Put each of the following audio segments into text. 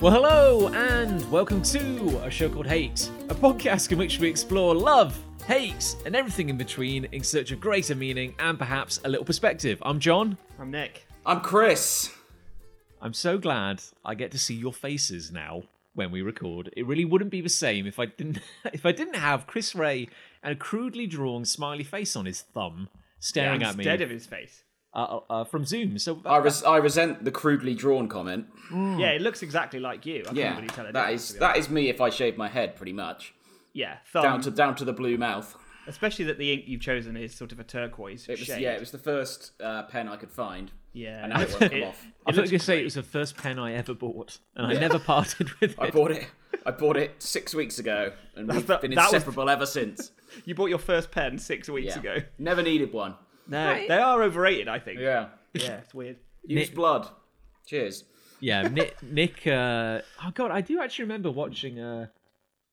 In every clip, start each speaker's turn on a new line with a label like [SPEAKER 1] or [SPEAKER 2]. [SPEAKER 1] Well, hello, and welcome to a show called Hate, a podcast in which we explore love, hate, and everything in between in search of greater meaning and perhaps a little perspective. I'm John.
[SPEAKER 2] I'm Nick.
[SPEAKER 3] I'm Chris.
[SPEAKER 1] I'm so glad I get to see your faces now when we record. It really wouldn't be the same if I didn't if I didn't have Chris Ray and a crudely drawn smiley face on his thumb staring
[SPEAKER 2] I'm
[SPEAKER 1] at me
[SPEAKER 2] dead of his face.
[SPEAKER 1] uh, uh, from Zoom. So
[SPEAKER 3] I, res- I resent the crudely drawn comment.
[SPEAKER 2] Yeah, it looks exactly like you. I
[SPEAKER 3] Hmm. Yeah,
[SPEAKER 2] can't really tell it.
[SPEAKER 3] that is that is me if I shave my head, pretty much
[SPEAKER 2] yeah, thumb.
[SPEAKER 3] down to down to the blue mouth.
[SPEAKER 2] especially that the ink you've chosen is sort of a turquoise
[SPEAKER 3] It was
[SPEAKER 2] shade.
[SPEAKER 3] yeah, it was the first uh, pen I could find.
[SPEAKER 2] Yeah.
[SPEAKER 3] and now it won't come
[SPEAKER 2] It-
[SPEAKER 3] off.
[SPEAKER 1] I thought
[SPEAKER 2] it
[SPEAKER 1] you were
[SPEAKER 2] looks
[SPEAKER 1] going to say it was the first pen I ever bought, and I never parted with it.
[SPEAKER 3] I bought it. I bought it six weeks ago, and we've
[SPEAKER 2] the-
[SPEAKER 3] been
[SPEAKER 2] that was-
[SPEAKER 3] inseparable ever since.
[SPEAKER 2] You bought your first pen six weeks
[SPEAKER 3] Yeah.
[SPEAKER 2] ago.
[SPEAKER 3] never needed one.
[SPEAKER 2] No, they are overrated. I think.
[SPEAKER 3] Yeah,
[SPEAKER 2] Yeah, it's weird.
[SPEAKER 3] use
[SPEAKER 1] Nick-
[SPEAKER 3] blood. Cheers.
[SPEAKER 1] yeah, Nick. Nick uh, oh god, I do actually remember watching. Uh,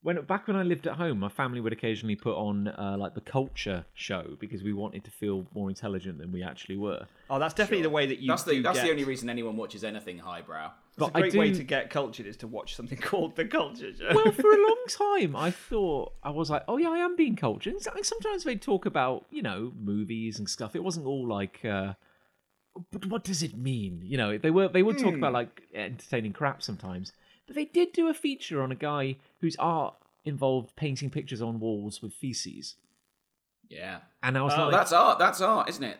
[SPEAKER 1] when back when I lived at home, my family would occasionally put on uh, like the culture show because we wanted to feel more intelligent than we actually were.
[SPEAKER 2] Oh, that's definitely the way that you.
[SPEAKER 3] That's the
[SPEAKER 2] do
[SPEAKER 3] that's
[SPEAKER 2] get,
[SPEAKER 3] the only reason anyone watches anything highbrow.
[SPEAKER 2] It's a
[SPEAKER 1] I
[SPEAKER 2] great
[SPEAKER 1] do-
[SPEAKER 2] way to get cultured is to watch something called the culture show.
[SPEAKER 1] well, for a long time, I thought I was like, oh yeah, I am being cultured. And so- and sometimes they talk about you know movies and stuff. It wasn't all like, uh, but what does it mean? You know, they were they would talk
[SPEAKER 2] Hmm.
[SPEAKER 1] about like entertaining crap sometimes. But they did do a feature on a guy whose art involved painting pictures on walls with feces.
[SPEAKER 3] Yeah,
[SPEAKER 1] And I was like,
[SPEAKER 3] that's art. That's art, isn't it?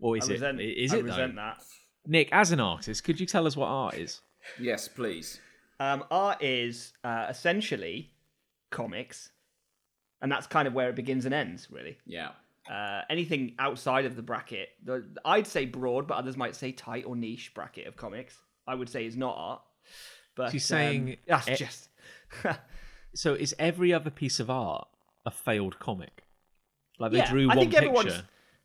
[SPEAKER 1] or
[SPEAKER 2] Oh, I
[SPEAKER 1] is it?
[SPEAKER 2] resent,
[SPEAKER 1] Is
[SPEAKER 2] I
[SPEAKER 1] it
[SPEAKER 2] resent
[SPEAKER 1] though?
[SPEAKER 2] that.
[SPEAKER 1] Nick, as an artist, could you tell us what art is?
[SPEAKER 3] Yes, please.
[SPEAKER 2] Um, art is uh, essentially comics, and that's kind of where it begins and ends, really.
[SPEAKER 3] Yeah.
[SPEAKER 2] uh, anything outside of the bracket, the, I'd say broad, but others might say tight or niche bracket of comics. I would say is not art. But
[SPEAKER 1] She's
[SPEAKER 2] um,
[SPEAKER 1] saying
[SPEAKER 2] that's
[SPEAKER 1] e-
[SPEAKER 2] just
[SPEAKER 1] So is every other piece of art a failed comic? Like they
[SPEAKER 2] yeah.
[SPEAKER 1] drew
[SPEAKER 2] I
[SPEAKER 1] one
[SPEAKER 2] think everyone's
[SPEAKER 1] picture.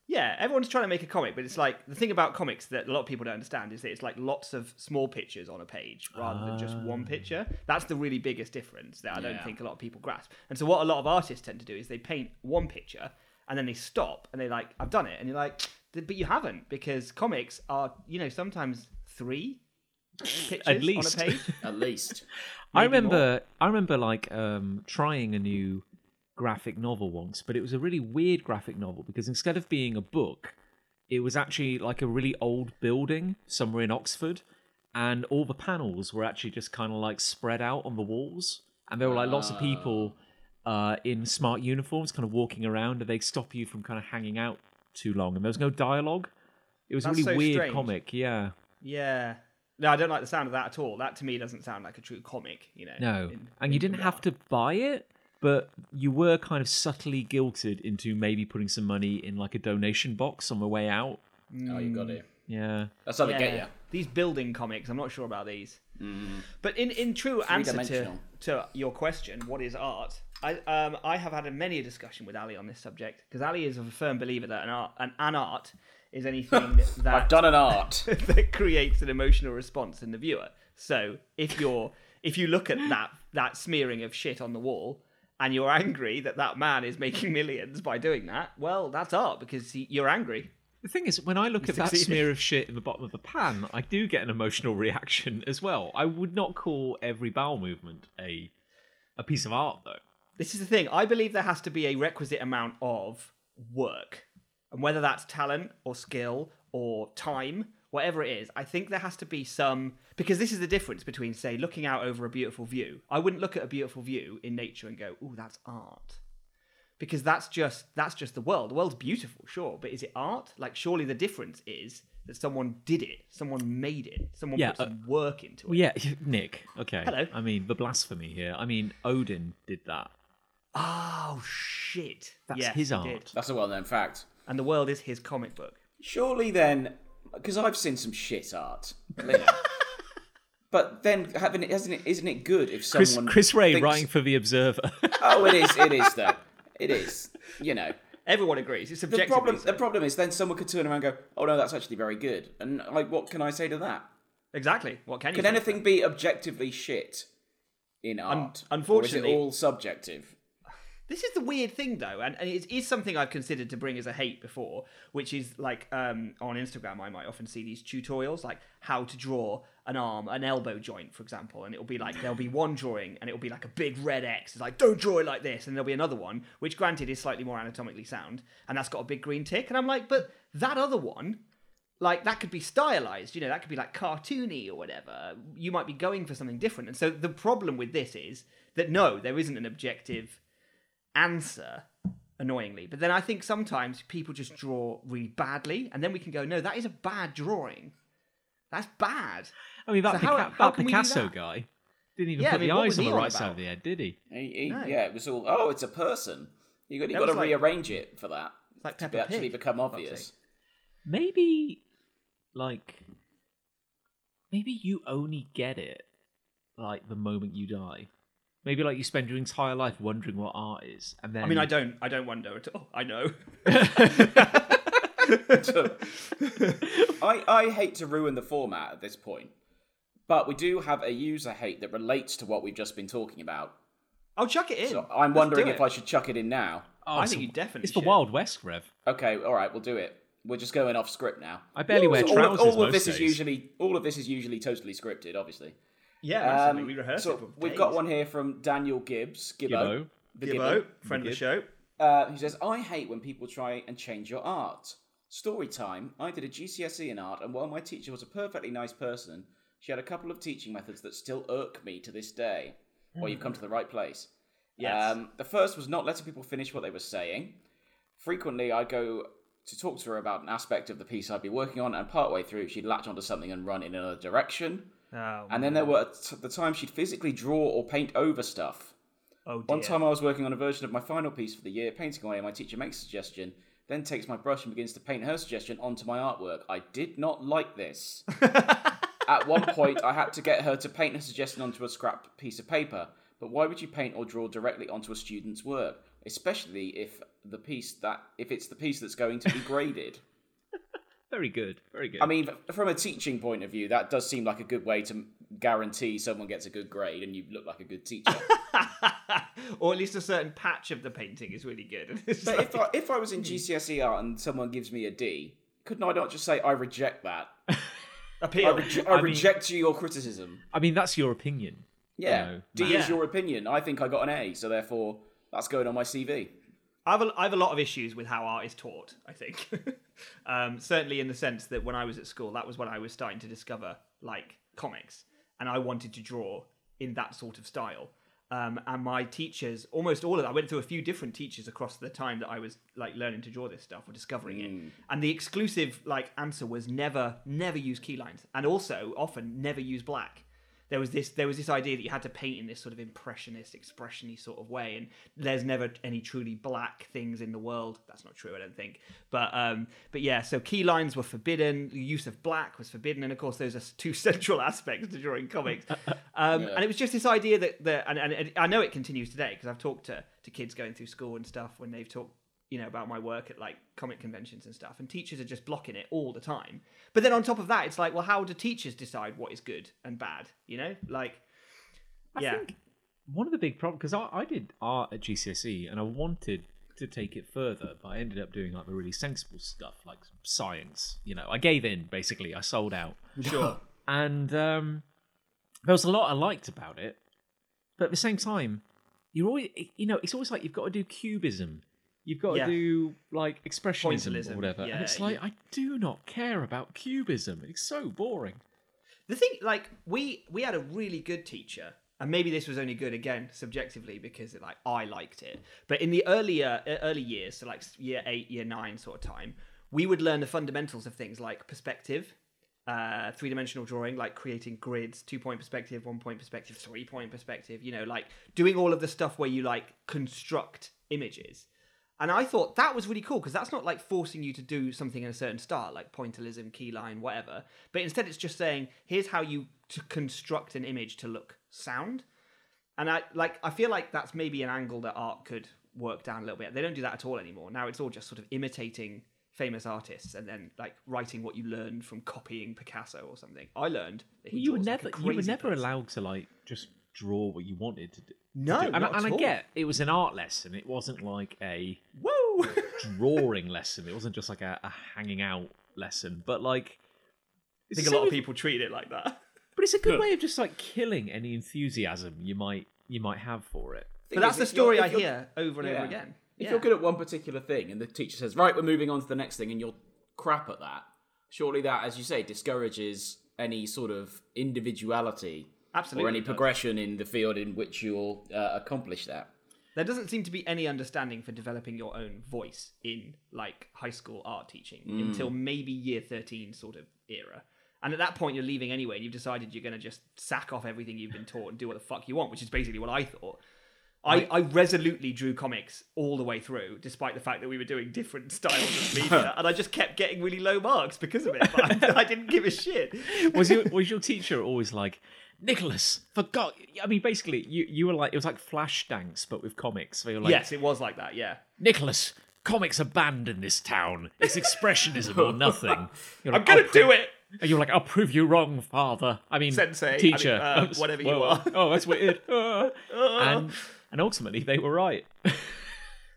[SPEAKER 2] yeah, everyone's trying to make a comic, but it's like the thing about comics that a lot of people don't understand is that it's like lots of small pictures on a page rather than just
[SPEAKER 1] Ah.
[SPEAKER 2] one picture. That's the really biggest difference that I don't
[SPEAKER 3] Yeah.
[SPEAKER 2] think a lot of people grasp. And so what a lot of artists tend to do is they paint one picture and then they stop and they like I've done it and you're like but you haven't because comics are you know sometimes three pictures
[SPEAKER 1] least.
[SPEAKER 2] on a page.
[SPEAKER 3] At least.
[SPEAKER 1] I
[SPEAKER 2] maybe
[SPEAKER 1] remember, I remember like um, trying a new graphic novel once, but it was a really weird graphic novel because instead of being a book, it was actually like a really old building somewhere in Oxford, and all the panels were actually just kind of like spread out on the walls, and there were like lots of people
[SPEAKER 2] Ah.
[SPEAKER 1] uh, in smart uniforms, kind of walking around, and they stop you from kind of hanging out too long, and there was no dialogue. It was a
[SPEAKER 2] That's
[SPEAKER 1] really
[SPEAKER 2] so
[SPEAKER 1] weird
[SPEAKER 2] strange.
[SPEAKER 1] comic, yeah.
[SPEAKER 2] Yeah. No, I don't like the sound of that at all. That to me doesn't sound like a true comic, you know.
[SPEAKER 1] No,
[SPEAKER 2] in-
[SPEAKER 1] and you didn't have to buy it, but you were kind of subtly guilted into maybe putting some money in like a donation box on the way out.
[SPEAKER 3] Oh, you got it.
[SPEAKER 1] Yeah,
[SPEAKER 3] That's how they
[SPEAKER 2] Yeah.
[SPEAKER 3] get you.
[SPEAKER 2] These building comics, I'm not sure about these. But in, in true answer to,
[SPEAKER 3] Mm. Three-dimensional.
[SPEAKER 2] to your question, what is art? I um I have had a many a discussion with Ali on this subject because Ali is a firm believer that an art an, an art is anything
[SPEAKER 3] I've
[SPEAKER 2] that
[SPEAKER 3] done an art.
[SPEAKER 2] that creates an emotional response in the viewer. So if you're if you look at that that smearing of shit on the wall and you're angry that that man is making millions by doing that, well, that's art because he, you're angry.
[SPEAKER 1] the thing is, when I look at that
[SPEAKER 2] succeeded.
[SPEAKER 1] smear of shit in the bottom of the pan, I do get an emotional reaction as well. I would not call every bowel movement a a piece of art though.
[SPEAKER 2] This is the thing. I believe there has to be a requisite amount of work, and whether that's talent or skill or time, whatever it is, I think there has to be some because this is the difference between say looking out over a beautiful view. I wouldn't look at a beautiful view in nature and go, "Ooh, that's art." because that's just that's just the world. The world's beautiful, sure, but is it art? Like, surely the difference is that someone did it, someone made it, someone
[SPEAKER 1] Yeah,
[SPEAKER 2] put some work into it.
[SPEAKER 1] Well, yeah, Nick. Okay.
[SPEAKER 2] Hello.
[SPEAKER 1] I mean, the blasphemy here. I mean, Odin did that.
[SPEAKER 2] Oh shit!
[SPEAKER 1] That's
[SPEAKER 2] Yes,
[SPEAKER 1] his
[SPEAKER 2] he
[SPEAKER 1] art.
[SPEAKER 2] did.
[SPEAKER 3] That's a well known fact.
[SPEAKER 2] and the world is his comic book.
[SPEAKER 3] Surely then, because I've seen some shit art. Lynn. but then, haven't it, hasn't it, isn't it good if someone.
[SPEAKER 1] Chris, Chris Ray
[SPEAKER 3] thinks-
[SPEAKER 1] writing for the Observer.
[SPEAKER 3] Oh, it is, it is, though. It is. You know.
[SPEAKER 2] Everyone agrees. It's
[SPEAKER 3] The
[SPEAKER 2] subjective.
[SPEAKER 3] problem, the problem is then someone could turn around and go, oh no, that's actually very good. And like, what can I say to that?
[SPEAKER 2] Exactly. What can you?
[SPEAKER 3] Can
[SPEAKER 2] say?
[SPEAKER 3] anything be objectively shit in art?
[SPEAKER 2] unfortunately-
[SPEAKER 3] Or is it all subjective?
[SPEAKER 2] This is the weird thing, though, and, and it is something I've considered to bring as a hate before, which is like um, on Instagram, I might often see these tutorials like how to draw an arm, an elbow joint, for example, and it'll be like there'll be one drawing and it'll be like a big red X. It's like, don't draw it like this. And there'll be another one, which granted is slightly more anatomically sound, and that's got a big green tick. And I'm like, but that other one like that could be stylized you know that could be like cartoony or whatever you might be going for something different and so the problem with this is that no there isn't an objective answer annoyingly but then i think sometimes people just draw really badly and then we can go no that is a bad drawing that's bad
[SPEAKER 1] I mean, that,
[SPEAKER 2] So how-
[SPEAKER 1] Pica-
[SPEAKER 2] how
[SPEAKER 1] that
[SPEAKER 2] can we do
[SPEAKER 1] Picasso
[SPEAKER 2] that?
[SPEAKER 1] guy didn't even
[SPEAKER 2] Yeah, I
[SPEAKER 1] put
[SPEAKER 2] mean,
[SPEAKER 1] the
[SPEAKER 2] what
[SPEAKER 1] eyes
[SPEAKER 2] was
[SPEAKER 1] on
[SPEAKER 2] he
[SPEAKER 1] the
[SPEAKER 2] on
[SPEAKER 1] right
[SPEAKER 2] about?
[SPEAKER 1] side of the head, did he?
[SPEAKER 3] He- he-
[SPEAKER 2] No.
[SPEAKER 3] Yeah, it was all. Oh, it's a person. You got, you
[SPEAKER 2] That
[SPEAKER 3] got to
[SPEAKER 2] was like-
[SPEAKER 3] rearrange it for that.
[SPEAKER 2] it's like
[SPEAKER 3] to
[SPEAKER 2] Peppa
[SPEAKER 3] be- actually
[SPEAKER 2] Pig,
[SPEAKER 3] become
[SPEAKER 2] for fuck's
[SPEAKER 3] obvious.
[SPEAKER 2] sake.
[SPEAKER 1] Maybe, like, maybe you only get it like the moment you die. Maybe like you spend your entire life wondering what art is, and then
[SPEAKER 2] i mean i don't i don't wonder at all i know
[SPEAKER 3] I, I hate to ruin the format at this point, but we do have a user hate that relates to what we've just been talking about.
[SPEAKER 2] i'll chuck it in
[SPEAKER 3] So I'm
[SPEAKER 2] Let's
[SPEAKER 3] wondering
[SPEAKER 2] do
[SPEAKER 3] if
[SPEAKER 2] it.
[SPEAKER 3] I should chuck it in now.
[SPEAKER 1] Oh,
[SPEAKER 2] I
[SPEAKER 1] it's
[SPEAKER 2] think
[SPEAKER 1] the-
[SPEAKER 2] you definitely
[SPEAKER 1] It's the
[SPEAKER 2] should.
[SPEAKER 1] Wild West, Rev.
[SPEAKER 3] Okay, all right, we'll do it. We're just going off script now.
[SPEAKER 1] I barely wear
[SPEAKER 3] So all of-
[SPEAKER 1] trousers
[SPEAKER 3] All,
[SPEAKER 1] most
[SPEAKER 3] of this
[SPEAKER 1] days.
[SPEAKER 3] is usually all of this is usually totally scripted, obviously.
[SPEAKER 2] yeah massively.
[SPEAKER 3] Um,
[SPEAKER 2] we rehearsed
[SPEAKER 3] so
[SPEAKER 2] it for
[SPEAKER 3] we've
[SPEAKER 2] days.
[SPEAKER 3] got one here from Daniel Gibbs. Gibbo.
[SPEAKER 1] Gibbo.
[SPEAKER 3] The Gibbo.
[SPEAKER 2] Gibbo, friend of the show
[SPEAKER 3] uh, who says, I hate when people try and change your art. Story time. I did a GCSE E in art, and while my teacher was a perfectly nice person, she had a couple of teaching methods that still irk me to this day. Well, you've come to the right place.
[SPEAKER 2] Yes.
[SPEAKER 3] Um, the first was not letting people finish what they were saying. Frequently, I'd go to talk to her about an aspect of the piece I'd be working on, and partway through, she'd latch onto something and run in another direction.
[SPEAKER 2] Oh,
[SPEAKER 3] And then there were t- the times she'd physically draw or paint over stuff.
[SPEAKER 2] oh dear.
[SPEAKER 3] One time I was working on a version of my final piece for the year, painting away, and my teacher makes a suggestion, then takes my brush and begins to paint her suggestion onto my artwork. I did not like this. At one point, I had to get her to paint her suggestion onto a scrap piece of paper. But why would you paint or draw directly onto a student's work, especially if the piece that if it's the piece that's going to be graded?
[SPEAKER 1] Very good, very good.
[SPEAKER 3] I mean, from a teaching point of view, that does seem like a good way to guarantee someone gets a good grade and you look like a good teacher.
[SPEAKER 2] or at least a certain patch of the painting is really good. It's
[SPEAKER 3] But
[SPEAKER 2] like-
[SPEAKER 3] if I, if I was in GCSE art E and someone gives me a D, couldn't I not just say I reject that? I,
[SPEAKER 2] appeal.
[SPEAKER 3] reje- I, reject your criticism.
[SPEAKER 1] I mean that's your opinion.
[SPEAKER 3] Yeah,
[SPEAKER 1] No.
[SPEAKER 3] D
[SPEAKER 2] Yeah.
[SPEAKER 3] is your opinion. I think I got an A, so therefore that's going on my CV.
[SPEAKER 2] I have, a, I have a lot of issues with how art is taught, I think. um, certainly in the sense that when I was at school, that was when I was starting to discover, like, comics. And I wanted to draw in that sort of style. Um, and my teachers, almost all of them, I went through a few different teachers across the time that I was, like, learning to draw this stuff or discovering it. And the exclusive, like, answer was never, never use key lines. And also, often, never use black. there was this there was this idea that you had to paint in this sort of impressionist expressiony sort of way and there's never any truly black things in the world that's not true i don't think but um but yeah so key lines were forbidden the use of black was forbidden and of course those are two central aspects to drawing comics um and it was just this idea that the and, and, and i know it continues today because i've talked to to kids going through school and stuff when they've talked you know about my work at like comic conventions and stuff and teachers are just blocking it all the time but then on top of that it's like well how do teachers decide what is good and bad you know like yeah
[SPEAKER 1] one of the big problems because I, I did art at GCSE E and I wanted to take it further, but I ended up doing like the really sensible stuff, like science. You know, I gave in basically. I sold out,
[SPEAKER 2] sure
[SPEAKER 1] and um, there was a lot I liked about it, but at the same time, you're always you know it's always like you've got to do cubism. You've got
[SPEAKER 2] Yeah.
[SPEAKER 1] to do like expressionism
[SPEAKER 2] Pointillism,
[SPEAKER 1] or whatever,
[SPEAKER 2] yeah,
[SPEAKER 1] and it's
[SPEAKER 2] you-
[SPEAKER 1] like I do not care about cubism. It's so boring.
[SPEAKER 2] the thing like we we had a really good teacher and maybe this was only good again subjectively because it, like i liked it but in the earlier uh, early years so like year eight year nine sort of time we would learn the fundamentals of things like perspective uh, three-dimensional drawing like creating grids two-point perspective one-point perspective three-point perspective you know like doing all of the stuff where you like construct images And I thought that was really cool because that's not like forcing you to do something in a certain style, like pointillism, keyline, whatever. But instead, it's just saying, here's how you to construct an image to look sound. And I like I feel like that's maybe an angle that art could work down a little bit. They don't do that at all anymore. Now it's all just sort of imitating famous artists and then like writing what you learned from copying Picasso or something. I learned that he
[SPEAKER 1] you were
[SPEAKER 2] draws
[SPEAKER 1] never
[SPEAKER 2] like a
[SPEAKER 1] you were
[SPEAKER 2] crazy
[SPEAKER 1] never
[SPEAKER 2] person.
[SPEAKER 1] allowed to like just draw what you wanted to do.
[SPEAKER 2] No,
[SPEAKER 1] and,
[SPEAKER 2] not
[SPEAKER 1] I- and
[SPEAKER 2] at
[SPEAKER 1] I
[SPEAKER 2] all.
[SPEAKER 1] get it was an art lesson. It wasn't like a
[SPEAKER 2] Whoa!
[SPEAKER 1] drawing lesson. It wasn't just like a, a hanging out lesson. But like,
[SPEAKER 2] I
[SPEAKER 1] it's
[SPEAKER 2] think
[SPEAKER 1] the
[SPEAKER 2] a
[SPEAKER 1] same
[SPEAKER 2] lot of
[SPEAKER 1] with-
[SPEAKER 2] people treat it like that.
[SPEAKER 1] But it's a good
[SPEAKER 3] Look.
[SPEAKER 1] way of just like killing any enthusiasm you might you might have for it.
[SPEAKER 3] Thing
[SPEAKER 2] But that's
[SPEAKER 3] is,
[SPEAKER 2] the
[SPEAKER 3] if you're-
[SPEAKER 2] story I
[SPEAKER 3] if you're-
[SPEAKER 2] hear over and
[SPEAKER 3] Yeah.
[SPEAKER 2] over again.
[SPEAKER 3] If
[SPEAKER 2] Yeah.
[SPEAKER 3] you're good at one particular thing and the teacher says, right, we're moving on to the next thing, and you're crap at that, surely that, as you say, discourages any sort of individuality
[SPEAKER 2] Absolutely
[SPEAKER 3] or any
[SPEAKER 2] does.
[SPEAKER 3] progression in the field in which you'll uh, accomplish that.
[SPEAKER 2] There doesn't seem to be any understanding for developing your own voice in like high school art teaching until maybe year 13 sort of era. And at that point, you're leaving anyway, and you've decided you're going to just sack off everything you've been taught and do what the fuck you want, which is basically what I thought. I, I resolutely drew comics all the way through, despite the fact that we were doing different styles of media, and I just kept getting really low marks because of it. But I, I didn't give a shit.
[SPEAKER 1] Was your was your teacher always like Nicholas? For God, I mean, basically, you you were like it was like flash dance, but with comics. So you're like,
[SPEAKER 2] yes, it was like that. Yeah,
[SPEAKER 1] Nicholas, comics are banned in this town. It's expressionism or nothing. You're
[SPEAKER 2] I'm
[SPEAKER 1] like,
[SPEAKER 2] gonna
[SPEAKER 1] "I'll pro-
[SPEAKER 2] do it.
[SPEAKER 1] And you're like, I'll prove you wrong, father. I mean,
[SPEAKER 2] Sensei, I mean,
[SPEAKER 1] teacher,
[SPEAKER 2] uh, whatever you
[SPEAKER 1] Whoa,
[SPEAKER 2] are.
[SPEAKER 1] Oh, that's weird. Uh. and and ultimately, they were right.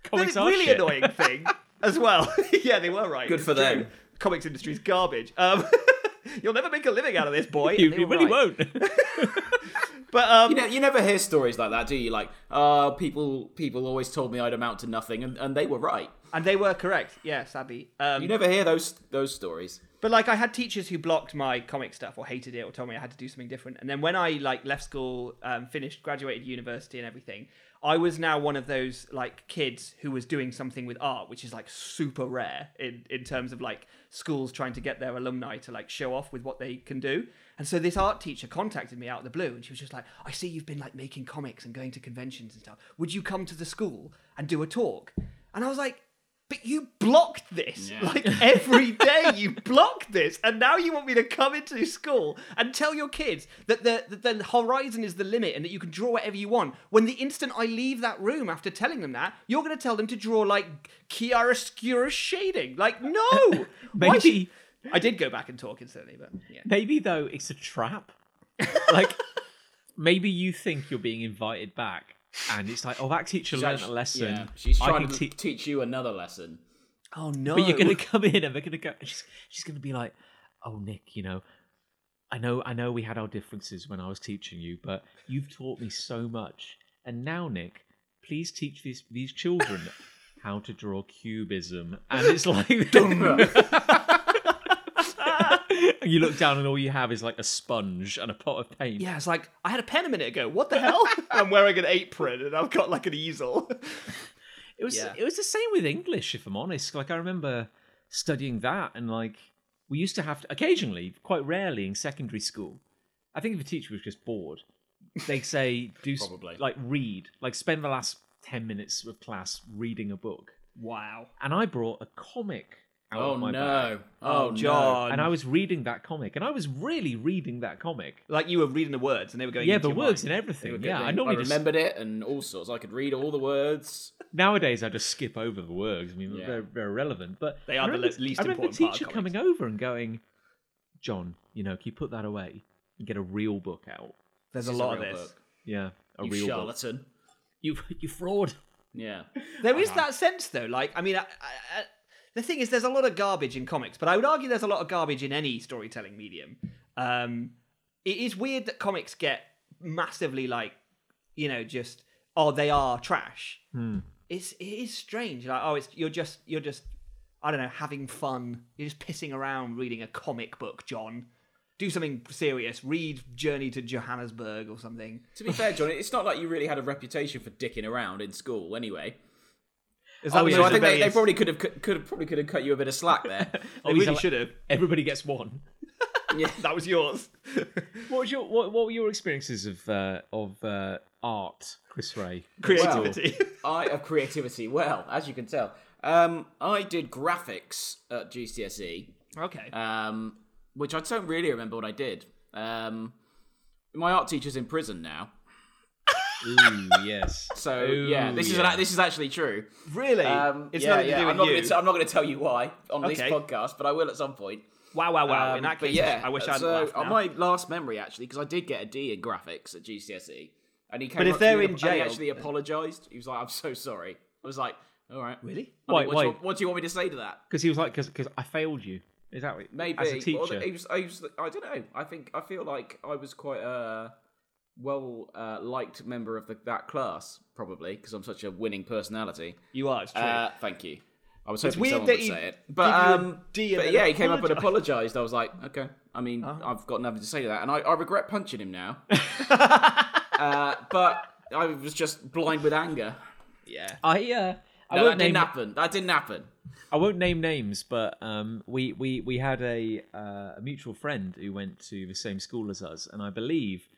[SPEAKER 1] comics
[SPEAKER 2] the
[SPEAKER 1] are
[SPEAKER 2] really
[SPEAKER 1] shit.
[SPEAKER 2] annoying thing as well. yeah, they were right.
[SPEAKER 3] Good for
[SPEAKER 2] It's
[SPEAKER 3] them.
[SPEAKER 2] true. Comics industry's garbage. Um, you'll never make a living out of this, boy.
[SPEAKER 1] You,
[SPEAKER 2] And they
[SPEAKER 1] you
[SPEAKER 2] were
[SPEAKER 1] really
[SPEAKER 2] right.
[SPEAKER 1] won't.
[SPEAKER 2] But um,
[SPEAKER 3] You, know, you never hear stories like that, do you? Like, oh, people, people always told me I'd amount to nothing, and, and they were right.
[SPEAKER 2] and they were correct. Yeah, sadly. Um,
[SPEAKER 3] You never hear those those stories.
[SPEAKER 2] But like I had teachers who blocked my comic stuff or hated it or told me I had to do something different. And then when I like left school, um, finished, graduated university and everything, I was now one of those like kids who was doing something with art, which is like super rare in in terms of like schools trying to get their alumni to like show off with what they can do. And so this art teacher contacted me out of the blue and she was just like, "I see you've been like making comics and going to conventions and stuff. Would you come to the school and do a talk?" And I was like, but you blocked this. Like every day you blocked this. And now you want me to come into school and tell your kids that the, that the horizon is the limit and that you can draw whatever you want. When the instant I leave that room after telling them that, you're going to tell them to draw like chiaroscuro shading. Like, no. Why
[SPEAKER 1] Maybe-
[SPEAKER 2] should- I did go back and talk instantly, but yeah.
[SPEAKER 1] Maybe though it's a trap. Like maybe you think you're being invited back, and it's like, oh, that teacher learned a
[SPEAKER 3] Actually-
[SPEAKER 1] lesson.
[SPEAKER 3] Yeah, she's
[SPEAKER 1] I
[SPEAKER 3] trying
[SPEAKER 1] can
[SPEAKER 3] to
[SPEAKER 1] te-
[SPEAKER 3] teach you another lesson.
[SPEAKER 2] Oh, no.
[SPEAKER 1] But you're gonna come in, and we're gonna go. She's, she's gonna be like, oh, Nick, you know, I know, I know, we had our differences when I was teaching you, but you've taught me so much, and now, Nick, please teach these these children how to draw cubism. And it's like, and you look down, and all you have is like a sponge and a pot of paint.
[SPEAKER 2] Yeah, it's like, I had a pen a minute ago. What the hell? I'm wearing an apron and I've got like an easel.
[SPEAKER 1] It was
[SPEAKER 3] Yeah.
[SPEAKER 1] it was the same with English, if I'm honest. Like I remember studying that, and like we used to have to, occasionally, quite rarely in secondary school. I think if a teacher was just bored, they'd say, "Do s-
[SPEAKER 3] Probably.
[SPEAKER 1] like read, like spend the last ten minutes of class reading a book."
[SPEAKER 2] wow.
[SPEAKER 1] And I brought a comic out
[SPEAKER 3] Oh
[SPEAKER 1] of my
[SPEAKER 3] no!
[SPEAKER 1] bag,
[SPEAKER 3] Oh, no.
[SPEAKER 2] John.
[SPEAKER 1] and I was reading that comic, and I was really reading that comic.
[SPEAKER 2] Like you were reading the words and they were going.
[SPEAKER 1] Yeah,
[SPEAKER 2] into
[SPEAKER 1] the
[SPEAKER 2] your
[SPEAKER 1] words
[SPEAKER 2] mind.
[SPEAKER 1] and
[SPEAKER 3] They were
[SPEAKER 1] everything.
[SPEAKER 3] good.
[SPEAKER 1] Yeah,
[SPEAKER 3] They-
[SPEAKER 1] I normally just
[SPEAKER 3] remembered it and all sorts. I could read all the words.
[SPEAKER 1] nowadays I just skip over the words. I mean,
[SPEAKER 3] Yeah.
[SPEAKER 1] they're, they're irrelevant, but
[SPEAKER 2] They
[SPEAKER 1] I
[SPEAKER 2] are the
[SPEAKER 1] remember-
[SPEAKER 2] le- least
[SPEAKER 1] I remember
[SPEAKER 2] important part of
[SPEAKER 1] teacher
[SPEAKER 2] comics.
[SPEAKER 1] coming over and going, "John, you know, can you put that away and get a real book out?
[SPEAKER 2] There's
[SPEAKER 3] This
[SPEAKER 2] a
[SPEAKER 3] is
[SPEAKER 2] lot of
[SPEAKER 3] real
[SPEAKER 2] this.
[SPEAKER 3] book.
[SPEAKER 1] Yeah, a
[SPEAKER 3] You
[SPEAKER 1] real book.
[SPEAKER 3] charlatan.
[SPEAKER 1] You you fraud."
[SPEAKER 3] Yeah.
[SPEAKER 2] There
[SPEAKER 1] Uh-huh.
[SPEAKER 2] is that sense though. Like I mean, I, I, I, the thing is, there's a lot of garbage in comics, but I would argue there's a lot of garbage in any storytelling medium. Um, it is weird that comics get massively like, you know, just oh they are trash.
[SPEAKER 1] Hmm.
[SPEAKER 2] It's it is strange. Like oh, it's you're just you're just I don't know having fun. You're just pissing around reading a comic book, John. Do something serious. Read Journey to Johannesburg or something.
[SPEAKER 3] To be fair, John, it's not like you really had a reputation for dicking around in school, anyway.
[SPEAKER 2] Is
[SPEAKER 1] Oh,
[SPEAKER 2] the
[SPEAKER 1] yeah.
[SPEAKER 3] So
[SPEAKER 2] most
[SPEAKER 3] I think they, they
[SPEAKER 2] rebellious-
[SPEAKER 3] probably could have could have probably could have cut you a bit of slack there.
[SPEAKER 1] Oh,
[SPEAKER 2] They
[SPEAKER 1] he's
[SPEAKER 2] really
[SPEAKER 1] like-
[SPEAKER 2] should have.
[SPEAKER 1] Everybody gets one.
[SPEAKER 2] That was yours.
[SPEAKER 1] What was your what, what were your experiences of uh, of uh, art, Chris Ray.
[SPEAKER 2] Creativity.
[SPEAKER 3] I of creativity. Well, as you can tell, um, I did graphics at GCSE,
[SPEAKER 2] okay.
[SPEAKER 3] E, um, which I don't really remember what I did. Um, my art teacher's in prison now,
[SPEAKER 1] Ooh, yes.
[SPEAKER 3] so
[SPEAKER 1] Ooh,
[SPEAKER 3] yeah, this is
[SPEAKER 1] yeah.
[SPEAKER 3] an, this is actually true.
[SPEAKER 2] really?
[SPEAKER 3] Um,
[SPEAKER 2] it's
[SPEAKER 3] yeah,
[SPEAKER 2] nothing
[SPEAKER 3] yeah.
[SPEAKER 2] to do
[SPEAKER 3] I'm
[SPEAKER 2] with
[SPEAKER 3] not
[SPEAKER 2] you.
[SPEAKER 3] Gonna t- I'm not going to tell you why on this
[SPEAKER 2] Okay.
[SPEAKER 3] podcast, but I will at some point.
[SPEAKER 2] wow, wow, wow.
[SPEAKER 3] Um,
[SPEAKER 2] In that
[SPEAKER 3] but
[SPEAKER 2] case,
[SPEAKER 3] yeah,
[SPEAKER 2] I wish I hadn't
[SPEAKER 3] so,
[SPEAKER 2] laughed
[SPEAKER 3] uh,
[SPEAKER 2] now.
[SPEAKER 3] My last memory actually, because I did get a D in graphics at GCSE, E, and he came.
[SPEAKER 2] But if
[SPEAKER 3] up to
[SPEAKER 2] they're
[SPEAKER 3] me
[SPEAKER 2] in
[SPEAKER 3] and he
[SPEAKER 2] jail-
[SPEAKER 3] actually apologised. He was like, "I'm so sorry." I was like, "All right,
[SPEAKER 2] Really?
[SPEAKER 3] I mean,
[SPEAKER 1] Wait,
[SPEAKER 3] what, do you,
[SPEAKER 1] wait.
[SPEAKER 3] want- what do you want me to say to that?
[SPEAKER 1] Because he was like, because I failed you. Is that what-
[SPEAKER 3] Maybe e-
[SPEAKER 1] as a
[SPEAKER 3] Well,
[SPEAKER 1] teacher?
[SPEAKER 3] he was, he was, I don't know. I think I feel like I was quite a well uh, liked member of the, that class, probably because I'm such a winning personality.
[SPEAKER 2] You are, it's true.
[SPEAKER 3] Uh, thank you. I was hoping
[SPEAKER 2] weird
[SPEAKER 3] someone
[SPEAKER 2] that
[SPEAKER 3] would
[SPEAKER 2] he
[SPEAKER 3] say it,
[SPEAKER 2] give
[SPEAKER 3] but
[SPEAKER 2] you a
[SPEAKER 3] um,
[SPEAKER 2] D and
[SPEAKER 3] but
[SPEAKER 2] then Oh.
[SPEAKER 3] yeah, he came up and apologized. I was like, okay. I mean, I've got nothing to say to that, and I, I regret punching him now. uh, but I was just blind with anger. Yeah,
[SPEAKER 1] I uh, I
[SPEAKER 3] no,
[SPEAKER 1] won't
[SPEAKER 3] that didn't
[SPEAKER 1] name
[SPEAKER 3] happen. That didn't happen.
[SPEAKER 1] I won't name names, but um, we we we had a uh, a mutual friend who went to the same school as us, and I believe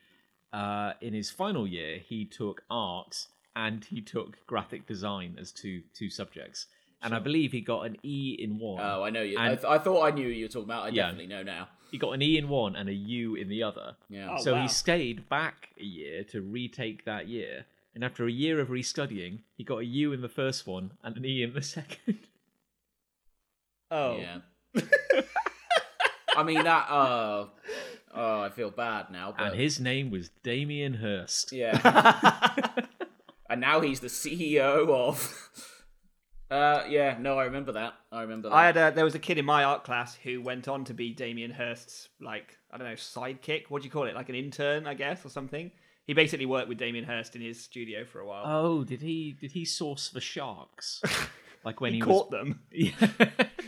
[SPEAKER 1] uh, in his final year he took art and he took graphic design as two two subjects, and I believe he got an E in one.
[SPEAKER 3] Oh, I know you. I,
[SPEAKER 1] And-
[SPEAKER 3] th- I thought I knew what you were talking about. I
[SPEAKER 1] Yeah.
[SPEAKER 3] definitely know now.
[SPEAKER 1] He got an E in one and a U in the other.
[SPEAKER 3] Yeah.
[SPEAKER 2] Oh.
[SPEAKER 1] so
[SPEAKER 2] wow.
[SPEAKER 1] he stayed back a year to retake that year, and after a year of restudying, he got a U in the first one and an E in the second.
[SPEAKER 2] oh.
[SPEAKER 3] Yeah. I mean that. Uh, oh, I feel bad now. But
[SPEAKER 1] and his name was Damien Hurst.
[SPEAKER 3] yeah. and now he's the CEO of. Uh, yeah. No, I remember that. I remember that.
[SPEAKER 2] I had a, there was a kid in my art class who went on to be Damien Hirst's like I don't know sidekick. What do you call it? Like an intern, I guess, or something. He basically worked with Damien Hirst in his studio for a while.
[SPEAKER 1] Oh, did he did he source the sharks? Like when he,
[SPEAKER 2] caught them.
[SPEAKER 1] was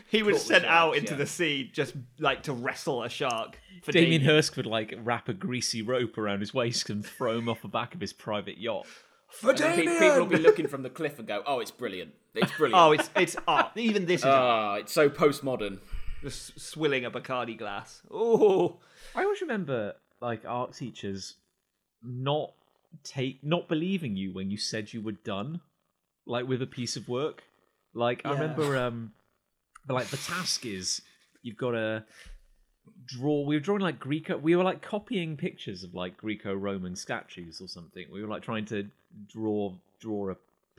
[SPEAKER 2] He was
[SPEAKER 3] Caught the
[SPEAKER 2] sent out
[SPEAKER 3] sharks,
[SPEAKER 2] into
[SPEAKER 3] yeah.
[SPEAKER 2] the sea just like to wrestle a shark. For
[SPEAKER 1] Damien Hirst would like wrap a greasy rope around his waist and throw him off the back of his private yacht.
[SPEAKER 2] for
[SPEAKER 3] And then pe- people will be looking from the cliff and go, "Oh, it's brilliant! It's brilliant!
[SPEAKER 2] Oh, it's it's art. Even this is art.
[SPEAKER 3] Ah, it's so postmodern."
[SPEAKER 2] just swilling a Bacardi glass. Oh,
[SPEAKER 1] I always remember like art teachers not take not believing you when you said you were done, like with a piece of work. Like I
[SPEAKER 2] Yeah.
[SPEAKER 1] remember, um, like the task is you've got to draw. We were drawing like Greco. We were like copying pictures of like Greco-Roman statues or something. We were like trying to draw draw a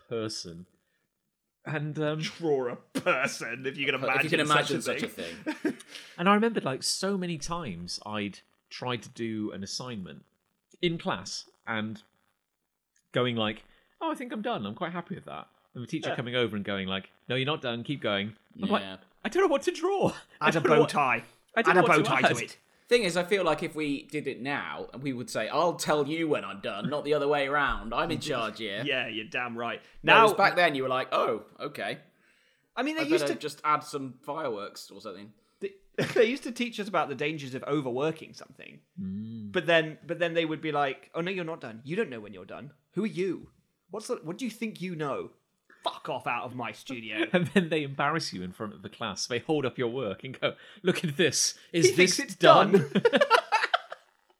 [SPEAKER 1] person, and um,
[SPEAKER 2] draw a person if you can imagine,
[SPEAKER 3] If you can imagine
[SPEAKER 2] such, a thing.
[SPEAKER 3] thing.
[SPEAKER 1] And I remembered like so many times I'd tried to do an assignment in class and going like, "Oh, I think I'm done. I'm quite happy with that." And the teacher coming over and going like, "No, you're not done. Keep going." I'm like,
[SPEAKER 3] Yeah.
[SPEAKER 1] "I don't know what to draw." I
[SPEAKER 2] Add a
[SPEAKER 1] don't know
[SPEAKER 2] bow
[SPEAKER 1] what-
[SPEAKER 2] tie.
[SPEAKER 1] I don't know
[SPEAKER 2] Add a
[SPEAKER 1] what
[SPEAKER 2] bow
[SPEAKER 1] to
[SPEAKER 2] tie
[SPEAKER 1] add.
[SPEAKER 2] to it.
[SPEAKER 3] Thing is, I feel like if we did it now, we would say, "I'll tell you when I'm done," not the other way around. I'm in charge here.
[SPEAKER 2] Yeah, you're damn right.
[SPEAKER 3] Now,
[SPEAKER 2] Now,
[SPEAKER 3] back then, you were like, "Oh, okay."
[SPEAKER 2] I mean, they
[SPEAKER 3] I
[SPEAKER 2] used
[SPEAKER 3] better
[SPEAKER 2] to
[SPEAKER 3] just add some fireworks or something.
[SPEAKER 2] they- they used to teach us about the dangers of overworking something.
[SPEAKER 3] Mm.
[SPEAKER 2] But then, but then they would be like, "Oh no, you're not done. You don't know when you're done. Who are you? What's the, what do you think you know? Fuck off out of my studio."
[SPEAKER 1] And then they embarrass you in front of the class. They hold up your work and go, "Look at this. Is
[SPEAKER 2] He
[SPEAKER 1] this
[SPEAKER 2] thinks it's
[SPEAKER 1] done?"
[SPEAKER 2] done.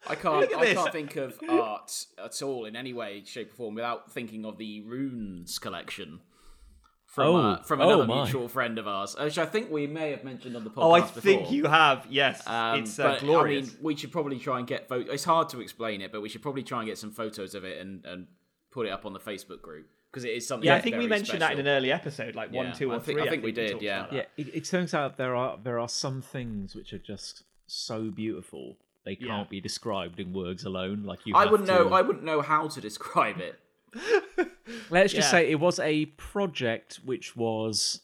[SPEAKER 3] I can't.
[SPEAKER 2] Look at
[SPEAKER 3] I
[SPEAKER 2] this.
[SPEAKER 3] can't think of art at all in any way, shape, or form without thinking of the runes collection from
[SPEAKER 1] Oh,
[SPEAKER 3] uh, from
[SPEAKER 1] oh
[SPEAKER 3] another
[SPEAKER 1] my.
[SPEAKER 3] mutual friend of ours, which I think we may have mentioned on the podcast.
[SPEAKER 2] oh, I
[SPEAKER 3] before.
[SPEAKER 2] think you have. Yes,
[SPEAKER 3] Um,
[SPEAKER 2] it's uh,
[SPEAKER 3] but,
[SPEAKER 2] glorious.
[SPEAKER 3] I mean, we should probably try and get photos. It's hard to explain it, but we should probably try and get some photos of it and, and put it up on the Facebook group because it is something.
[SPEAKER 2] yeah, I think we
[SPEAKER 3] very
[SPEAKER 2] mentioned that in an
[SPEAKER 3] special.
[SPEAKER 2] early episode, like
[SPEAKER 3] Yeah,
[SPEAKER 2] one, two,
[SPEAKER 3] I
[SPEAKER 2] or
[SPEAKER 3] think-
[SPEAKER 2] three.
[SPEAKER 3] I think we did,
[SPEAKER 2] talked
[SPEAKER 3] yeah.
[SPEAKER 2] about that.
[SPEAKER 1] yeah, it, it turns out there are there are some things which are just so beautiful they can't be described in words alone. Like you,
[SPEAKER 3] I
[SPEAKER 1] have
[SPEAKER 3] wouldn't know.
[SPEAKER 1] to-
[SPEAKER 3] I wouldn't know how to describe it.
[SPEAKER 1] Let's just
[SPEAKER 2] Yeah.
[SPEAKER 1] say it was a project which was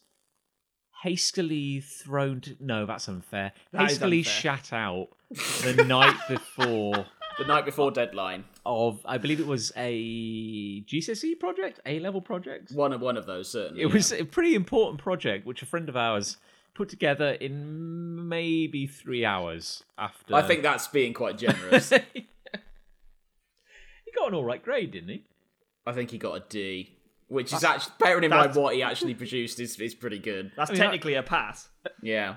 [SPEAKER 1] hastily thrown. To, no, that's unfair.
[SPEAKER 2] That is
[SPEAKER 1] hastily
[SPEAKER 2] unfair.
[SPEAKER 1] shat out the night before
[SPEAKER 3] The night before deadline,
[SPEAKER 1] of, I believe it was a GCSE E project, A level project.
[SPEAKER 3] one of one of those certainly.
[SPEAKER 1] It was a pretty important project which a friend of ours put together in maybe three hours after.
[SPEAKER 3] I think that's being quite generous.
[SPEAKER 1] he got an all right grade, didn't he?
[SPEAKER 3] I think he got a D, which is actually bearing in mind
[SPEAKER 2] that's-
[SPEAKER 3] what he actually produced is is pretty good.
[SPEAKER 2] That's
[SPEAKER 1] mean, that-
[SPEAKER 2] technically a pass.
[SPEAKER 3] Yeah.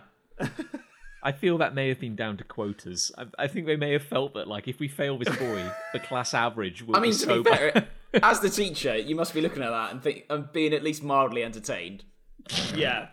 [SPEAKER 1] I feel that may have been down to quotas. I, I think they may have felt that, like, if we fail this boy, the class average will
[SPEAKER 3] I mean,
[SPEAKER 1] be
[SPEAKER 3] to
[SPEAKER 1] so
[SPEAKER 3] be fair, as the teacher, you must be looking at that and think and being at least mildly entertained.
[SPEAKER 2] yeah.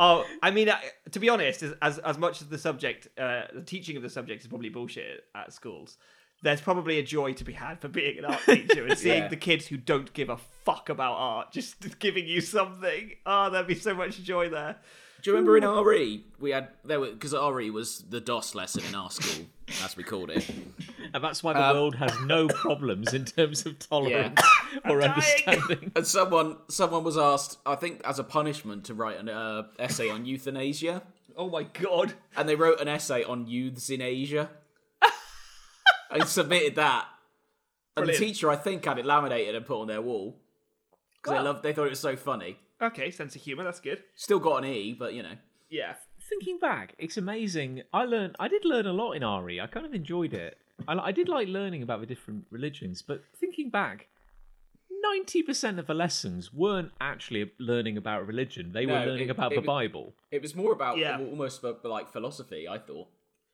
[SPEAKER 2] Oh, I mean, I, to be honest, as- as as much as the subject, uh, the teaching of the subject is probably bullshit at schools. There's probably a joy to be had for being an art teacher and seeing
[SPEAKER 3] Yeah.
[SPEAKER 2] the kids who don't give a fuck about art just giving you something. Oh, there'd be so much joy there.
[SPEAKER 3] Do you remember in RE we had there were because RE was the DOS lesson in our school, as we called it.
[SPEAKER 1] And that's why
[SPEAKER 3] Um,
[SPEAKER 1] the world has no problems in terms of tolerance or
[SPEAKER 2] dying.
[SPEAKER 1] understanding.
[SPEAKER 3] And someone someone was asked, I think, as a punishment, to write an uh, essay on euthanasia,
[SPEAKER 2] Oh my god.
[SPEAKER 3] and they wrote an essay on youths in Asia. and submitted that, and the
[SPEAKER 2] Brilliant.
[SPEAKER 3] teacher, I think, had it laminated and put on their wall because
[SPEAKER 2] Wow.
[SPEAKER 3] they loved, they thought it was so funny.
[SPEAKER 2] Okay, sense of humor. That's good.
[SPEAKER 3] Still got an E, but you know,
[SPEAKER 2] Yeah.
[SPEAKER 1] Thinking back, it's amazing. I learned, I did learn a lot in RE. I kind of enjoyed it. I, I did like learning about the different religions, but thinking back, 90% of the lessons weren't actually learning about religion. They were
[SPEAKER 3] No,
[SPEAKER 1] learning
[SPEAKER 3] it-
[SPEAKER 1] about
[SPEAKER 3] it
[SPEAKER 1] the
[SPEAKER 3] was-
[SPEAKER 1] Bible.
[SPEAKER 3] it was more about
[SPEAKER 2] Yeah.
[SPEAKER 3] almost about, like philosophy. I thought.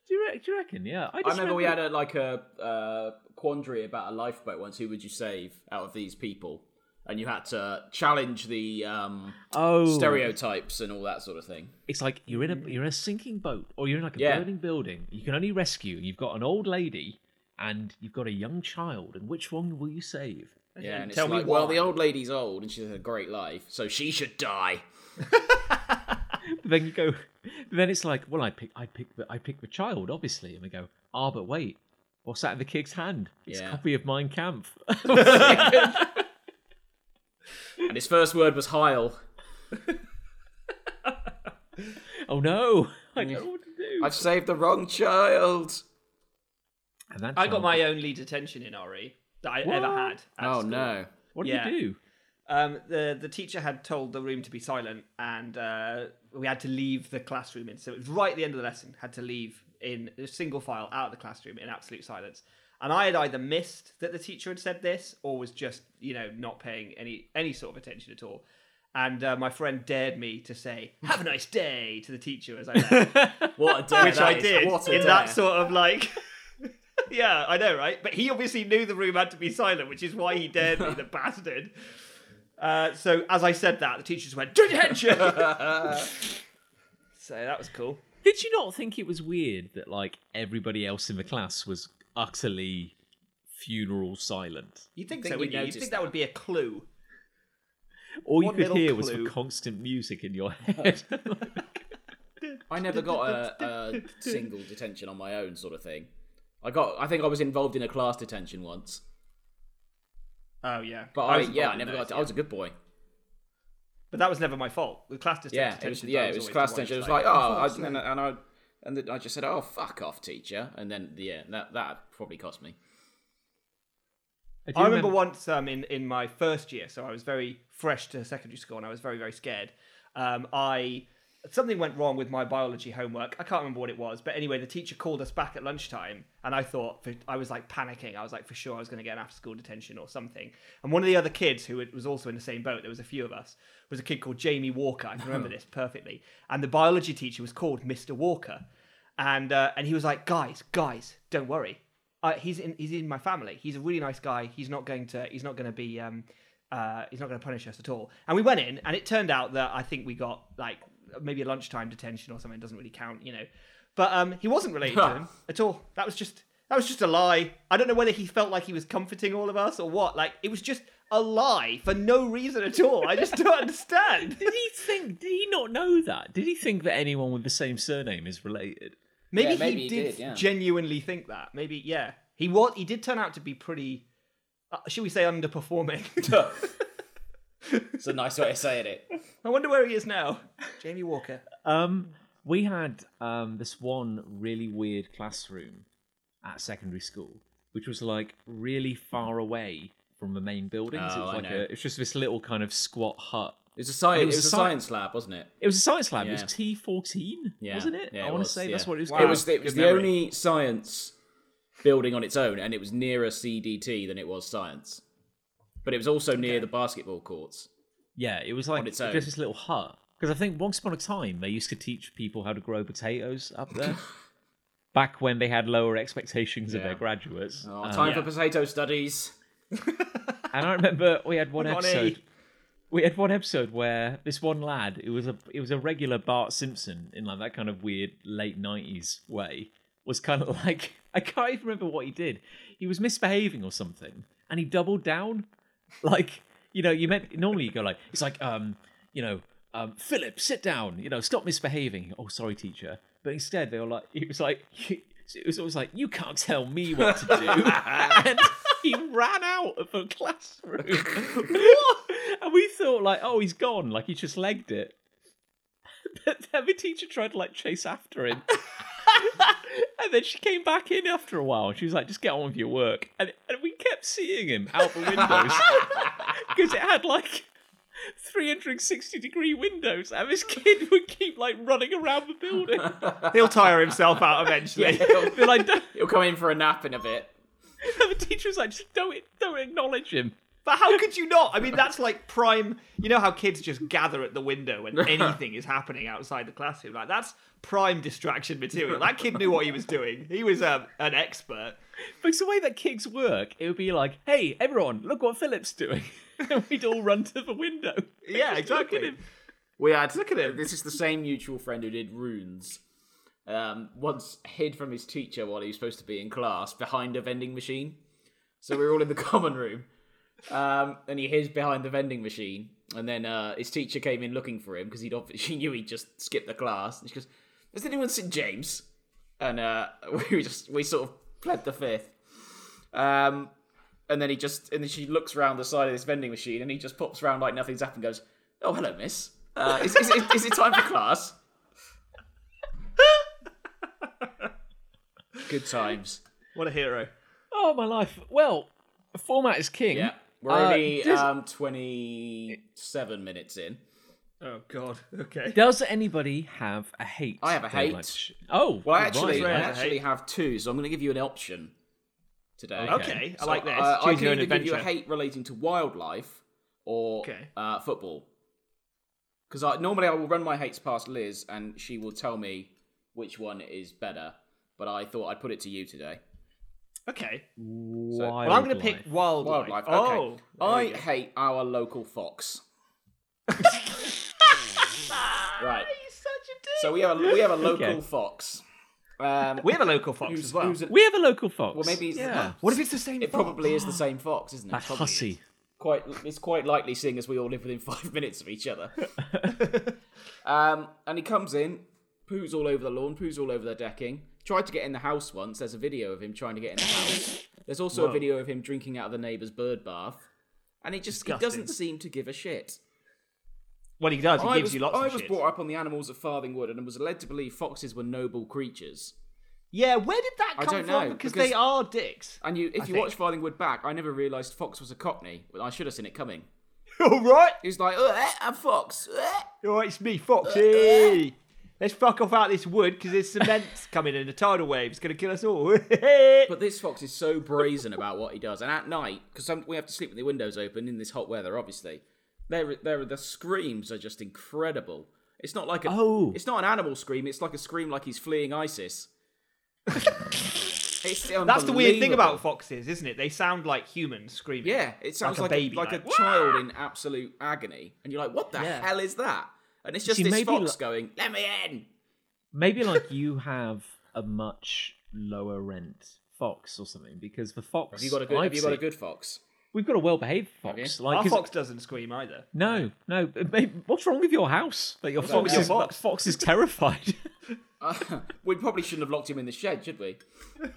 [SPEAKER 1] Do you, re- do you reckon? Yeah. I, just
[SPEAKER 3] I remember we had a like a uh, quandary about a lifeboat once. Who would you save out of these people? And you had to challenge the um,
[SPEAKER 1] oh,
[SPEAKER 3] stereotypes and all that sort of thing.
[SPEAKER 1] It's like you're in
[SPEAKER 2] Mm.
[SPEAKER 1] a you're in a sinking boat or you're in like a
[SPEAKER 3] Yeah.
[SPEAKER 1] burning building. You can only rescue. You've got an old lady and you've got a young child, and which one will you save?
[SPEAKER 3] Yeah, and it's
[SPEAKER 2] tell me
[SPEAKER 3] like, well,
[SPEAKER 2] why.
[SPEAKER 3] the old lady's old and she's had a great life, so she should die.
[SPEAKER 1] But then you go, but then it's like, well, I pick I pick the I pick the child, obviously, and we go, ah, but wait, what's that in the kid's hand? It's
[SPEAKER 3] Yeah.
[SPEAKER 1] a copy of Mein Kampf.
[SPEAKER 3] And his first word was Heil.
[SPEAKER 1] oh no, I don't know what to
[SPEAKER 2] Mm.
[SPEAKER 1] do.
[SPEAKER 3] I've saved the wrong child.
[SPEAKER 1] And that
[SPEAKER 2] I got
[SPEAKER 1] child-
[SPEAKER 2] my only detention in RE that I ever
[SPEAKER 1] What?
[SPEAKER 2] had. at
[SPEAKER 3] Oh
[SPEAKER 2] school.
[SPEAKER 3] no!
[SPEAKER 1] What do
[SPEAKER 2] yeah.
[SPEAKER 1] you do?
[SPEAKER 2] Um, the the teacher had told the room to be silent, and uh, we had to leave the classroom. In so it was right at the end of the lesson, had to leave in a single file out of the classroom in absolute silence. And I had either missed that the teacher had said this, or was just you know not paying any any sort of attention at all. And uh, my friend dared me to say "Have a nice day" to the teacher as I left.
[SPEAKER 3] What a dare
[SPEAKER 2] which
[SPEAKER 3] that
[SPEAKER 2] I
[SPEAKER 3] is.
[SPEAKER 2] did
[SPEAKER 3] What a
[SPEAKER 2] in
[SPEAKER 3] dare.
[SPEAKER 2] that sort of like. yeah, I know, right? But he obviously knew the room had to be silent, which is why he dared me, the bastard. Uh, so as I said that, the teachers went, "Detention." so that was cool.
[SPEAKER 1] Did you not think it was weird that like everybody else in the class was utterly funeral silent?
[SPEAKER 2] You'd think,
[SPEAKER 3] Think
[SPEAKER 2] so,
[SPEAKER 3] you'd
[SPEAKER 2] wouldn't you? You'd
[SPEAKER 3] notice
[SPEAKER 2] think that would be a clue.
[SPEAKER 1] All you
[SPEAKER 2] One
[SPEAKER 1] could
[SPEAKER 2] little
[SPEAKER 1] hear was the
[SPEAKER 2] clue.
[SPEAKER 1] constant music in your head.
[SPEAKER 3] I never got a, a single detention on my own, sort of thing. I got. I think I was involved in a class detention once,
[SPEAKER 2] Oh yeah,
[SPEAKER 3] but I,
[SPEAKER 2] was
[SPEAKER 3] yeah,
[SPEAKER 2] involved
[SPEAKER 3] I
[SPEAKER 2] in
[SPEAKER 3] never
[SPEAKER 2] those,
[SPEAKER 3] got.
[SPEAKER 2] yeah.
[SPEAKER 3] I was a good boy.
[SPEAKER 2] But that was never my fault. The class detention.
[SPEAKER 3] Yeah, it was,
[SPEAKER 2] detention
[SPEAKER 3] yeah,
[SPEAKER 2] time
[SPEAKER 3] it was
[SPEAKER 2] always
[SPEAKER 3] class
[SPEAKER 2] the one
[SPEAKER 3] detention. It was
[SPEAKER 2] that's
[SPEAKER 3] like, oh, I, and, and I and then I just said, oh, fuck off, teacher, and then yeah, that that probably cost me.
[SPEAKER 1] do
[SPEAKER 2] I remember once um, in, in my first year, so I was very fresh to secondary school and I was very, very scared. Um, I Something went wrong with my biology homework. I can't remember what it was, but anyway, the teacher called us back at lunchtime and I thought, I was like panicking. I was like, for sure, I was going to get an after school detention or something. And one of the other kids who was also in the same boat, there was a few of us, was a kid called Jamie Walker. I can remember this perfectly. And the biology teacher was called Mr. Walker. And, uh, and he was like, guys, guys, don't worry uh, he's in he's in my family. He's a really nice guy. He's not going to he's not going to be um uh he's not going to punish us at all. And we went in, and it turned out that I think we got like maybe a lunchtime detention or something. It doesn't really count, you know. But um, he wasn't related to him at all. That was just that was just a lie. I don't know whether he felt like he was comforting all of us or what. Like it was just a lie for no reason at all. I just don't understand.
[SPEAKER 1] Did he think? Did he not know that? Did he think that anyone with the same surname is related?
[SPEAKER 2] Maybe,
[SPEAKER 3] Yeah, maybe
[SPEAKER 2] he
[SPEAKER 3] he
[SPEAKER 2] did,
[SPEAKER 3] did, yeah.
[SPEAKER 2] genuinely think that. Maybe yeah, he was. He did turn out to be pretty. Uh, should we say underperforming?
[SPEAKER 3] it's a nice way of saying it.
[SPEAKER 2] I wonder where he is now. Jamie Walker.
[SPEAKER 1] Um, we had um this one really weird classroom at secondary school, which was like really far away from the main buildings. it
[SPEAKER 3] Oh,
[SPEAKER 1] was
[SPEAKER 3] I
[SPEAKER 1] like
[SPEAKER 3] know.
[SPEAKER 1] a, it's just this little kind of squat hut.
[SPEAKER 3] It was a science. It was, a
[SPEAKER 1] sci-
[SPEAKER 3] science lab, wasn't it?
[SPEAKER 1] It was a science lab. It
[SPEAKER 3] Yeah.
[SPEAKER 1] was T fourteen,
[SPEAKER 3] Yeah.
[SPEAKER 1] wasn't it?
[SPEAKER 3] Yeah,
[SPEAKER 1] I
[SPEAKER 3] it
[SPEAKER 1] want to
[SPEAKER 3] was,
[SPEAKER 1] say
[SPEAKER 3] yeah.
[SPEAKER 1] that's what it was.
[SPEAKER 2] Wow.
[SPEAKER 1] called.
[SPEAKER 3] it was. It was
[SPEAKER 2] good
[SPEAKER 3] the
[SPEAKER 2] memory.
[SPEAKER 3] only science building on its own, and it was nearer CDT than it was science. But it was also near the basketball courts.
[SPEAKER 1] yeah, it was like
[SPEAKER 3] its own.
[SPEAKER 1] just this little hut. Because I think once upon a time they used to teach people how to grow potatoes up there. Back when they had lower expectations of their
[SPEAKER 3] Yeah.
[SPEAKER 1] graduates.
[SPEAKER 3] Oh,
[SPEAKER 1] Um,
[SPEAKER 3] time
[SPEAKER 2] yeah.
[SPEAKER 3] for potato studies.
[SPEAKER 1] and I remember we had one
[SPEAKER 2] Ronnie.
[SPEAKER 1] episode. We had one episode where this one lad, it was a it was a regular Bart Simpson in like that kind of weird late nineties way, was kind of like I can't even remember what he did. He was misbehaving or something, and he doubled down. Like you know, you meant normally you go like it's like um you know um Philip, sit down, you know, stop misbehaving. Oh, sorry, teacher. But instead they were like he was like it was always like you can't tell me what to do. and, he ran out of a classroom. and we thought like, oh, he's gone, like he just legged it. But then the teacher tried to like chase after him. and then she came back in after a while. She was like, just get on with your work. And, and we kept seeing him out the windows. Because it had like 360 degree windows. And this kid would keep like running around the building.
[SPEAKER 2] He'll tire himself out eventually.
[SPEAKER 1] But like, don't-
[SPEAKER 3] You'll come in for a nap in a bit.
[SPEAKER 1] the teacher was like, just don't, don't acknowledge him.
[SPEAKER 2] But how could you not? I mean, that's like prime. You know how kids just gather at the window when anything is happening outside the classroom. Like that's prime distraction material. That kid knew what he was doing. He was um, an expert.
[SPEAKER 1] But it's the way that kids work. It would be like, hey, everyone, look what Philip's doing. and we'd all run to the window.
[SPEAKER 2] Yeah,
[SPEAKER 1] Just look at
[SPEAKER 2] exactly.
[SPEAKER 1] him.
[SPEAKER 3] We had look
[SPEAKER 2] at him.
[SPEAKER 3] This is the same mutual friend who did runes. Um, once hid from his teacher while he was supposed to be in class behind a vending machine. So we were all in the common room, um, and he hid behind the vending machine. And then uh, his teacher came in looking for him because he'd obvi- she knew he'd just skipped the class. And she goes, "Has anyone seen James?" And uh, we just we sort of pled the fifth. Um, and then he just and then she looks round the side of this vending machine and he just pops round like nothing's happened. and Goes, "Oh, hello, miss. Uh, is, is, is, is it time for class?" Good times.
[SPEAKER 2] What a hero.
[SPEAKER 1] Oh, my life. Well, format is king.
[SPEAKER 3] Yeah, we're
[SPEAKER 1] Uh,
[SPEAKER 3] only
[SPEAKER 1] does,
[SPEAKER 3] um, twenty-seven minutes in.
[SPEAKER 2] Oh God. Okay.
[SPEAKER 1] does anybody have a hate?
[SPEAKER 3] I have a
[SPEAKER 1] they would
[SPEAKER 3] hate.
[SPEAKER 1] like to sh- Oh,
[SPEAKER 3] Well, I actually,
[SPEAKER 1] right.
[SPEAKER 3] I
[SPEAKER 2] yeah.
[SPEAKER 3] actually have two, so I'm going to give you an option today.
[SPEAKER 2] Okay. I
[SPEAKER 3] So,
[SPEAKER 2] like this.
[SPEAKER 3] uh, I
[SPEAKER 2] Choose
[SPEAKER 3] can
[SPEAKER 2] your own
[SPEAKER 3] either give you a
[SPEAKER 2] adventure.
[SPEAKER 3] hate relating to wildlife or
[SPEAKER 2] Okay.
[SPEAKER 3] uh, football. Because I, normally I will run my hates past Liz, and she will tell me which one is better. But I thought I'd put it to you today.
[SPEAKER 2] Okay.
[SPEAKER 1] Wildlife.
[SPEAKER 2] Well, I'm going to pick wildlife.
[SPEAKER 3] Wildlife.
[SPEAKER 2] Oh.
[SPEAKER 3] Okay. I hate our local fox. right. So we have a, we have a local
[SPEAKER 1] Okay.
[SPEAKER 3] fox. Um,
[SPEAKER 2] We have a local fox
[SPEAKER 3] who's-
[SPEAKER 2] as well.
[SPEAKER 3] who's an-
[SPEAKER 1] We have a local fox.
[SPEAKER 3] well, maybe it's
[SPEAKER 1] yeah.
[SPEAKER 2] What if it's the same?
[SPEAKER 3] It
[SPEAKER 2] fox?
[SPEAKER 3] probably is the same fox, isn't it?
[SPEAKER 1] That
[SPEAKER 3] Probably
[SPEAKER 1] hussy.
[SPEAKER 3] is. Quite, it's quite likely, seeing as we all live within five minutes of each other. um, and he comes in, poos all over the lawn, poos all over the decking. Tried to get in the house once. There's a video of him trying to get in the house. There's also a video of him drinking out of the neighbour's bird bath. And he just he doesn't seem to give a shit.
[SPEAKER 2] Well, he does. He
[SPEAKER 3] I
[SPEAKER 2] gives
[SPEAKER 3] was,
[SPEAKER 2] you lots
[SPEAKER 3] I
[SPEAKER 2] of
[SPEAKER 3] was
[SPEAKER 2] shit.
[SPEAKER 3] brought up on the animals of Farthing Wood and was led to believe foxes were noble creatures.
[SPEAKER 2] Yeah. Where did that
[SPEAKER 3] I
[SPEAKER 2] come
[SPEAKER 3] don't
[SPEAKER 2] from?
[SPEAKER 3] know,
[SPEAKER 2] because,
[SPEAKER 3] because-
[SPEAKER 2] they are dicks.
[SPEAKER 3] And you, if you
[SPEAKER 2] think.
[SPEAKER 3] watch Farthing Wood back, I never realised Fox was a Cockney. Well, I should have seen it coming.
[SPEAKER 2] All right.
[SPEAKER 3] He was like, "Ugh, a fox. ugh."
[SPEAKER 2] All right, it's me, Foxy. Let's fuck off out this wood because there's cement coming in. The tidal wave's going to kill us all.
[SPEAKER 3] But this fox is so brazen about what he does. And at night, because we have to sleep with the windows open in this hot weather, obviously, there, there, the screams are just incredible. It's not like a,
[SPEAKER 1] Oh.
[SPEAKER 3] it's not an animal scream. It's like a scream like he's fleeing ISIS. it's
[SPEAKER 2] That's the weird thing
[SPEAKER 3] unbelievable.
[SPEAKER 2] about foxes, isn't it? They sound like humans screaming.
[SPEAKER 3] Yeah, it sounds like,
[SPEAKER 2] a baby,
[SPEAKER 3] a, like,
[SPEAKER 2] like,
[SPEAKER 3] a child in absolute agony, and you're like, "What the hell is that?" And it's just
[SPEAKER 1] See,
[SPEAKER 3] this
[SPEAKER 1] maybe
[SPEAKER 3] fox
[SPEAKER 1] li-
[SPEAKER 3] going, "Let me in."
[SPEAKER 1] maybe like you have a much lower rent fox or something because the fox.
[SPEAKER 3] Have you got a good?
[SPEAKER 1] I've
[SPEAKER 3] have you got a
[SPEAKER 1] seen-
[SPEAKER 3] good fox?
[SPEAKER 1] We've got a well-behaved
[SPEAKER 3] you?
[SPEAKER 1] fox.
[SPEAKER 2] Our
[SPEAKER 1] Like 'cause-
[SPEAKER 2] fox doesn't scream either.
[SPEAKER 1] No, no. Babe, what's wrong with your house? That your
[SPEAKER 2] wrong
[SPEAKER 1] fox
[SPEAKER 2] with
[SPEAKER 1] is
[SPEAKER 2] your
[SPEAKER 1] that
[SPEAKER 2] box?
[SPEAKER 1] fox is terrified.
[SPEAKER 3] we probably shouldn't have locked him in the shed, should we?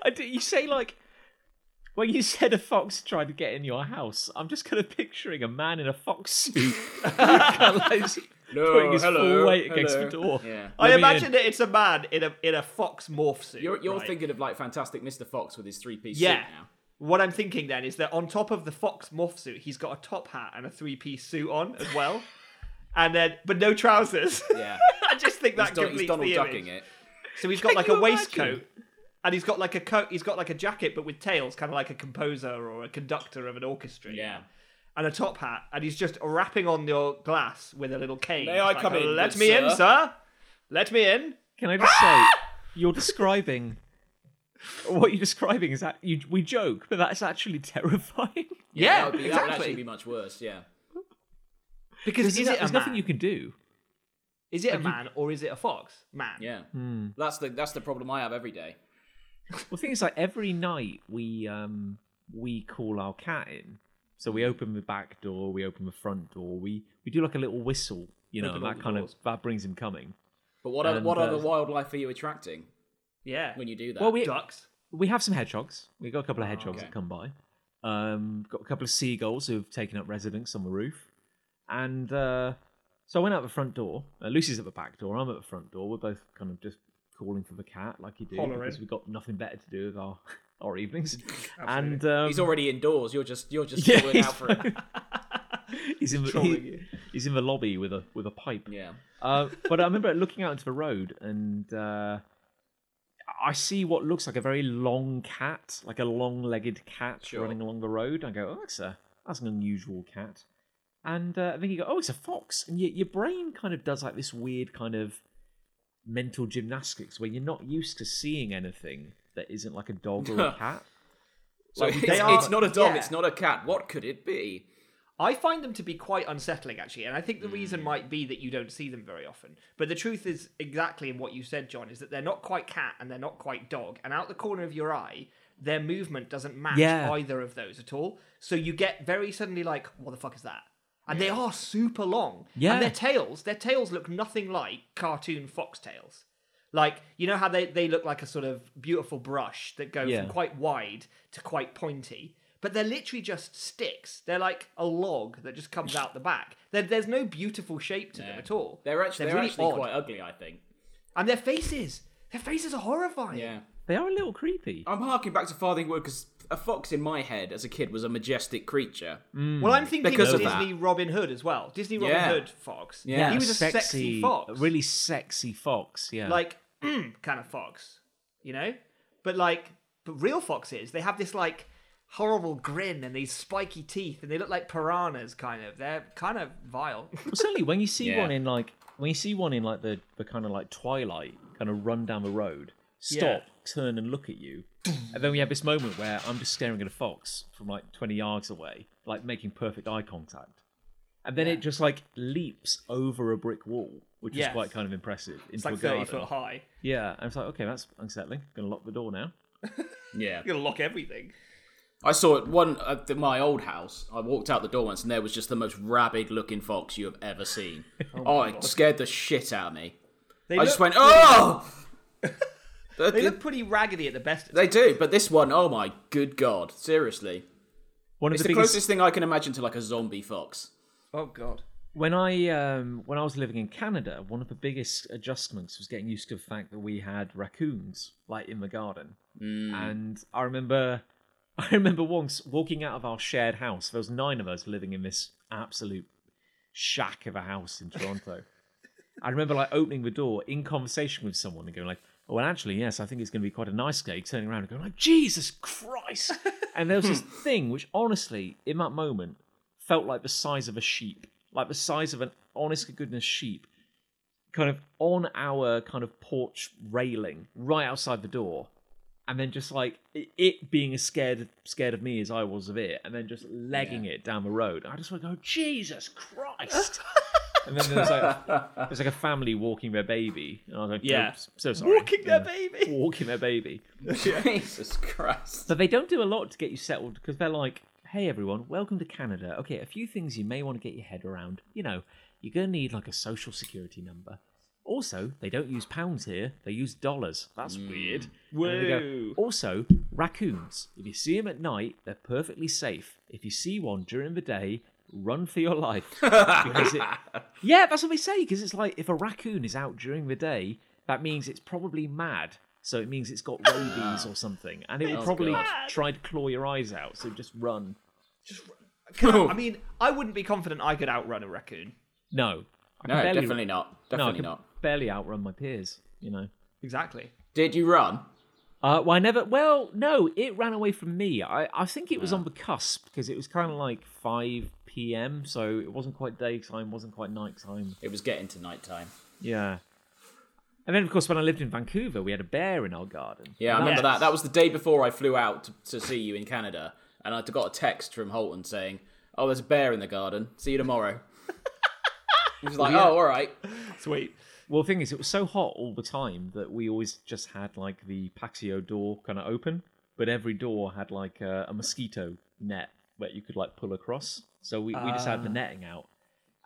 [SPEAKER 1] I do, you say like when you said a fox tried to get in your house. I'm just kind of picturing a man in a fox suit, kind of like putting his full weight against the door.
[SPEAKER 3] Oh, Yeah.
[SPEAKER 1] Let
[SPEAKER 2] I
[SPEAKER 1] me
[SPEAKER 2] imagine
[SPEAKER 1] in.
[SPEAKER 2] that it's a man in a in a fox morph suit.
[SPEAKER 3] You're, you're
[SPEAKER 2] right?
[SPEAKER 3] thinking of like Fantastic Mr. Fox with his three piece
[SPEAKER 2] Yeah.
[SPEAKER 3] suit now.
[SPEAKER 2] What I'm thinking then is that on top of the fox morph suit, he's got a top hat and a three piece suit on as well, and then but no trousers.
[SPEAKER 3] Yeah.
[SPEAKER 2] I just think that
[SPEAKER 3] he's, Don-
[SPEAKER 2] completes
[SPEAKER 3] he's Donald
[SPEAKER 2] the image.
[SPEAKER 3] ducking it.
[SPEAKER 2] So he's got like
[SPEAKER 1] you
[SPEAKER 2] a waistcoat,
[SPEAKER 1] imagine?
[SPEAKER 2] and he's got like a coat. He's got like a jacket, but with tails, kind of like a composer or a conductor of an orchestra. you
[SPEAKER 3] Yeah.
[SPEAKER 2] know? and a top hat, and he's just rapping on your glass with a little cane.
[SPEAKER 3] May I
[SPEAKER 2] It's like, "Oh,
[SPEAKER 3] come in,
[SPEAKER 2] Let
[SPEAKER 3] good
[SPEAKER 2] me in,
[SPEAKER 3] sir?"
[SPEAKER 2] sir. Let me in.
[SPEAKER 1] Can I just say, you're describing what you're describing is that you, we joke, but that's actually terrifying.
[SPEAKER 2] Yeah,
[SPEAKER 3] that, would be, that would
[SPEAKER 2] exactly.
[SPEAKER 3] actually be much worse. Yeah.
[SPEAKER 2] because is
[SPEAKER 1] there's, no-
[SPEAKER 2] it a
[SPEAKER 1] there's nothing
[SPEAKER 2] man?
[SPEAKER 1] you can do.
[SPEAKER 2] Is it a man or is it a fox? Man.
[SPEAKER 3] Yeah.
[SPEAKER 2] Hmm.
[SPEAKER 3] That's the that's the problem I have every day.
[SPEAKER 1] Well, the thing is, like every night we um we call our cat in, so we open the back door, we open the front door, we we do like a little whistle, you know,
[SPEAKER 3] Open
[SPEAKER 1] and
[SPEAKER 3] all
[SPEAKER 1] that
[SPEAKER 3] the
[SPEAKER 1] kind
[SPEAKER 3] doors.
[SPEAKER 1] of that brings him coming.
[SPEAKER 3] But what are,
[SPEAKER 1] And,
[SPEAKER 3] what
[SPEAKER 1] uh,
[SPEAKER 3] other wildlife are you attracting
[SPEAKER 2] Yeah.
[SPEAKER 3] when you do that?
[SPEAKER 1] Well, we
[SPEAKER 2] Ducks.
[SPEAKER 1] we have some hedgehogs. We got a couple of hedgehogs
[SPEAKER 3] okay.
[SPEAKER 1] that come by. Um, got a couple of seagulls who've taken up residence on the roof, and uh, so I went out the front door. Uh, Lucy's at the back door. I'm at the front door. We're both kind of just calling for the cat, like you do,
[SPEAKER 2] Hollering.
[SPEAKER 1] because we've got nothing better to do with our our evenings. and um,
[SPEAKER 3] he's already indoors. You're just you're just
[SPEAKER 1] Yeah,
[SPEAKER 3] calling
[SPEAKER 1] he's
[SPEAKER 3] out for him.
[SPEAKER 1] he's in the
[SPEAKER 2] trolling
[SPEAKER 1] he-
[SPEAKER 2] you.
[SPEAKER 1] he's in the lobby with a with a pipe.
[SPEAKER 3] Yeah.
[SPEAKER 1] Uh, but I remember looking out into the road and uh, I see what looks like a very long cat, like a long-legged cat
[SPEAKER 3] Sure.
[SPEAKER 1] running along the road. I go, oh, that's a that's an unusual cat. And uh, then you go, oh, it's a fox. And y your brain kind of does like this weird kind of mental gymnastics where you're not used to seeing anything that isn't like a dog or a cat.
[SPEAKER 3] So
[SPEAKER 2] Like,
[SPEAKER 3] it's,
[SPEAKER 2] they are-
[SPEAKER 3] it's not a dog.
[SPEAKER 2] yeah.
[SPEAKER 3] It's not a cat. What could it be?
[SPEAKER 2] I find them to be quite unsettling, actually, and I think the reason
[SPEAKER 1] Mm.
[SPEAKER 2] might be that you don't see them very often. But the truth is exactly in what you said, John, is that they're not quite cat and they're not quite dog, and out the corner of your eye, their movement doesn't match
[SPEAKER 1] Yeah.
[SPEAKER 2] either of those at all. So you get very suddenly like, what the fuck is that? And they are super long.
[SPEAKER 1] Yeah.
[SPEAKER 2] And their tails, their tails look nothing like cartoon fox tails. Like, you know how they, they look like a sort of beautiful brush that goes
[SPEAKER 1] Yeah.
[SPEAKER 2] from quite wide to quite pointy. But they're literally just sticks. They're like a log that just comes out the back. There there's no beautiful shape to them at all.
[SPEAKER 3] They're actually they're,
[SPEAKER 2] really
[SPEAKER 3] actually
[SPEAKER 2] odd.
[SPEAKER 3] quite ugly. I think.
[SPEAKER 2] And their faces, their faces are horrifying.
[SPEAKER 3] Yeah.
[SPEAKER 1] They are a little creepy.
[SPEAKER 3] I'm harking back to Farthingwood because a fox in my head as a kid was a majestic creature.
[SPEAKER 2] Well, I'm thinking
[SPEAKER 3] Because
[SPEAKER 2] of
[SPEAKER 3] of that.
[SPEAKER 2] Disney Robin Hood as well. Disney Robin
[SPEAKER 3] Yeah.
[SPEAKER 2] Hood fox.
[SPEAKER 3] Yeah.
[SPEAKER 2] he
[SPEAKER 3] Yeah,
[SPEAKER 2] was a sexy, fox,
[SPEAKER 1] a really sexy fox. Yeah,
[SPEAKER 2] like mm, kind of fox, you know. But like, but real foxes, they have this like horrible grin and these spiky teeth, and they look like piranhas. Kind of, they're kind of vile.
[SPEAKER 1] Well, certainly when you see
[SPEAKER 3] Yeah.
[SPEAKER 1] one in like when you see one in like the, the kind of like twilight kind of run down the road stop turn and look at you and then we have this moment where i'm just staring at a fox from like 20 yards away like making perfect eye contact and then it just like leaps over a brick wall which
[SPEAKER 2] Yes.
[SPEAKER 1] is quite kind of impressive into
[SPEAKER 2] It's like
[SPEAKER 1] a garden
[SPEAKER 2] thirty foot high.
[SPEAKER 1] yeah i was like okay that's unsettling gonna lock the door now
[SPEAKER 3] Yeah.
[SPEAKER 2] You're gonna lock everything.
[SPEAKER 3] I saw it one at the- my old house. I walked out the door once, and there was just the most rabid looking fox you have ever seen. oh, it scared the shit out of me.
[SPEAKER 2] They
[SPEAKER 3] I
[SPEAKER 2] look,
[SPEAKER 3] just went, oh! But
[SPEAKER 2] They
[SPEAKER 3] th-
[SPEAKER 2] look pretty raggedy at the best. of
[SPEAKER 3] they do, but this one, oh my good god, seriously.
[SPEAKER 1] one of
[SPEAKER 3] It's
[SPEAKER 1] the,
[SPEAKER 3] the,
[SPEAKER 1] biggest
[SPEAKER 3] closest thing I can imagine to like a zombie fox.
[SPEAKER 2] Oh god.
[SPEAKER 1] when I um, when I was living in Canada, one of the biggest adjustments was getting used to the fact that we had raccoons like in the garden. And I remember I remember once walking out of our shared house. There was nine of us living in this absolute shack of a house in Toronto. I remember like opening the door in conversation with someone and going like, "Oh, well, actually, yes, I think it's going to be quite a nice day." Turning around and going like, "Jesus Christ!" and there was this thing which, honestly, in that moment, felt like the size of a sheep, like the size of an honest to goodness sheep, kind of on our kind of porch railing, right outside the door, and then just like i- it being as scared scared of me as I was of it, and then just legging it down the road. I just want to go, Jesus Christ! and then there's like there's like a family walking their baby, and I was like,
[SPEAKER 2] Yeah.
[SPEAKER 1] yeah, so sorry,
[SPEAKER 2] Walking their
[SPEAKER 1] Yeah.
[SPEAKER 2] baby.
[SPEAKER 1] Walking their baby.
[SPEAKER 3] Jesus Christ.
[SPEAKER 1] But they don't do a lot to get you settled because they're like, hey everyone, welcome to Canada. Okay, a few things you may want to get your head around. You know, you're going to need like a social security number. Also, they don't use pounds here, they use dollars. That's weird. And then they go,
[SPEAKER 2] Whoa.
[SPEAKER 1] also, raccoons. If you see them at night, they're perfectly safe. If you see one during the day, run for your life. Because it- yeah, that's what they say. Because it's like if a raccoon is out during the day, that means it's probably mad. So it means it's got
[SPEAKER 3] Ah.
[SPEAKER 1] rabies or something, and it will probably
[SPEAKER 3] God.
[SPEAKER 1] try to claw your eyes out. So just run.
[SPEAKER 2] Can I, I mean, I wouldn't be confident I could outrun a raccoon.
[SPEAKER 1] No, I
[SPEAKER 3] No, definitely not.
[SPEAKER 1] No, I
[SPEAKER 3] Definitely
[SPEAKER 1] can
[SPEAKER 3] not.
[SPEAKER 1] barely outrun my peers. You know.
[SPEAKER 2] Exactly.
[SPEAKER 3] Did you run?
[SPEAKER 1] Uh, well, I never.
[SPEAKER 3] Mm.
[SPEAKER 1] Well, no, it ran away from me. I, I think it was on the cusp because it was kind of like five p.m., so it wasn't quite daytime, wasn't quite nighttime.
[SPEAKER 3] It was getting to nighttime.
[SPEAKER 1] Yeah. And then, of course, when I lived in Vancouver, we had a bear in our garden.
[SPEAKER 3] Yeah, I
[SPEAKER 1] And
[SPEAKER 3] remember
[SPEAKER 1] that's-
[SPEAKER 3] that. That was the day before I flew out to, to see you in Canada, and I got a text from Holton saying, "Oh, there's a bear in the garden. See you tomorrow." I was like, "Oh, all right."
[SPEAKER 2] Sweet.
[SPEAKER 1] Well, the thing is, it was so hot all the time that we always just had like the patio door kind of open, but every door had like a, a mosquito net that you could like pull across. So we, we just had the netting out,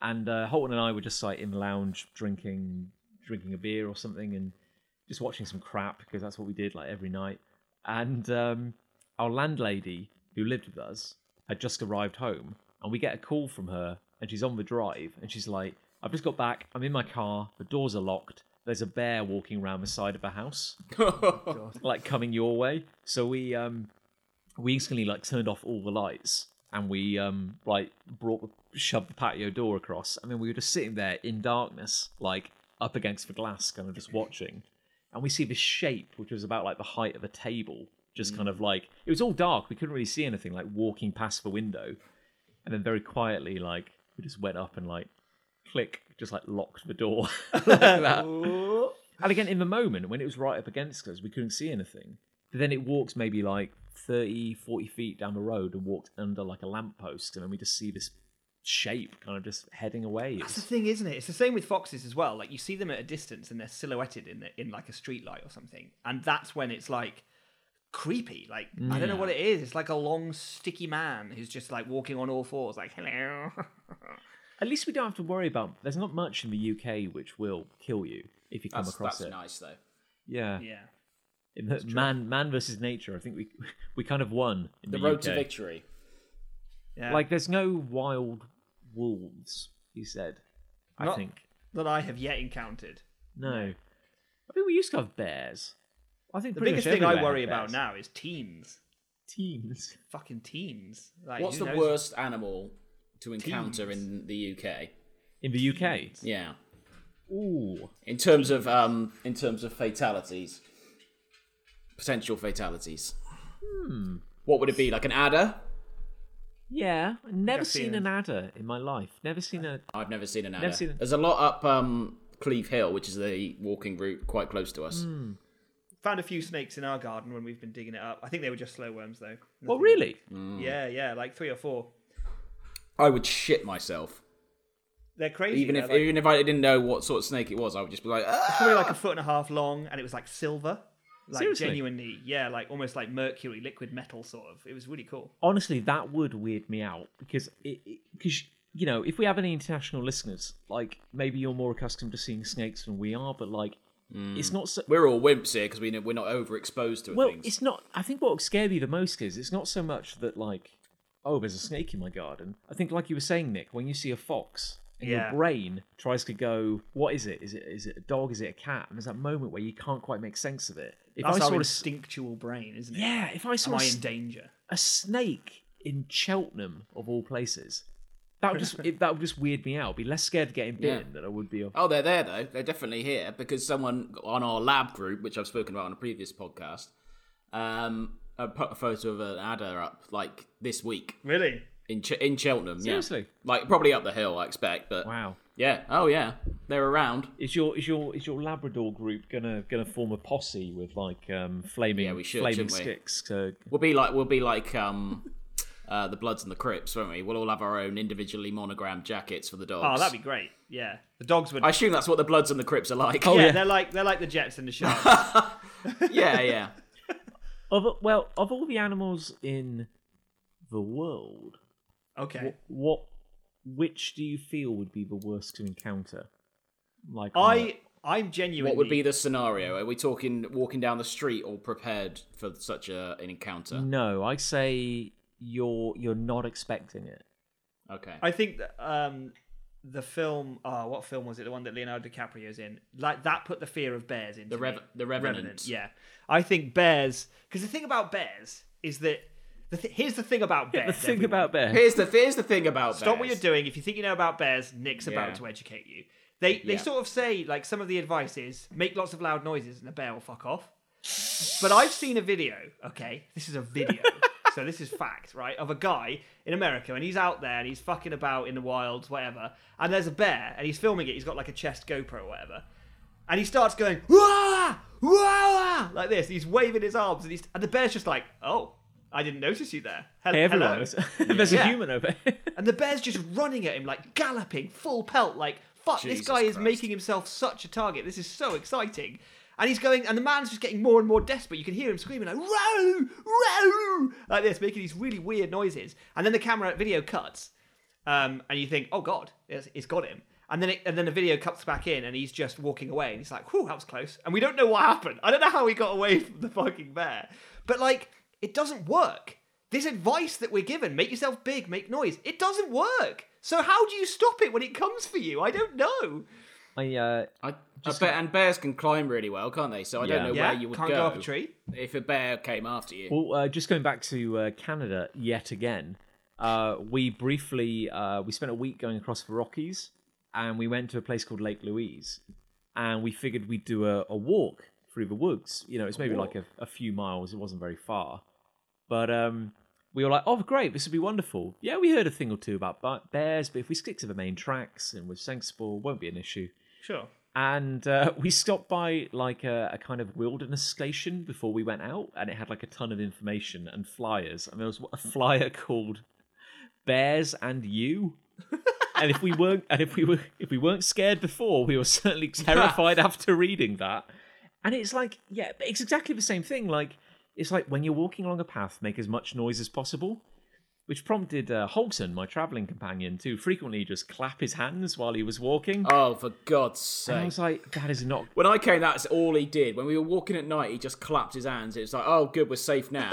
[SPEAKER 1] and uh, Holton and I were just like in the lounge drinking drinking a beer or something and just watching some crap because that's what we did like every night. And um, our landlady who lived with us had just arrived home, and we get a call from her, and she's on the drive, and she's like, "I've just got back. I'm in my car. The doors are locked. There's a bear walking around the side of the house, like coming your way." So we um, we instantly like turned off all the lights, and we um, like brought shoved the patio door across, and then we were just sitting there in darkness, like up against the glass, kind of just watching and we see this shape which was about like the height of a table just
[SPEAKER 3] Mm.
[SPEAKER 1] kind of like it was all dark we couldn't really see anything like walking past the window and then very quietly like we just went up and like click just like locked the door like that. and again in the moment when it was right up against us we couldn't see anything but then it walked maybe like 30 40 feet down the road and walked under like a lamppost and then we just see this shape kind of just heading away
[SPEAKER 2] That's
[SPEAKER 1] It's-
[SPEAKER 2] the thing, isn't it? It's the same with foxes as well. Like you see them at a distance and they're silhouetted in the, in like a street light or something, and that's when it's like creepy. Like I don't know what it is. It's like a long sticky man who's just like walking on all fours, like hello.
[SPEAKER 1] At least we don't have to worry about. There's not much in the UK which will kill you if you come
[SPEAKER 3] That's,
[SPEAKER 1] across
[SPEAKER 3] that's
[SPEAKER 1] it.
[SPEAKER 3] nice though.
[SPEAKER 1] Yeah,
[SPEAKER 2] yeah.
[SPEAKER 1] In the- man, man versus nature. I think we we kind of won in
[SPEAKER 3] The
[SPEAKER 1] the,
[SPEAKER 3] road
[SPEAKER 1] UK.
[SPEAKER 3] to victory.
[SPEAKER 2] Yeah.
[SPEAKER 1] Like, there's no wild wolves. He said. I
[SPEAKER 2] Not-
[SPEAKER 1] think
[SPEAKER 2] that I have yet encountered.
[SPEAKER 1] no. I think we used to have bears. I think
[SPEAKER 2] The
[SPEAKER 1] pretty
[SPEAKER 2] biggest
[SPEAKER 1] much
[SPEAKER 2] thing I
[SPEAKER 1] everywhere
[SPEAKER 2] worry
[SPEAKER 1] had
[SPEAKER 2] about
[SPEAKER 1] bears.
[SPEAKER 2] now is teams.
[SPEAKER 1] teams.
[SPEAKER 2] Fucking teams. Like,
[SPEAKER 3] What's
[SPEAKER 2] who
[SPEAKER 3] the
[SPEAKER 2] knows?
[SPEAKER 3] worst animal to encounter
[SPEAKER 2] Teams.
[SPEAKER 3] in the UK?
[SPEAKER 1] In the UK,
[SPEAKER 3] Yeah,
[SPEAKER 1] ooh,
[SPEAKER 3] in terms of um, in terms of fatalities, potential fatalities. What would it be? Like an adder?
[SPEAKER 1] yeah, never
[SPEAKER 2] I've
[SPEAKER 1] seen,
[SPEAKER 2] seen
[SPEAKER 1] an adder in my life. Never seen a.
[SPEAKER 3] I've never seen an adder.
[SPEAKER 1] Never seen it.
[SPEAKER 3] There's a lot up um, Cleve Hill, which is the walking route quite close to us.
[SPEAKER 1] Hmm.
[SPEAKER 2] Found a few snakes in our garden when we've been digging it up. I think they were just slow worms though.
[SPEAKER 1] Oh really?
[SPEAKER 3] Mm.
[SPEAKER 2] Yeah, yeah, like three or four.
[SPEAKER 3] I would shit myself.
[SPEAKER 2] They're crazy.
[SPEAKER 3] Even
[SPEAKER 2] They're,
[SPEAKER 3] if
[SPEAKER 2] like,
[SPEAKER 3] even if I didn't know what sort of snake it was, I would just be like, ah!
[SPEAKER 2] probably like a foot and a half long, and it was like silver, like
[SPEAKER 1] Seriously?
[SPEAKER 2] genuinely, yeah, like almost like mercury, liquid metal sort of. It was really cool.
[SPEAKER 1] honestly, that would weird me out because it because you know if we have any international listeners, like maybe you're more accustomed to seeing snakes than we are, but like
[SPEAKER 2] Mm.
[SPEAKER 1] it's not so.
[SPEAKER 3] we're all wimps here because we know we're not overexposed to
[SPEAKER 1] Well,
[SPEAKER 3] things.
[SPEAKER 1] it's not. I think what would scare me the most is it's not so much that like, oh, there's a snake in my garden. I think like you were saying, Nick, when you see a fox. And
[SPEAKER 2] Yeah.
[SPEAKER 1] your brain tries to go, what is it? Is it is it a dog? Is it a cat? And there's that moment where you can't quite make sense of it. If
[SPEAKER 2] That's
[SPEAKER 1] I saw
[SPEAKER 2] our
[SPEAKER 1] a s-
[SPEAKER 2] instinctual brain, isn't it?
[SPEAKER 1] yeah, if I
[SPEAKER 2] Am
[SPEAKER 1] saw a
[SPEAKER 2] I
[SPEAKER 1] s-
[SPEAKER 2] in danger?
[SPEAKER 1] a snake in Cheltenham of all places. That would just it, that would just weird me out. I'd be less scared of getting bitten than I would be of.
[SPEAKER 3] Oh, they're there though. They're definitely here because someone on our lab group, which I've spoken about on a previous podcast, um, uh, put a photo of an adder up like this week
[SPEAKER 2] Really?
[SPEAKER 3] in Ch- in Cheltenham. yeah.
[SPEAKER 1] Seriously?
[SPEAKER 3] like probably up the hill, I expect. But
[SPEAKER 1] Wow.
[SPEAKER 3] yeah, oh yeah, they're around.
[SPEAKER 1] Is your is your is your Labrador group gonna gonna form a posse with like um flaming
[SPEAKER 3] Yeah, we should,
[SPEAKER 1] flaming
[SPEAKER 3] shouldn't we?
[SPEAKER 1] sticks? To,
[SPEAKER 3] We'll be like we'll be like um, uh, the Bloods and the Crips, won't we? We'll all have our own individually monogrammed jackets for the dogs.
[SPEAKER 2] Oh, that'd be great. Yeah, the dogs would.
[SPEAKER 3] I assume that's what the Bloods and the Crips are like.
[SPEAKER 1] Oh,
[SPEAKER 2] yeah,
[SPEAKER 1] yeah.
[SPEAKER 2] they're like they're like the jets and the sharks.
[SPEAKER 3] yeah, yeah.
[SPEAKER 1] of well, of all the animals in the world,
[SPEAKER 2] okay.
[SPEAKER 1] what which do you feel would be the worst to encounter? Like on a-
[SPEAKER 2] I I'm genuinely.
[SPEAKER 3] What would be the scenario? Are we talking walking down the street all prepared for such a, an encounter?
[SPEAKER 1] no, I say you're you're not expecting it.
[SPEAKER 3] Okay.
[SPEAKER 2] I think that, um, the film. Oh, what film was it? The one that Leonardo DiCaprio's in. Like that put the fear of bears into
[SPEAKER 3] the,
[SPEAKER 2] me.
[SPEAKER 3] Rev- the Revenant.
[SPEAKER 2] Yeah, I think bears. Because the thing about bears is that the th- here's the thing about bears.
[SPEAKER 1] The thing
[SPEAKER 2] everyone.
[SPEAKER 1] about bears.
[SPEAKER 3] Here's the here's the thing about
[SPEAKER 2] stop what you're
[SPEAKER 3] bears.
[SPEAKER 2] doing. If you think you know about bears, Nick's
[SPEAKER 3] Yeah.
[SPEAKER 2] about to educate you. They they
[SPEAKER 3] Yeah.
[SPEAKER 2] sort of say like some of the advice is make lots of loud noises and the bear will fuck off. But I've seen a video. Okay, this is a video. though. This is fact, right? Of a guy in America, and he's out there and he's fucking about in the wild, whatever. And there's a bear, and he's filming it. He's got like a chest GoPro or whatever, and he starts going wah wah like this. He's waving his arms, and he's and the bear's just like, oh, I didn't notice you there. Hel-
[SPEAKER 1] Hey, everyone,
[SPEAKER 2] hello.
[SPEAKER 1] there's
[SPEAKER 2] Yeah.
[SPEAKER 1] a human over here.
[SPEAKER 2] And the bear's just running at him, like galloping, full pelt, like, fuck, this
[SPEAKER 3] Jesus
[SPEAKER 2] guy is
[SPEAKER 3] Christ.
[SPEAKER 2] making himself such a target. This is so exciting. And he's going, and the man's just getting more and more desperate. You can hear him screaming, like, row, row, like this, making these really weird noises. And then the camera video cuts, um, and you think, oh God, it's, it's got him. And then, it, and then the video cuts back in, and he's just walking away, and he's like, "Whew, that was close." And we don't know what happened. I don't know how he got away from the fucking bear, but like, it doesn't work. This advice that we're given, make yourself big, make noise, it doesn't work. So how do you stop it when it comes for you? I don't know.
[SPEAKER 1] I, uh,
[SPEAKER 3] I, I bet, and bears can climb really well, can't they? So I
[SPEAKER 1] Yeah.
[SPEAKER 3] don't know
[SPEAKER 2] Yeah,
[SPEAKER 3] where you would
[SPEAKER 2] can't go. up a tree.
[SPEAKER 3] if a bear came after you.
[SPEAKER 1] well, uh, just going back to uh, Canada yet again. Uh, we briefly uh, we spent a week going across the Rockies, and we went to a place called Lake Louise, and we figured we'd do a, a walk through the woods. You know, it's maybe like a, a few miles. It wasn't very far, but um, we were like, "Oh, great! This would be wonderful." Yeah, we heard a thing or two about ba- bears, but if we stick to the main tracks and we're sensible, it won't be an issue.
[SPEAKER 2] Sure.
[SPEAKER 1] and uh, we stopped by like a, a kind of wilderness station before we went out and it had like a ton of information and flyers and there was a flyer called bears and you and if we weren't and if we were if we weren't scared before we were certainly terrified after reading that and it's like yeah but it's exactly the same thing like it's like when you're walking along a path make as much noise as possible which prompted uh, Holton, my travelling companion, to frequently just clap his hands while he was walking.
[SPEAKER 3] oh, for God's
[SPEAKER 1] And I
[SPEAKER 3] sake!
[SPEAKER 1] was like, that is not.
[SPEAKER 3] When I came, that's all he did. When we were walking at night, he just clapped his hands. It was like, oh, good, we're safe now.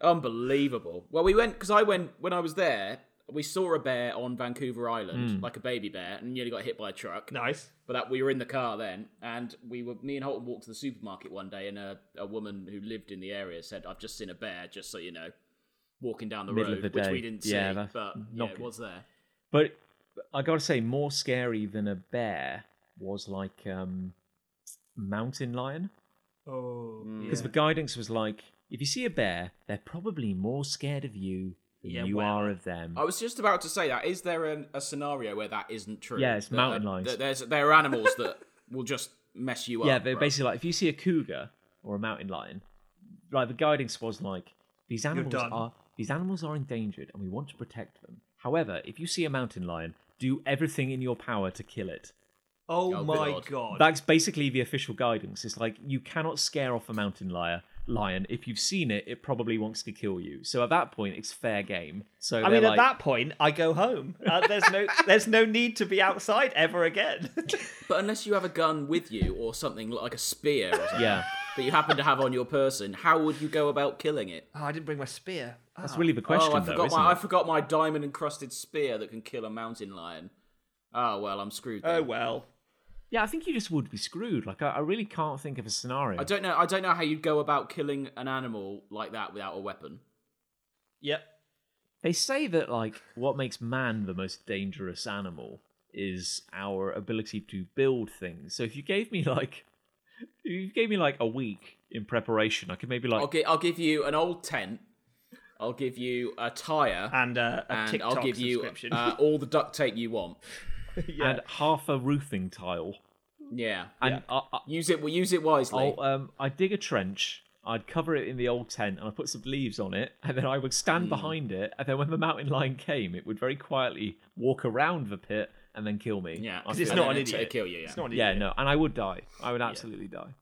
[SPEAKER 3] Unbelievable. Well, we went because I went when I was there. We saw a bear on Vancouver
[SPEAKER 1] Hmm.
[SPEAKER 3] Island, like a baby bear, and nearly got hit by a truck.
[SPEAKER 2] Nice.
[SPEAKER 3] But that we were in the car then, and we were me and Holton walked to the supermarket one day, and a, a woman who lived in the area said, "I've just seen a bear, just so you know, walking down the
[SPEAKER 1] Middle of
[SPEAKER 3] road,
[SPEAKER 1] the
[SPEAKER 3] which
[SPEAKER 1] day.
[SPEAKER 3] we didn't
[SPEAKER 1] Yeah,
[SPEAKER 3] see,
[SPEAKER 1] that's
[SPEAKER 3] but yeah,
[SPEAKER 1] not
[SPEAKER 3] it
[SPEAKER 1] good.
[SPEAKER 3] was there."
[SPEAKER 1] But I gotta say, more scary than a bear was like um, mountain lion,
[SPEAKER 2] Oh.
[SPEAKER 1] because the guidance was like, if you see a bear, they're probably more scared of you than
[SPEAKER 2] Yeah,
[SPEAKER 1] you
[SPEAKER 2] well.
[SPEAKER 1] are of them.
[SPEAKER 3] I was just about to say that. Is there an, a scenario where that isn't true?
[SPEAKER 1] Yeah, it's
[SPEAKER 3] That-
[SPEAKER 1] mountain
[SPEAKER 3] that-
[SPEAKER 1] lions.
[SPEAKER 3] that there's there are animals that will just mess you up.
[SPEAKER 1] yeah, they're
[SPEAKER 3] bruh.
[SPEAKER 1] basically like, if you see a cougar or a mountain lion, like the guidance was like, these animals
[SPEAKER 2] done.
[SPEAKER 1] are these animals are endangered, and we want to protect them. However, if you see a mountain lion, do everything in your power to kill it.
[SPEAKER 2] Oh,
[SPEAKER 3] Oh,
[SPEAKER 2] my
[SPEAKER 3] God.
[SPEAKER 2] god.
[SPEAKER 1] That's basically the official guidance. It's like you cannot scare off a mountain lion. Lion, if you've seen it, it probably wants to kill you. So at that point, it's fair game. So
[SPEAKER 2] I
[SPEAKER 1] they're
[SPEAKER 2] mean,
[SPEAKER 1] like,
[SPEAKER 2] at that point, I go home. Uh, there's no, there's no need to be outside ever again.
[SPEAKER 3] But unless you have a gun with you or something like a spear or something
[SPEAKER 1] yeah,
[SPEAKER 3] that you happen to have on your person, how would you go about killing it?
[SPEAKER 2] Oh, I didn't bring my spear.
[SPEAKER 1] that's really the question,
[SPEAKER 3] oh, I
[SPEAKER 1] though,
[SPEAKER 3] forgot
[SPEAKER 1] isn't
[SPEAKER 3] my I
[SPEAKER 1] it?
[SPEAKER 3] forgot my diamond encrusted spear that can kill a mountain lion. Oh well, I'm screwed. Then.
[SPEAKER 2] Oh well.
[SPEAKER 1] Yeah, I think you just would be screwed. Like I, I really can't think of a scenario.
[SPEAKER 3] I don't know. I don't know how you'd go about killing an animal like that without a weapon.
[SPEAKER 2] Yep.
[SPEAKER 1] They say that like what makes man the most dangerous animal is our ability to build things. So if you gave me like, if you gave me like a week in preparation, I could maybe like
[SPEAKER 3] I'll, gi- I'll give you an old tent. I'll give you a tire.
[SPEAKER 2] And uh, a
[SPEAKER 3] and
[SPEAKER 2] TikTok
[SPEAKER 3] I'll give you
[SPEAKER 2] subscription.
[SPEAKER 3] uh, all the duct tape you want.
[SPEAKER 2] yeah.
[SPEAKER 1] and half a roofing tile,
[SPEAKER 3] Yeah,
[SPEAKER 1] and I,
[SPEAKER 3] use it. Use it wisely.
[SPEAKER 2] Oh.
[SPEAKER 1] I'll, um, I'd dig a trench. I'd cover it in the old tent, and I'd put some leaves on it, and then I would
[SPEAKER 2] Hmm.
[SPEAKER 1] stand behind it. And then when the mountain lion came, it would very quietly walk around the pit and then kill me.
[SPEAKER 3] yeah,
[SPEAKER 1] I
[SPEAKER 2] 'Cause it's
[SPEAKER 1] feel-
[SPEAKER 3] And
[SPEAKER 2] not
[SPEAKER 3] then
[SPEAKER 2] an
[SPEAKER 3] it'll
[SPEAKER 2] idiot.
[SPEAKER 3] Kill you. Yeah.
[SPEAKER 2] It's not an
[SPEAKER 1] Yeah,
[SPEAKER 2] idiot.
[SPEAKER 1] no, and I would die. I would absolutely die.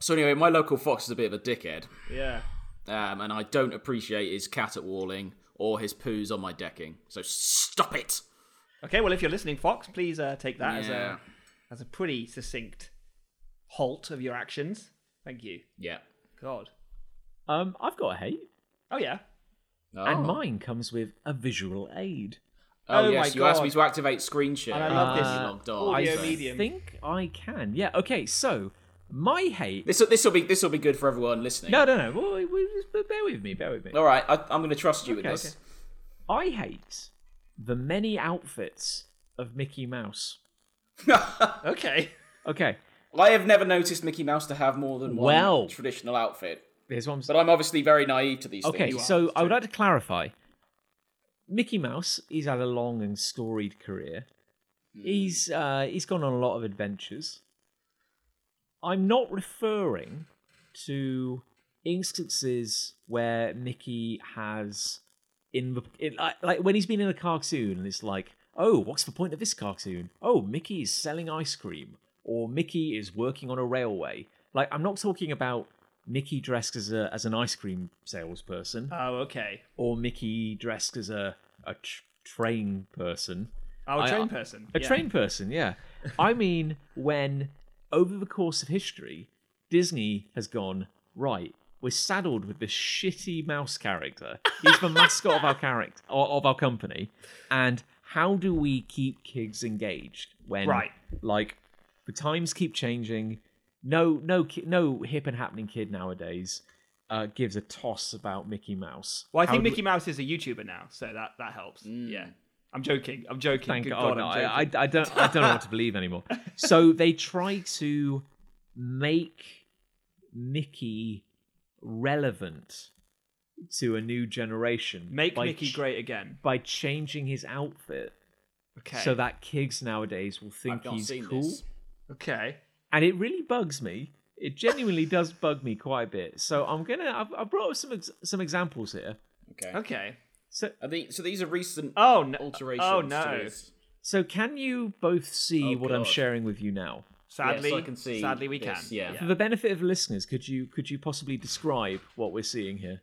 [SPEAKER 3] So anyway, my local fox is a bit of a dickhead,
[SPEAKER 2] Yeah.
[SPEAKER 3] um, and I don't appreciate his caterwauling or his poos on my decking. So stop it.
[SPEAKER 2] Okay, well, if you're listening, Fox, please uh, take that as
[SPEAKER 3] Yeah.
[SPEAKER 2] a as a pretty succinct halt of your actions. Thank you.
[SPEAKER 3] Yeah.
[SPEAKER 2] God.
[SPEAKER 1] Um, I've got a hate,
[SPEAKER 2] Oh yeah.
[SPEAKER 3] Oh.
[SPEAKER 1] and mine comes with a visual aid.
[SPEAKER 3] Oh,
[SPEAKER 2] Oh
[SPEAKER 3] yes,
[SPEAKER 2] my
[SPEAKER 3] you asked me
[SPEAKER 2] God.
[SPEAKER 3] to activate screen share.
[SPEAKER 2] And I love
[SPEAKER 3] when
[SPEAKER 2] this
[SPEAKER 3] you logged on.
[SPEAKER 2] audio
[SPEAKER 3] so-
[SPEAKER 2] medium.
[SPEAKER 1] Think I can? Yeah. Okay. So my hate.
[SPEAKER 3] This this will be this will be good for everyone listening.
[SPEAKER 1] No, no, no. Well, we- we- bear with me. Bear with me.
[SPEAKER 3] All right, I, I'm going to trust you with
[SPEAKER 1] Okay,
[SPEAKER 3] this.
[SPEAKER 1] okay. I hate the many outfits of Mickey Mouse.
[SPEAKER 2] Okay.
[SPEAKER 1] Okay.
[SPEAKER 3] I have never noticed Mickey Mouse to have more than one
[SPEAKER 1] Well.
[SPEAKER 3] traditional outfit,
[SPEAKER 1] Here's what I'm
[SPEAKER 3] but I'm obviously very naive to these
[SPEAKER 1] Okay,
[SPEAKER 3] things.
[SPEAKER 1] so I would like to clarify. Mickey Mouse, he's had a long and storied career. He's uh, he's gone on a lot of adventures. I'm not referring to instances where Mickey has in the in, like- like when he's been in a cartoon and it's like, oh, what's the point of this cartoon? Oh, Mickey is selling ice cream, or Mickey is working on a railway. Like, I'm not talking about Mickey dressed as a as an ice cream salesperson,
[SPEAKER 2] Oh, okay.
[SPEAKER 1] or Mickey dressed as a a tr- train person.
[SPEAKER 2] Oh, a
[SPEAKER 3] uh,
[SPEAKER 1] I-
[SPEAKER 2] train
[SPEAKER 1] I-
[SPEAKER 2] person.
[SPEAKER 1] A
[SPEAKER 2] yeah.
[SPEAKER 1] train person, yeah. I mean, when over the course of history, Disney has gone, right, we're saddled with this shitty mouse character. He's the mascot of our character of of our company. And how do we keep kids engaged when
[SPEAKER 2] Right.
[SPEAKER 1] like the times keep changing? No no ki- no hip and happening kid nowadays uh, gives a toss about Mickey Mouse.
[SPEAKER 2] Well, I think
[SPEAKER 1] How do-
[SPEAKER 2] Mickey Mouse is a YouTuber now, so that that helps.
[SPEAKER 3] Mm.
[SPEAKER 2] Yeah. I'm joking. I'm joking.
[SPEAKER 1] Thank
[SPEAKER 2] Good
[SPEAKER 1] God.
[SPEAKER 2] God, I'm
[SPEAKER 1] I,
[SPEAKER 2] joking.
[SPEAKER 1] I, I don't. I don't know what to believe anymore. So they try to make Mickey relevant to a new generation.
[SPEAKER 2] Make
[SPEAKER 1] by
[SPEAKER 2] Mickey
[SPEAKER 1] ch-
[SPEAKER 2] great again.
[SPEAKER 1] by changing his outfit,
[SPEAKER 2] Okay.
[SPEAKER 1] so that kids nowadays will think
[SPEAKER 3] I've not
[SPEAKER 1] he's
[SPEAKER 3] seen
[SPEAKER 1] cool.
[SPEAKER 3] this.
[SPEAKER 2] okay.
[SPEAKER 1] And it really bugs me. It genuinely does bug me quite a bit. So I'm gonna. I've, I brought up some ex- some examples here.
[SPEAKER 3] Okay.
[SPEAKER 2] Okay.
[SPEAKER 1] So
[SPEAKER 3] Are they- so these are recent
[SPEAKER 2] Oh no.
[SPEAKER 3] alterations.
[SPEAKER 2] Oh
[SPEAKER 3] To
[SPEAKER 2] no.
[SPEAKER 3] this.
[SPEAKER 1] so can you both see
[SPEAKER 3] Oh,
[SPEAKER 1] what I'm
[SPEAKER 3] God.
[SPEAKER 1] sharing with you now?
[SPEAKER 2] Sadly,
[SPEAKER 3] Yes, I can see
[SPEAKER 2] sadly we
[SPEAKER 3] this,
[SPEAKER 2] can.
[SPEAKER 3] yeah.
[SPEAKER 1] For the benefit of listeners, could you could you possibly describe what we're seeing here?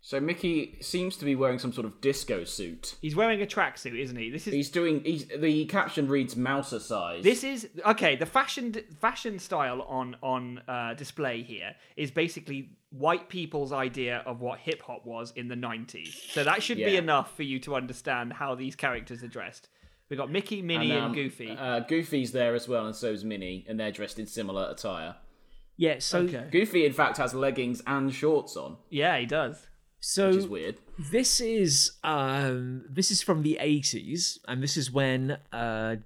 [SPEAKER 3] So Mickey seems to be wearing some sort of disco suit.
[SPEAKER 2] He's wearing a tracksuit, isn't he? This is
[SPEAKER 3] He's doing. He's, the caption reads "Mouser size."
[SPEAKER 2] This is okay. The fashion fashion style on on uh, display here is basically white people's idea of what hip hop was in the '90s. So that should be
[SPEAKER 3] Yeah.
[SPEAKER 2] enough for you to understand how these characters are dressed. We got Mickey, Minnie, and,
[SPEAKER 3] um,
[SPEAKER 2] Goofy.
[SPEAKER 3] Uh, Goofy's there as well, and so's Minnie, and they're dressed in similar attire.
[SPEAKER 1] Yeah, so
[SPEAKER 2] okay.
[SPEAKER 3] Goofy, in fact, has leggings and shorts on,
[SPEAKER 2] Yeah, he does.
[SPEAKER 1] so
[SPEAKER 3] which is weird.
[SPEAKER 1] this is um this is from the 80s and this is when uh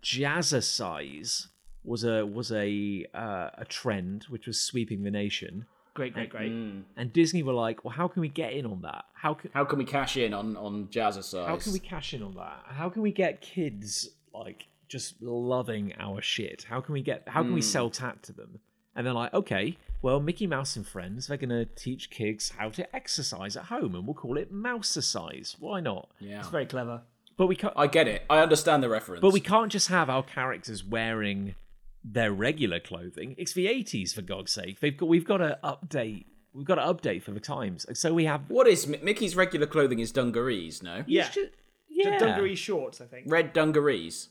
[SPEAKER 1] jazzercise was a was a uh, a trend which was sweeping the nation
[SPEAKER 2] Great, great, great.
[SPEAKER 3] Mm.
[SPEAKER 1] and Disney were like, "Well, how can we get in on that? How can
[SPEAKER 3] How can we cash in on on jazzercise?
[SPEAKER 1] how can we cash in on that? How can we get kids like just loving our shit? How can we get how can we
[SPEAKER 2] Hmm.
[SPEAKER 1] sell tat to them? And they're like, okay, well, Mickey Mouse and friends, they're gonna teach kids how to exercise at home, and we'll call it mouse-ercise. Why not?
[SPEAKER 3] Yeah,
[SPEAKER 2] It's very clever.
[SPEAKER 1] But we can't.
[SPEAKER 3] I get it. I understand the reference.
[SPEAKER 1] But we can't just have our characters wearing their regular clothing. It's the '80s, for God's sake. They've got we've got to update. We've got to update for the times. And so we have.
[SPEAKER 3] What is Mi- Mickey's regular clothing? Is dungarees? No,
[SPEAKER 2] Yeah,
[SPEAKER 1] It's just- yeah.
[SPEAKER 2] dungaree shorts. I think.
[SPEAKER 3] red dungarees.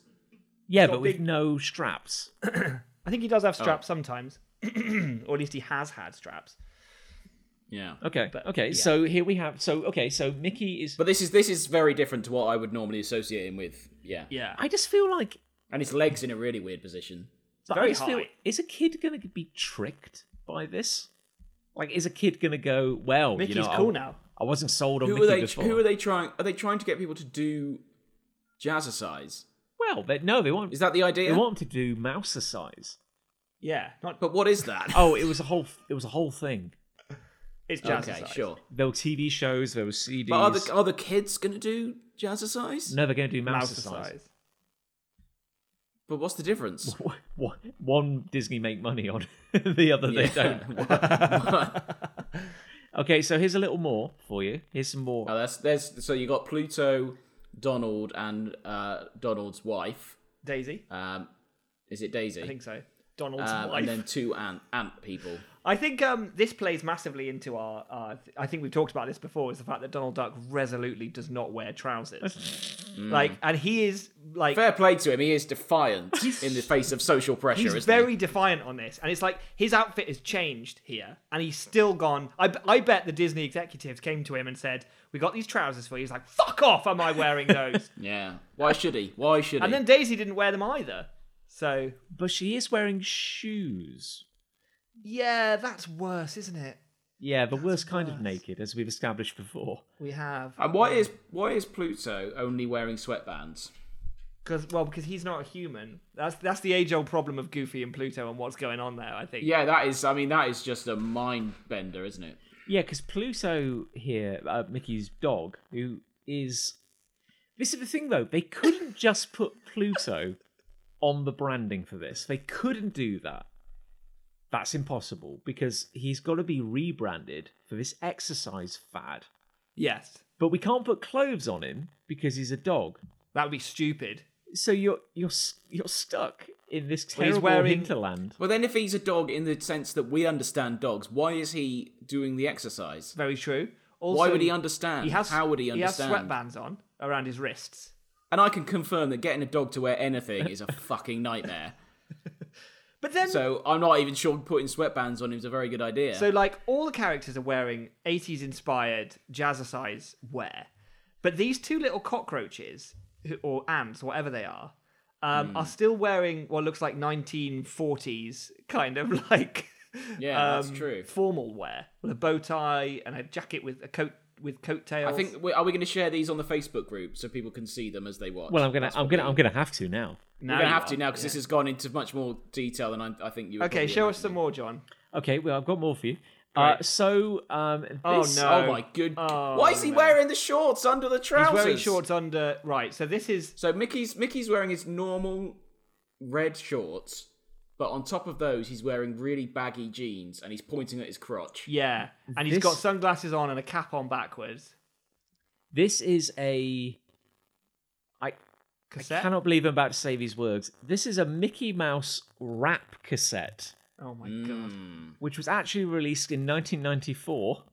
[SPEAKER 1] Yeah,
[SPEAKER 2] Got
[SPEAKER 1] but with
[SPEAKER 2] big-
[SPEAKER 1] no straps.
[SPEAKER 2] I think he does have
[SPEAKER 3] Oh.
[SPEAKER 2] straps sometimes, or at least he has had straps.
[SPEAKER 3] Yeah,
[SPEAKER 1] Okay. okay. So here we have. So okay. So Mickey is.
[SPEAKER 3] but this is this is very different to what I would normally associate him with. Yeah,
[SPEAKER 2] Yeah,
[SPEAKER 1] I just feel like.
[SPEAKER 3] and his legs in a really weird position.
[SPEAKER 1] but I
[SPEAKER 2] very
[SPEAKER 1] just feel,
[SPEAKER 2] high.
[SPEAKER 1] is a kid gonna be tricked by this? Like, is a kid gonna go?
[SPEAKER 3] Oh,
[SPEAKER 1] Well,
[SPEAKER 2] Mickey's
[SPEAKER 1] you know,
[SPEAKER 2] cool
[SPEAKER 1] I,
[SPEAKER 2] now.
[SPEAKER 1] I wasn't sold on
[SPEAKER 3] Who
[SPEAKER 1] Mickey
[SPEAKER 3] are they?
[SPEAKER 1] before.
[SPEAKER 3] Who are they trying? Are they trying to get people to do jazzercise?
[SPEAKER 1] Well, they, no, they want.
[SPEAKER 3] Is that the
[SPEAKER 1] they
[SPEAKER 3] idea?
[SPEAKER 1] want to do mouse size.
[SPEAKER 2] Yeah, not
[SPEAKER 3] But what is that?
[SPEAKER 1] Oh, it was a whole. It was a whole thing.
[SPEAKER 2] it's jazz.
[SPEAKER 3] okay, sure.
[SPEAKER 1] There were TV shows. There were CDs.
[SPEAKER 3] But oh, are the are the kids gonna do jazzercise?
[SPEAKER 1] no, they're going to do mouse
[SPEAKER 2] Mouse
[SPEAKER 1] size.
[SPEAKER 2] size.
[SPEAKER 3] But what's the difference?
[SPEAKER 1] One Disney make money on, the other they
[SPEAKER 3] Yeah.
[SPEAKER 1] don't. Okay, so here's a little more for you. Here's some more.
[SPEAKER 3] Oh, that's there's so you got Pluto, Donald, and uh, Donald's wife.
[SPEAKER 2] Daisy,
[SPEAKER 3] Um, is it Daisy?
[SPEAKER 2] I think so. Donald's
[SPEAKER 3] um,
[SPEAKER 2] wife.
[SPEAKER 3] and then two ant ant people.
[SPEAKER 2] I think um, this plays massively into our. Uh, I think we've talked about this before. Is the fact that Donald Duck resolutely does not wear trousers, like, and he is like
[SPEAKER 3] Fair play to him. He is defiant in the face of social pressure.
[SPEAKER 2] he's
[SPEAKER 3] isn't
[SPEAKER 2] very defiant on this, and it's like his outfit has changed here, and he's still gone. I, b- I bet the Disney executives came to him and said, "We got these trousers for you." He's like, "Fuck off! Am I wearing those?"
[SPEAKER 3] he? Yeah. Why should he? Why should
[SPEAKER 2] and
[SPEAKER 3] he?
[SPEAKER 2] then Daisy didn't wear them either. So
[SPEAKER 1] But she is wearing shoes.
[SPEAKER 2] yeah, that's worse, isn't it?
[SPEAKER 1] Yeah, the worst kind of naked, as we've established before.
[SPEAKER 2] We have
[SPEAKER 3] and why is why is Pluto only wearing sweatbands?
[SPEAKER 2] Because well, because he's not a human. That's that's the age old problem of Goofy and Pluto and what's going on there. I think.
[SPEAKER 3] Yeah, that is. I mean, that is just a mind bender, isn't it?
[SPEAKER 1] Yeah, because Pluto here, uh, Mickey's dog, who is. This is the thing, though. They couldn't just put Pluto on the branding for this. They couldn't do that. That's impossible because he's got to be rebranded for this exercise fad.
[SPEAKER 2] Yes,
[SPEAKER 1] But we can't put clothes on him because he's a dog.
[SPEAKER 2] that would be stupid.
[SPEAKER 1] So you're you're s- you're stuck in this
[SPEAKER 2] Well, he's
[SPEAKER 1] terrible
[SPEAKER 2] wearing-
[SPEAKER 1] hinterland.
[SPEAKER 3] Well, then, if he's a dog in the sense that we understand dogs, why is he doing the exercise?
[SPEAKER 2] Very true. Also,
[SPEAKER 3] why would he understand?
[SPEAKER 2] He has.
[SPEAKER 3] How would he understand?
[SPEAKER 2] He has sweatbands on around his wrists.
[SPEAKER 3] and I can confirm that getting a dog to wear anything is a fucking nightmare.
[SPEAKER 2] But then, so,
[SPEAKER 3] So I'm not even sure putting sweatbands on him is a very good idea.
[SPEAKER 2] like all the characters are wearing '80s inspired jazzercise wear, but these two little cockroaches who- or ants, whatever they are,
[SPEAKER 3] Hmm.
[SPEAKER 2] um, are still wearing what looks like 1940s kind of like.
[SPEAKER 3] yeah, that's
[SPEAKER 2] um,
[SPEAKER 3] true.
[SPEAKER 2] Formal wear with a bow tie and a jacket with a coat with coattails.
[SPEAKER 3] I think we- are we going to share these on the Facebook group so people can see them as they watch?
[SPEAKER 1] Well, I'm gonna I'm gonna I'm gonna have to now.
[SPEAKER 2] now
[SPEAKER 3] We're going
[SPEAKER 2] you
[SPEAKER 3] to have to
[SPEAKER 2] are.
[SPEAKER 3] now because this has gone into much more detail than I, I think you. would
[SPEAKER 2] Okay,
[SPEAKER 3] probably
[SPEAKER 2] show us
[SPEAKER 3] imagine.
[SPEAKER 2] some more, John.
[SPEAKER 1] Okay, well I've got more for you. Uh,
[SPEAKER 2] Great.
[SPEAKER 1] so um,
[SPEAKER 2] Oh,
[SPEAKER 1] this-
[SPEAKER 2] no.
[SPEAKER 3] Oh my good!
[SPEAKER 2] Oh,
[SPEAKER 3] Why is he
[SPEAKER 2] man.
[SPEAKER 3] wearing the shorts under the trousers?
[SPEAKER 2] He's wearing shorts under. Right, so this is
[SPEAKER 3] So Mickey's Mickey's wearing his normal red shorts, but on top of those, he's wearing really baggy jeans and he's pointing at his crotch.
[SPEAKER 2] yeah, and he's
[SPEAKER 1] This-
[SPEAKER 2] got sunglasses on and a cap on backwards.
[SPEAKER 1] This is a. I
[SPEAKER 2] Cassette.
[SPEAKER 1] cannot believe I'm about to say these words. This is a Mickey Mouse rap cassette,
[SPEAKER 2] Oh my
[SPEAKER 3] Mm.
[SPEAKER 2] god.
[SPEAKER 1] which was actually released in 1994.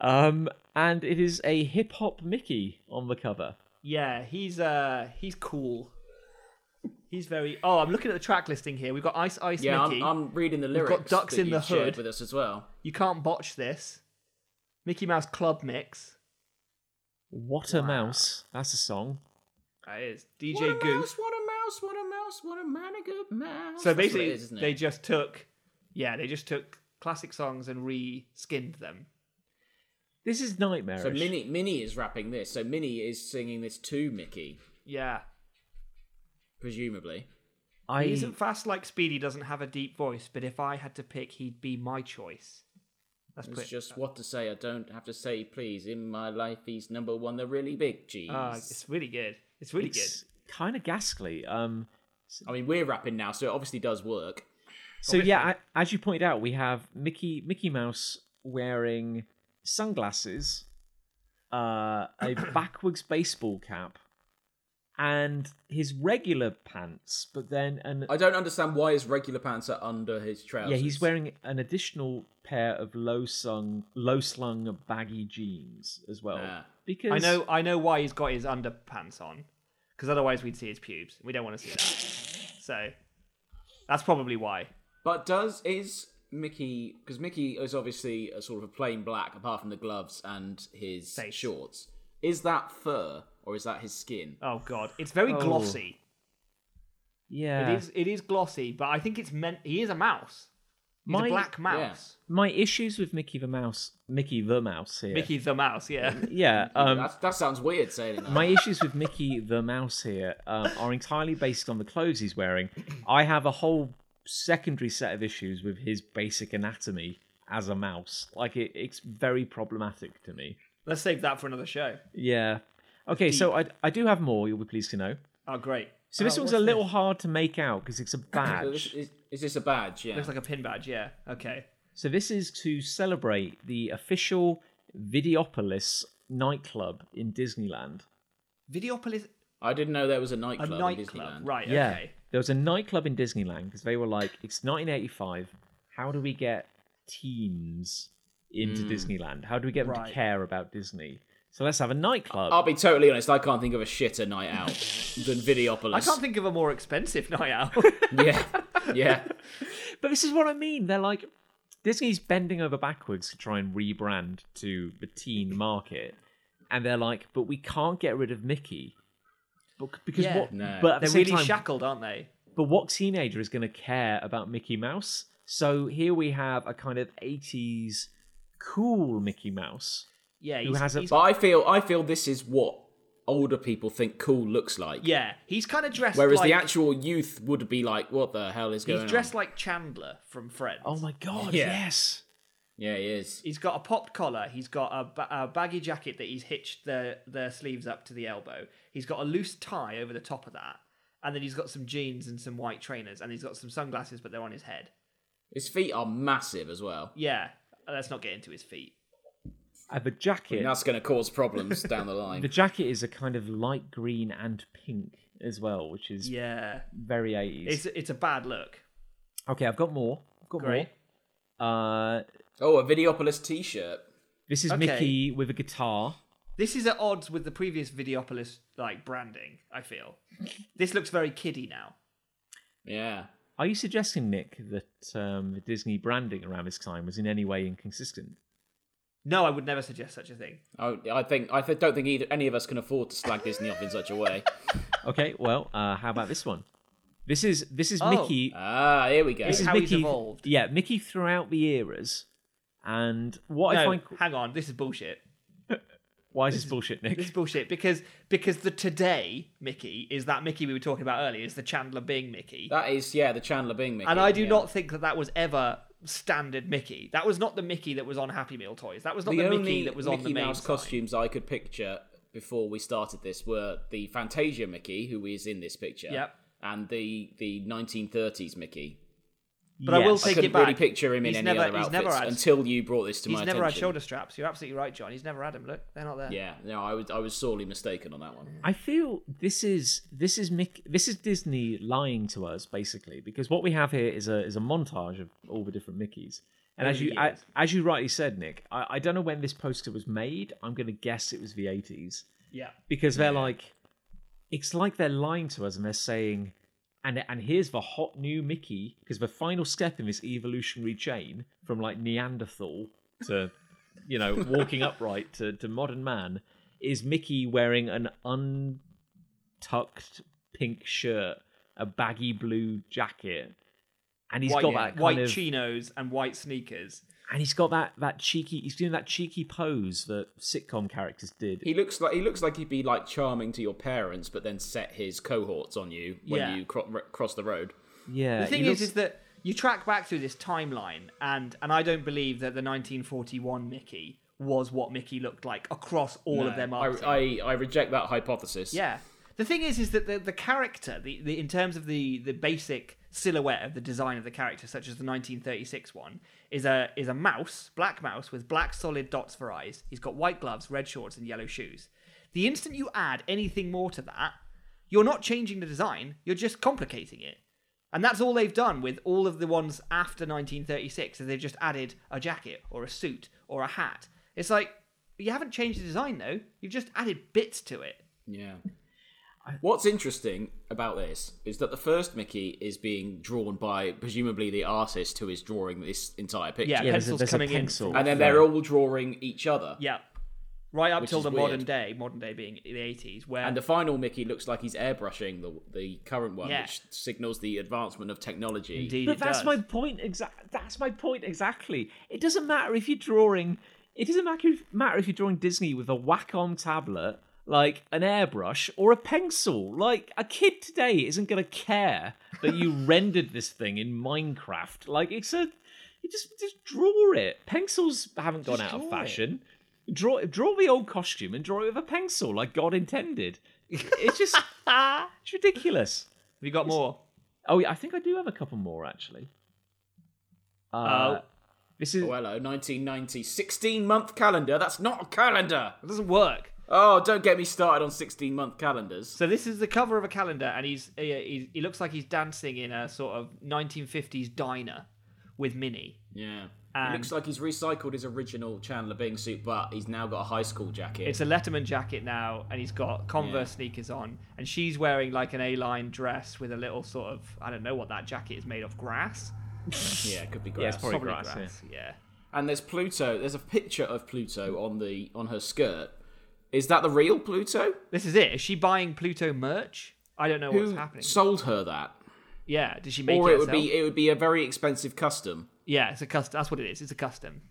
[SPEAKER 1] Um, and it is a hip hop Mickey on the cover.
[SPEAKER 2] Yeah, he's uh he's cool. He's very. Oh, I'm looking at the track listing here. We've got Ice Ice
[SPEAKER 3] Yeah,
[SPEAKER 2] Mickey.
[SPEAKER 3] I'm, I'm reading the
[SPEAKER 2] got
[SPEAKER 3] lyrics.
[SPEAKER 2] ducks
[SPEAKER 3] that
[SPEAKER 2] in the
[SPEAKER 3] you've shared
[SPEAKER 2] hood.
[SPEAKER 3] with us as well.
[SPEAKER 2] You can't botch this. Mickey Mouse Club Mix.
[SPEAKER 1] What a mouse! That's a song.
[SPEAKER 2] That is DJ Goose.
[SPEAKER 3] what a mouse! What a mouse! What a man! A good mouse.
[SPEAKER 2] So
[SPEAKER 3] That's what
[SPEAKER 2] basically,
[SPEAKER 3] it is, isn't it?
[SPEAKER 2] they just took. Yeah, they just took classic songs and re-skinned them.
[SPEAKER 1] This is nightmarish.
[SPEAKER 3] So Minnie Minnie is rapping this. So Minnie is singing this to Mickey,
[SPEAKER 2] Yeah.
[SPEAKER 3] presumably.
[SPEAKER 1] I
[SPEAKER 2] He isn't fast like Speedy, doesn't have a deep voice, but if I had to pick, he'd be my choice. That's
[SPEAKER 3] It's
[SPEAKER 2] pretty.
[SPEAKER 3] just what to say. I don't have to say please. In my life, he's number one. The really big cheese.
[SPEAKER 2] Ah, it's really good. It's really
[SPEAKER 1] it's kind of ghastly. Um,
[SPEAKER 3] I mean, we're rapping now, so it obviously does work.
[SPEAKER 1] So yeah, a as you point out, we have Mickey Mickey Mouse wearing sunglasses, uh, a backwards baseball cap, and his regular pants. But then, an
[SPEAKER 3] I don't understand why his regular pants are under his trousers.
[SPEAKER 1] yeah, he's wearing an additional pair of low slung low slung baggy jeans as well.
[SPEAKER 3] Yeah.
[SPEAKER 1] Because
[SPEAKER 2] good. I know. I know why he's got his underpants on, because otherwise we'd see his pubes. We don't want to see that. So that's probably why.
[SPEAKER 3] But does is Mickey? Because Mickey is obviously a sort of a plain black, apart from the gloves and his
[SPEAKER 2] Face.
[SPEAKER 3] shorts. Is that fur or is that his skin?
[SPEAKER 2] Oh God, it's very
[SPEAKER 1] Oh.
[SPEAKER 2] glossy.
[SPEAKER 1] Yeah,
[SPEAKER 2] It is. It is glossy, but I think it's meant. He is a mouse. He's
[SPEAKER 1] My-
[SPEAKER 2] a black mouse.
[SPEAKER 1] my issues with Mickey the mouse, Mickey the mouse here.
[SPEAKER 2] Mickey the mouse. Yeah.
[SPEAKER 1] Yeah, um,
[SPEAKER 3] That's, that sounds weird saying that.
[SPEAKER 1] My issues with Mickey the Mouse here um, are entirely based on the clothes he's wearing. I have a whole secondary set of issues with his basic anatomy as a mouse. Like it, it's very problematic to me.
[SPEAKER 2] Let's save that for another show.
[SPEAKER 1] Yeah. Okay, so I I do have more. You'll be pleased to know.
[SPEAKER 2] Oh great.
[SPEAKER 1] So this
[SPEAKER 2] Oh,
[SPEAKER 1] one's a
[SPEAKER 2] what's
[SPEAKER 1] little hard to make out because it's a
[SPEAKER 3] So this-
[SPEAKER 1] badge.
[SPEAKER 3] is, is this a badge? Yeah.
[SPEAKER 2] Looks like a pin badge. Yeah. Okay.
[SPEAKER 1] So this is to celebrate the official Videopolis nightclub in Disneyland.
[SPEAKER 2] Videopolis.
[SPEAKER 3] I didn't know there was a
[SPEAKER 2] A
[SPEAKER 3] nightclub in
[SPEAKER 2] nightclub.
[SPEAKER 3] Disneyland.
[SPEAKER 2] Right.
[SPEAKER 1] Yeah.
[SPEAKER 2] Okay.
[SPEAKER 1] There was a nightclub in Disneyland because they were like, it's 1985. How do we get teens into Disneyland? How do we get them
[SPEAKER 2] Mm. Right. Oh.
[SPEAKER 1] to care about Disney? So let's have a nightclub.
[SPEAKER 3] I'll be totally honest. I can't think of a shitter night out than Videopolis.
[SPEAKER 2] I can't think of a more expensive night out.
[SPEAKER 3] Yeah, yeah.
[SPEAKER 1] but this is what I mean. They're like, Disney's bending over backwards to try and rebrand to the teen market. And they're like, but we can't get rid of Mickey. But, because
[SPEAKER 2] Yeah.
[SPEAKER 1] what?
[SPEAKER 3] No.
[SPEAKER 1] But at the
[SPEAKER 2] They're
[SPEAKER 1] same
[SPEAKER 2] really
[SPEAKER 1] time,
[SPEAKER 2] shackled, aren't they?
[SPEAKER 1] But what teenager is going to care about Mickey Mouse? So here we have a kind of 80s cool Mickey Mouse.
[SPEAKER 2] Yeah,
[SPEAKER 1] who has a-
[SPEAKER 3] But I feel I feel this is what older people think cool looks like.
[SPEAKER 2] Yeah, he's kind of dressed.
[SPEAKER 3] Whereas
[SPEAKER 2] like,
[SPEAKER 3] the actual youth would be like, "What the hell is going
[SPEAKER 2] he's dressed
[SPEAKER 3] on?"
[SPEAKER 2] like Chandler from Friends.
[SPEAKER 1] Oh my god,
[SPEAKER 3] Yeah.
[SPEAKER 1] yes.
[SPEAKER 3] yeah, he is.
[SPEAKER 2] He's got a popped collar. He's got a, ba- a baggy jacket that he's hitched the, the sleeves up to the elbow. He's got a loose tie over the top of that. And then he's got some jeans and some white trainers. And he's got some sunglasses, but they're on his head.
[SPEAKER 3] His feet are massive as well.
[SPEAKER 2] Yeah, Uh, let's not get into his feet.
[SPEAKER 1] And the jacket.
[SPEAKER 3] And that's going to cause problems down the line.
[SPEAKER 1] The jacket is a kind of light green and pink as well, which is
[SPEAKER 2] Yeah,
[SPEAKER 1] very 80s.
[SPEAKER 2] it's, it's a bad look.
[SPEAKER 1] Okay, I've got more. I've got
[SPEAKER 2] Great.
[SPEAKER 1] more. Uh,
[SPEAKER 3] Oh, a Videopolis T-shirt.
[SPEAKER 1] this is
[SPEAKER 2] Okay.
[SPEAKER 1] Mickey with a guitar.
[SPEAKER 2] This is at odds with the previous Videopolis like branding, I feel. this looks very kiddie now.
[SPEAKER 3] Yeah.
[SPEAKER 1] Are you suggesting, Nick, that um, the Disney branding around this time was in any way inconsistent?
[SPEAKER 2] No, I would never suggest such a thing.
[SPEAKER 3] I, I think I th- don't think either any of us can afford to slag Disney off in such a way.
[SPEAKER 1] Okay, well, uh, how about this one? This is this is
[SPEAKER 2] Oh.
[SPEAKER 1] Mickey.
[SPEAKER 3] Ah, here we go.
[SPEAKER 1] This is
[SPEAKER 2] how he's
[SPEAKER 1] Mickey.
[SPEAKER 2] evolved.
[SPEAKER 1] Yeah, Mickey throughout the eras. And what I
[SPEAKER 2] No,
[SPEAKER 1] find
[SPEAKER 2] hang on, this is bullshit.
[SPEAKER 1] why is this bullshit, Nick?
[SPEAKER 2] This is bullshit because because the today Mickey is that Mickey we were talking about earlier is the Chandler Bing Mickey,
[SPEAKER 3] That is, yeah, the Chandler Bing Mickey.
[SPEAKER 2] and I do
[SPEAKER 3] yeah.
[SPEAKER 2] not think that that was ever standard Mickey. That was not the Mickey that was on Happy Meal toys. That was not
[SPEAKER 3] The,
[SPEAKER 2] the,
[SPEAKER 3] only
[SPEAKER 2] Mickey that was on the
[SPEAKER 3] Mickey
[SPEAKER 2] main
[SPEAKER 3] Mouse
[SPEAKER 2] sign.
[SPEAKER 3] costumes I could picture before we started this were the Fantasia Mickey, who is in this picture,
[SPEAKER 2] Yep.
[SPEAKER 3] and the the 1930s Mickey.
[SPEAKER 2] But I will
[SPEAKER 1] Yes.
[SPEAKER 2] say- Take
[SPEAKER 3] Couldn't
[SPEAKER 2] it back.
[SPEAKER 3] really picture him in
[SPEAKER 2] He's
[SPEAKER 3] any
[SPEAKER 2] never-
[SPEAKER 3] other
[SPEAKER 2] he's
[SPEAKER 3] outfits
[SPEAKER 2] never had-
[SPEAKER 3] until you brought this to
[SPEAKER 2] He's
[SPEAKER 3] my
[SPEAKER 2] never had
[SPEAKER 3] attention.
[SPEAKER 2] shoulder straps. You're absolutely right, John. He's never had them. Look, they're not there.
[SPEAKER 3] Yeah, no, I was I was sorely mistaken on that one.
[SPEAKER 1] I feel this is this is Mick this is Disney lying to us basically because what we have here is a is a montage of all the different Mickey's. And as you a- as you rightly said, Nick, I, I don't know when this poster was made. I'm going to guess it was the 80s
[SPEAKER 2] Yeah.
[SPEAKER 1] because they're like, it's like they're lying to us and they're saying, and and here's the hot new Mickey because the final step in this evolutionary chain from like Neanderthal to you know walking upright to, to modern man is Mickey wearing an untucked pink shirt, a baggy blue jacket, and he's
[SPEAKER 2] white,
[SPEAKER 1] got that kind
[SPEAKER 2] white
[SPEAKER 1] of
[SPEAKER 2] chinos and white sneakers.
[SPEAKER 1] and he's got that that cheeky he's doing that cheeky pose that sitcom characters did.
[SPEAKER 3] He looks like he looks like he'd be like charming to your parents, but then set his cohorts on you when
[SPEAKER 2] Yeah.
[SPEAKER 3] you cro- r- cross the road.
[SPEAKER 1] yeah,
[SPEAKER 2] The
[SPEAKER 1] he
[SPEAKER 2] thing
[SPEAKER 1] looks-
[SPEAKER 2] is, is that you track back through this timeline, and and I don't believe that the 1941 Mickey was what Mickey looked like across all of their
[SPEAKER 3] I,
[SPEAKER 2] marketing.
[SPEAKER 3] I I reject that hypothesis.
[SPEAKER 2] Yeah. The thing is, is that the, the character, the, the in terms of the, the basic silhouette of the design of the character, such as the 1936 one, is a is a mouse, black mouse with black solid dots for eyes. He's got white gloves, red shorts, and yellow shoes. The instant you add anything more to that, you're not changing the design; you're just complicating it. And that's all they've done with all of the ones after 1936, is they've just added a jacket or a suit or a hat. It's like you haven't changed the design though; you've just added bits to it.
[SPEAKER 3] Yeah. What's interesting about this is that the first Mickey is being drawn by presumably the artist who is drawing this entire picture.
[SPEAKER 2] Yeah,
[SPEAKER 1] Yeah, there's a-
[SPEAKER 2] pencils
[SPEAKER 1] there's a
[SPEAKER 2] coming in.
[SPEAKER 1] pencil.
[SPEAKER 3] And then they're all drawing each other.
[SPEAKER 2] Yeah. Right up
[SPEAKER 3] Which
[SPEAKER 2] till
[SPEAKER 3] is
[SPEAKER 2] the
[SPEAKER 3] weird.
[SPEAKER 2] modern day, modern day being the 80s, where
[SPEAKER 3] And the final Mickey looks like he's airbrushing the the current one,
[SPEAKER 2] Yeah.
[SPEAKER 3] which signals the advancement of technology.
[SPEAKER 2] indeed
[SPEAKER 1] But
[SPEAKER 2] it
[SPEAKER 1] that's
[SPEAKER 2] does.
[SPEAKER 1] my point. Exactly. That's my point exactly. It doesn't matter if you're drawing. It doesn't matter if, matter if you're drawing Disney with a Wacom tablet, like an airbrush or a pencil. Like a kid today isn't going to care that you rendered this thing in Minecraft. Like it's a, you just just draw it. Pencils haven't gone
[SPEAKER 2] Just
[SPEAKER 1] out of
[SPEAKER 2] draw it.
[SPEAKER 1] fashion. Draw draw the old costume and draw it with a pencil, like God intended. It's just it's ridiculous.
[SPEAKER 2] We got more.
[SPEAKER 1] Oh, yeah, I think I do have a couple more actually. Uh,
[SPEAKER 2] Uh,
[SPEAKER 1] this is
[SPEAKER 3] Oh, hello, 1990, 16 month calendar. That's not a calendar.
[SPEAKER 2] It doesn't work.
[SPEAKER 3] Oh, don't get me started on 16 month calendars.
[SPEAKER 2] So this is the cover of a calendar, and he's he, he- he looks like he's dancing in a sort of 1950s diner with Minnie.
[SPEAKER 3] Yeah.
[SPEAKER 2] And-
[SPEAKER 3] It looks like he's recycled his original Chandler Bing suit, but he's now got a high school jacket.
[SPEAKER 2] It's a Letterman jacket now, and he's got Converse sneakers on, and she's wearing like an A-line dress with a little sort of I don't know what that jacket is made of grass,
[SPEAKER 3] yeah, it could be
[SPEAKER 1] yeah,
[SPEAKER 3] grass.
[SPEAKER 1] it's probably,
[SPEAKER 2] probably
[SPEAKER 1] grass.
[SPEAKER 2] grass. yeah.
[SPEAKER 3] and there's Pluto. There's a picture of Pluto on the on her skirt. Is that the real Pluto?
[SPEAKER 2] This is it. Is she buying Pluto merch? I don't know what's
[SPEAKER 3] Who
[SPEAKER 2] happening.
[SPEAKER 3] sold her that?
[SPEAKER 2] yeah, did she make
[SPEAKER 3] or
[SPEAKER 2] it?
[SPEAKER 3] it would
[SPEAKER 2] herself?
[SPEAKER 3] be it would be a very expensive custom.
[SPEAKER 2] Yeah, it's a custom. That's what it is. It's a custom.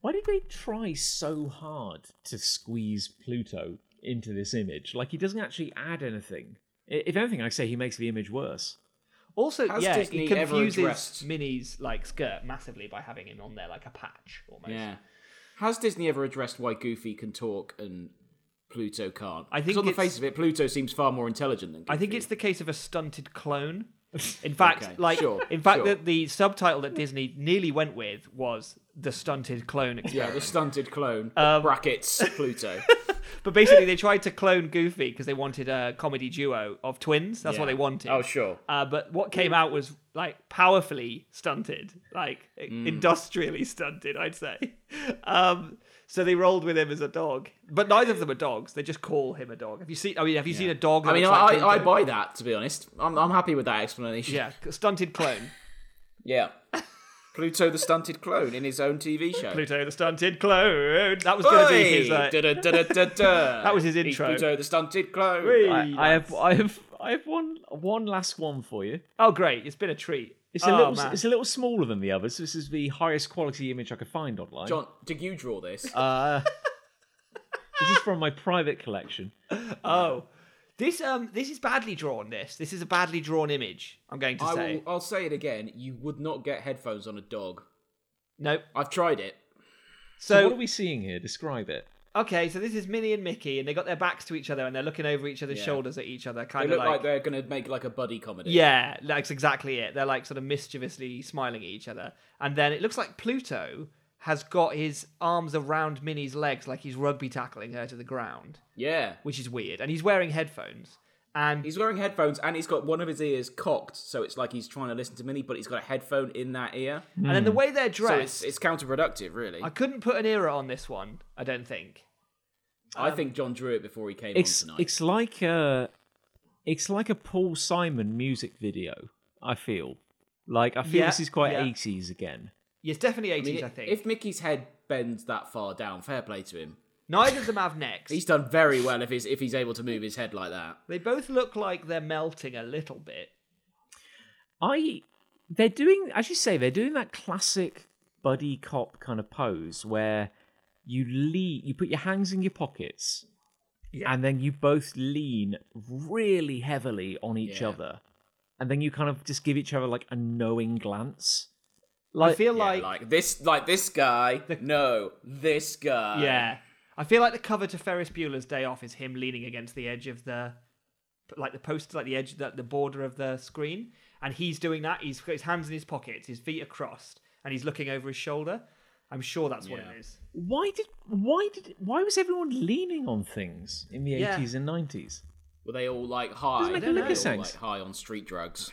[SPEAKER 1] Why did they try so hard to squeeze Pluto into this image. Like he doesn't actually add anything. I- If anything, I say he makes the image worse.
[SPEAKER 2] Also,
[SPEAKER 3] Has
[SPEAKER 2] yeah,
[SPEAKER 3] Disney
[SPEAKER 2] it
[SPEAKER 3] ever
[SPEAKER 2] confuses
[SPEAKER 3] addressed-
[SPEAKER 2] Minnie's like skirt massively by having him on there like a patch almost.
[SPEAKER 3] Yeah. Has Disney ever addressed why Goofy can talk and Pluto can't?
[SPEAKER 2] I
[SPEAKER 3] 'Cause
[SPEAKER 2] think
[SPEAKER 3] on the
[SPEAKER 2] it's-
[SPEAKER 3] face of it, Pluto seems far more intelligent than. Goofy.
[SPEAKER 2] I think it's the case of a stunted clone. In fact,
[SPEAKER 3] Okay,
[SPEAKER 2] like
[SPEAKER 3] sure,
[SPEAKER 2] in fact,
[SPEAKER 3] sure.
[SPEAKER 2] the, the subtitle that Disney nearly went with was the stunted clone
[SPEAKER 3] yeah,
[SPEAKER 2] experiment.
[SPEAKER 3] the stunted clone
[SPEAKER 2] Um,
[SPEAKER 3] brackets Pluto.
[SPEAKER 2] But basically, they tried to clone Goofy because they wanted a comedy duo of twins. That's what
[SPEAKER 3] Yeah.
[SPEAKER 2] they wanted.
[SPEAKER 3] Oh, sure.
[SPEAKER 2] Uh, but what came out was like powerfully stunted, like
[SPEAKER 3] Mm.
[SPEAKER 2] industrially stunted, I'd say. Um, so they rolled with him as a dog, but neither of them are dogs. They just call him a dog. Have you seen? I mean, have you seen a dog? that
[SPEAKER 3] I mean,
[SPEAKER 2] looks like
[SPEAKER 3] I, I, I
[SPEAKER 2] Pluto?
[SPEAKER 3] buy that to be honest. I'm, I'm happy with that explanation.
[SPEAKER 2] yeah, stunted clone.
[SPEAKER 3] Yeah. Pluto the stunted clone in his own TV show.
[SPEAKER 2] Pluto the stunted clone. That was going to be his. Uh,
[SPEAKER 3] that
[SPEAKER 2] was his intro.
[SPEAKER 3] Pluto the stunted clone. Uh,
[SPEAKER 2] Whee!
[SPEAKER 1] I, I have, I have, I have one, one last one for you.
[SPEAKER 2] oh, great! It's been a treat.
[SPEAKER 1] It's a
[SPEAKER 2] Oh,
[SPEAKER 1] little,
[SPEAKER 2] man.
[SPEAKER 1] it's a little smaller than the others. This is the highest quality image I could find online.
[SPEAKER 3] John, did you draw this?
[SPEAKER 1] Uh, this is from my private collection.
[SPEAKER 2] Oh, this um, this is badly drawn. This this is a badly drawn image. I'm going to
[SPEAKER 3] I
[SPEAKER 2] say
[SPEAKER 3] will, uh, I'll say it again. You would not get headphones on a dog.
[SPEAKER 2] nope.
[SPEAKER 3] I've tried it.
[SPEAKER 1] So,
[SPEAKER 2] So,
[SPEAKER 1] what are we seeing here? Describe it.
[SPEAKER 2] okay, so this is Minnie and Mickey, and they got their backs to each other, and they're looking over each other's
[SPEAKER 3] Yeah.
[SPEAKER 2] shoulders at each other,
[SPEAKER 3] They
[SPEAKER 2] kind of
[SPEAKER 3] look like,
[SPEAKER 2] like,
[SPEAKER 3] they're going to make like a buddy comedy.
[SPEAKER 2] yeah, that's exactly it. They're like sort of mischievously smiling at each other, and then it looks like Pluto has got his arms around Minnie's legs, like he's rugby tackling her to the ground,
[SPEAKER 3] Yeah.
[SPEAKER 2] which is weird, and he's wearing headphones. And
[SPEAKER 3] He's wearing headphones and he's got one of his ears cocked, so it's like he's trying to listen to Minnie, but he's got a headphone in that ear.
[SPEAKER 2] and then the way they're
[SPEAKER 3] So
[SPEAKER 2] dressed,
[SPEAKER 3] it's, it's counterproductive, really.
[SPEAKER 2] I
[SPEAKER 3] I,
[SPEAKER 2] couldn't put an era on this one. I don't think. um,
[SPEAKER 3] think John drew it before he came
[SPEAKER 1] It's,
[SPEAKER 3] on tonight.
[SPEAKER 1] it's like a, it's like a Paul Simon music video. I feel, like I feel
[SPEAKER 2] Yeah,
[SPEAKER 1] this is quite
[SPEAKER 2] yeah.
[SPEAKER 1] eighties again.
[SPEAKER 2] Yeah, It's definitely 80s, I,
[SPEAKER 3] I mean,
[SPEAKER 2] think.
[SPEAKER 3] If Mickey's head bends that far down, fair play to him.
[SPEAKER 2] Neither of them have necks.
[SPEAKER 3] He's done very well if he's if he's able to move his head like that.
[SPEAKER 2] They both look like they're melting a little bit.
[SPEAKER 1] I they're doing as you say they're doing that classic buddy cop kind of pose where you lean you put your hands in your pockets and then you both lean really heavily on each
[SPEAKER 3] Yeah.
[SPEAKER 1] other and then you kind of just give each other like a knowing glance
[SPEAKER 2] I feel
[SPEAKER 3] Yeah,
[SPEAKER 2] like,
[SPEAKER 3] like this, like this guy. No, this guy.
[SPEAKER 2] yeah, I feel like the cover to Ferris Bueller's Day Off is him leaning against the edge of the, like the post, like the edge, the, the border of the screen, and he's doing that. He's got his hands in his pockets, his feet are crossed, and he's looking over his shoulder. I'm sure that's what
[SPEAKER 3] Yeah.
[SPEAKER 2] it is.
[SPEAKER 1] why did why did why was everyone leaning on things in the
[SPEAKER 2] Yeah.
[SPEAKER 1] 80s and 90s
[SPEAKER 3] Were they all like high?
[SPEAKER 1] Doesn't make
[SPEAKER 3] Were they
[SPEAKER 2] any
[SPEAKER 3] all,
[SPEAKER 1] sense.
[SPEAKER 3] Like high on street drugs.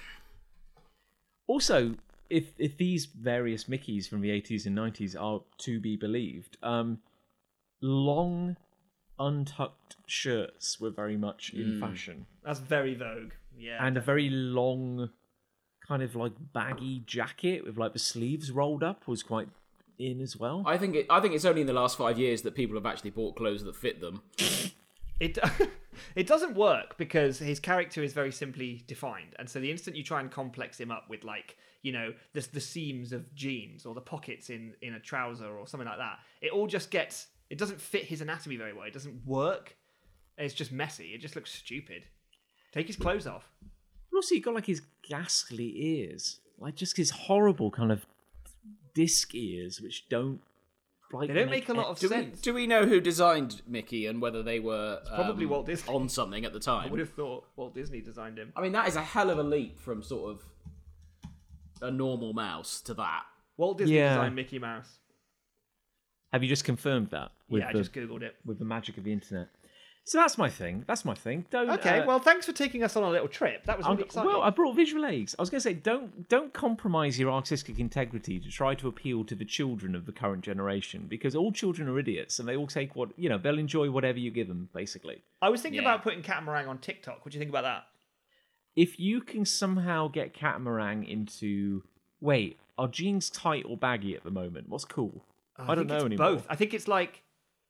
[SPEAKER 1] also if if these various mickeys from the 80s and 90s are to be believed um long untucked shirts were very much in fashion
[SPEAKER 2] That's very Vogue. Yeah,
[SPEAKER 1] and a very long kind of like baggy jacket with like the sleeves rolled up was quite in as well
[SPEAKER 3] I think it, I think it's only in the last five years that people have actually bought clothes that fit them.
[SPEAKER 2] it it doesn't work because his character is very simply defined and so the instant you try and complex him up with like you know the, the seams of jeans or the pockets in in a trouser or something like that it all just gets it doesn't fit his anatomy very well it doesn't work and it's just messy it just looks stupid take his clothes off
[SPEAKER 1] but also he got like his ghastly ears like just his horrible kind of disc ears which don't like
[SPEAKER 2] they don't make a lot of
[SPEAKER 3] Do we,
[SPEAKER 2] sense
[SPEAKER 3] do we know who designed Mickey and whether they were
[SPEAKER 2] probably
[SPEAKER 3] um,
[SPEAKER 2] Walt Disney.
[SPEAKER 3] on something at the
[SPEAKER 2] i would
[SPEAKER 3] time?
[SPEAKER 2] have thought walt disney designed him
[SPEAKER 3] I mean, that is a hell of a leap from sort of a normal mouse to that.
[SPEAKER 2] walt disney
[SPEAKER 1] Yeah.
[SPEAKER 2] designed mickey mouse
[SPEAKER 1] have you just confirmed that with
[SPEAKER 2] yeah i
[SPEAKER 1] the-
[SPEAKER 2] just googled it
[SPEAKER 1] with the magic of the internet. So that's my thing. That's my thing. Don't.
[SPEAKER 2] okay
[SPEAKER 1] uh,
[SPEAKER 2] well thanks for taking us on a little trip that was
[SPEAKER 1] I'm-
[SPEAKER 2] really exciting
[SPEAKER 1] well, I brought visual aids. I was going to say, don't don't compromise your artistic integrity to try to appeal to the children of the current generation, because all children are idiots, and they all take what you know. They'll enjoy whatever you give them, basically.
[SPEAKER 2] I was thinking
[SPEAKER 3] Yeah.
[SPEAKER 2] about putting Catamarang on TikTok. What do you think about that?
[SPEAKER 1] If you can somehow get Catamarang into wait, are jeans tight or baggy at the moment? What's cool? I don't
[SPEAKER 2] think it's
[SPEAKER 1] know anymore.
[SPEAKER 2] Both. I think it's like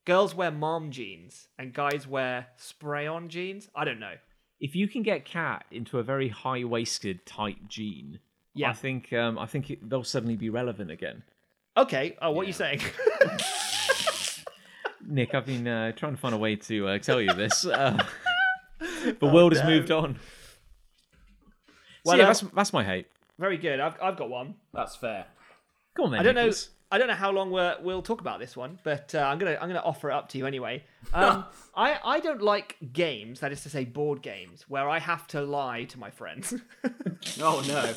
[SPEAKER 2] girls wear mom jeans and guys wear spray on jeans. I don't know.
[SPEAKER 1] if you can get Cat into a very high waisted tight jean,
[SPEAKER 2] Yeah.
[SPEAKER 1] I think um, I think it, they'll suddenly be relevant again.
[SPEAKER 2] Okay. Oh, what are you saying?
[SPEAKER 1] Nick, I've been uh, trying to find a way to uh, tell you this. Uh, the world
[SPEAKER 2] Oh,
[SPEAKER 1] has moved on.
[SPEAKER 2] Well,
[SPEAKER 1] Well, yeah,
[SPEAKER 2] uh,
[SPEAKER 1] that's, that's my hate.
[SPEAKER 2] Very good. I've, I've got one.
[SPEAKER 3] That's fair.
[SPEAKER 1] Come on, then.
[SPEAKER 2] I don't know.
[SPEAKER 1] Nicholas.
[SPEAKER 2] I don't know how long we're, we'll talk about this one, but uh, I'm gonna I'm gonna offer it up to you anyway. Um, I I don't like games, that is to say, board games, where I have to lie to my friends.
[SPEAKER 3] Oh no.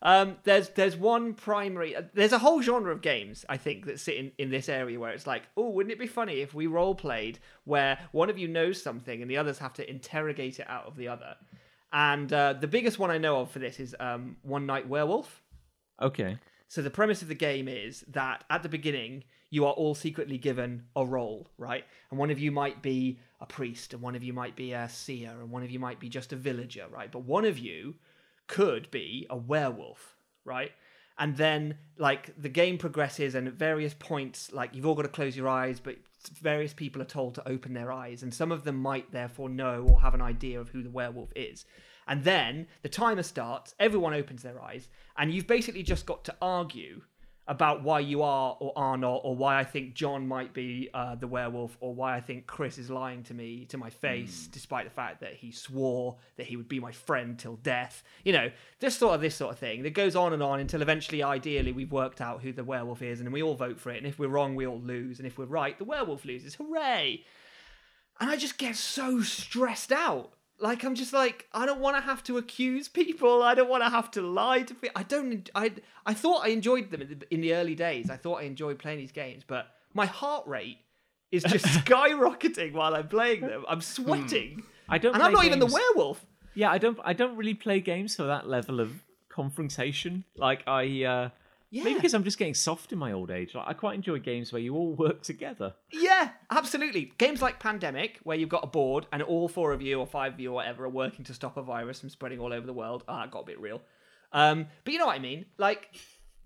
[SPEAKER 2] Um, there's there's one primary. uh, There's a whole genre of games I think that sit in, in this area where it's like, oh, wouldn't it be funny if we role played where one of you knows something and the others have to interrogate it out of the other. And uh, the biggest one I know of for this is um, One Night Werewolf.
[SPEAKER 1] Okay.
[SPEAKER 2] So the premise of the game is that at the beginning you are all secretly given a role, right? And one of you might be a priest, and one of you might be a seer, and one of you might be just a villager, right? But one of you could be a werewolf, right? And then like the game progresses and at various points like you've all got to close your eyes, but various people are told to open their eyes and some of them might therefore know or have an idea of who the werewolf is. And then the timer starts, everyone opens their eyes, and you've basically just got to argue about why you are or are not, or why I think John might be uh, the werewolf, or why I think Chris is lying to me to my face, despite the fact that he swore that he would be my friend till death. You know, this sort of this sort of thing that goes on and on until eventually, ideally, we've worked out who the werewolf is, and then we all vote for it. And if we're wrong, we all lose, and if we're right, the werewolf loses. Hooray! and I just get so stressed out. Like I'm just like I don't want to have to accuse people. I don't want to have to lie to people. I don't. I I thought I enjoyed them in the, in the early days. I thought I enjoyed playing these games, but my heart rate is just skyrocketing while I'm playing them. I'm sweating,
[SPEAKER 1] I Hmm. don't.
[SPEAKER 2] and I'm
[SPEAKER 1] play
[SPEAKER 2] not even the
[SPEAKER 1] games-
[SPEAKER 2] werewolf.
[SPEAKER 1] Yeah, I don't. I don't really play games for that level of confrontation. Like I. Uh, Maybe
[SPEAKER 2] Yeah.
[SPEAKER 1] because I'm just getting soft in my old age. Like, I quite enjoy games where you all work together.
[SPEAKER 2] Yeah, absolutely. Games like Pandemic, where you've got a board and all four of you or five of you or whatever are working to stop a virus from spreading all over the world. Ah, it got a bit real. Um, but you know what I mean. Like,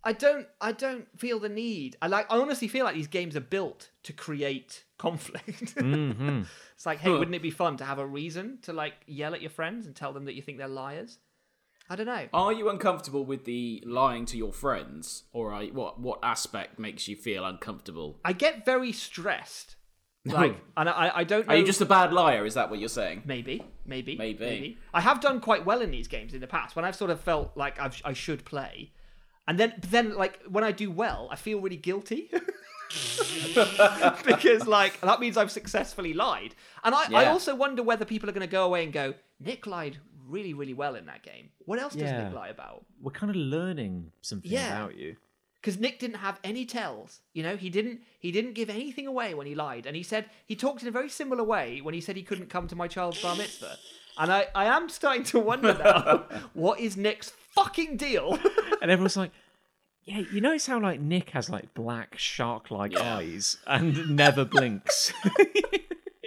[SPEAKER 2] I don't, I don't feel the need. I like, I honestly feel like these games are built to create conflict.
[SPEAKER 3] Mm-hmm.
[SPEAKER 2] it's like, hey, wouldn't it be fun to have a reason to like yell at your friends and tell them that you think they're liars? I don't know.
[SPEAKER 3] Are you uncomfortable with the lying to your friends, or are you, what? What aspect makes you feel uncomfortable?
[SPEAKER 2] I get very stressed. Like, and I, I don't. Know
[SPEAKER 3] Are you just a bad liar? Is that what you're saying?
[SPEAKER 2] Maybe, maybe,
[SPEAKER 3] Maybe.
[SPEAKER 2] I have done quite well in these games in the past when I've sort of felt like I've, I should play, and then but then like when I do well, I feel really guilty because like that means I've successfully lied, and I, I
[SPEAKER 3] Yeah.
[SPEAKER 2] also wonder whether people are going to go away and go, Nick lied really really well in that game. What else does
[SPEAKER 1] Yeah.
[SPEAKER 2] Nick lie about?
[SPEAKER 1] We're kind of learning something
[SPEAKER 2] Yeah.
[SPEAKER 1] about you.
[SPEAKER 2] because Nick didn't have any tells. You know, he didn't he didn't give anything away when he lied, and he said he talked in a very similar way when he said he couldn't come to my child's bar mitzvah. And I, I am starting to wonder now, what is Nick's fucking deal?
[SPEAKER 1] And everyone's like, "Yeah, you notice how like Nick has like black shark-like eyes and never blinks."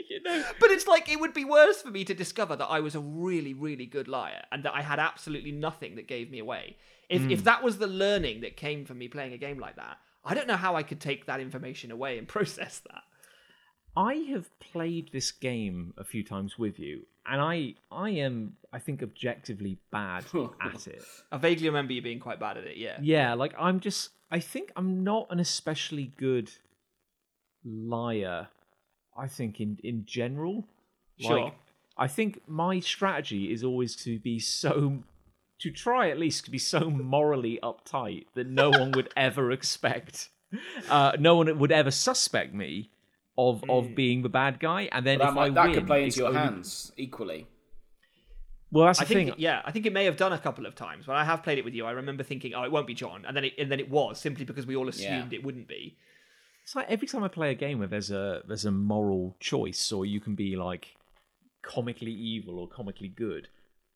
[SPEAKER 1] you know,
[SPEAKER 2] but it's like it would be worse for me to discover that I was a really, really good liar and that I had absolutely nothing that gave me away. If if that was the learning that came from me playing a game like that, I don't know how I could take that information away and process that.
[SPEAKER 1] I have played this game a few times with you, and I I am I think objectively bad at it.
[SPEAKER 2] I vaguely remember you being quite bad at it, yeah.
[SPEAKER 1] Yeah, like I'm just I think I'm not an especially good liar. I think in in general,
[SPEAKER 2] Sure.
[SPEAKER 1] like I think my strategy is always to be so to try at least to be so morally uptight that no one would ever expect uh no one would ever suspect me of of being the bad guy and then
[SPEAKER 3] Hmm.
[SPEAKER 1] if
[SPEAKER 3] That,
[SPEAKER 1] I
[SPEAKER 3] might, that
[SPEAKER 1] win
[SPEAKER 3] could play
[SPEAKER 1] it's
[SPEAKER 3] into your
[SPEAKER 1] only-
[SPEAKER 3] hands equally.
[SPEAKER 1] Well, that's the
[SPEAKER 2] I think
[SPEAKER 1] thing.
[SPEAKER 2] it- yeah, I think it may have done a couple of times. When I have played it with you, I remember thinking, "Oh, it won't be John," and then it and then it was simply because we all assumed it wouldn't be.
[SPEAKER 1] It's like every time I play a game where there's a there's a moral choice, or you can be like comically evil or comically good.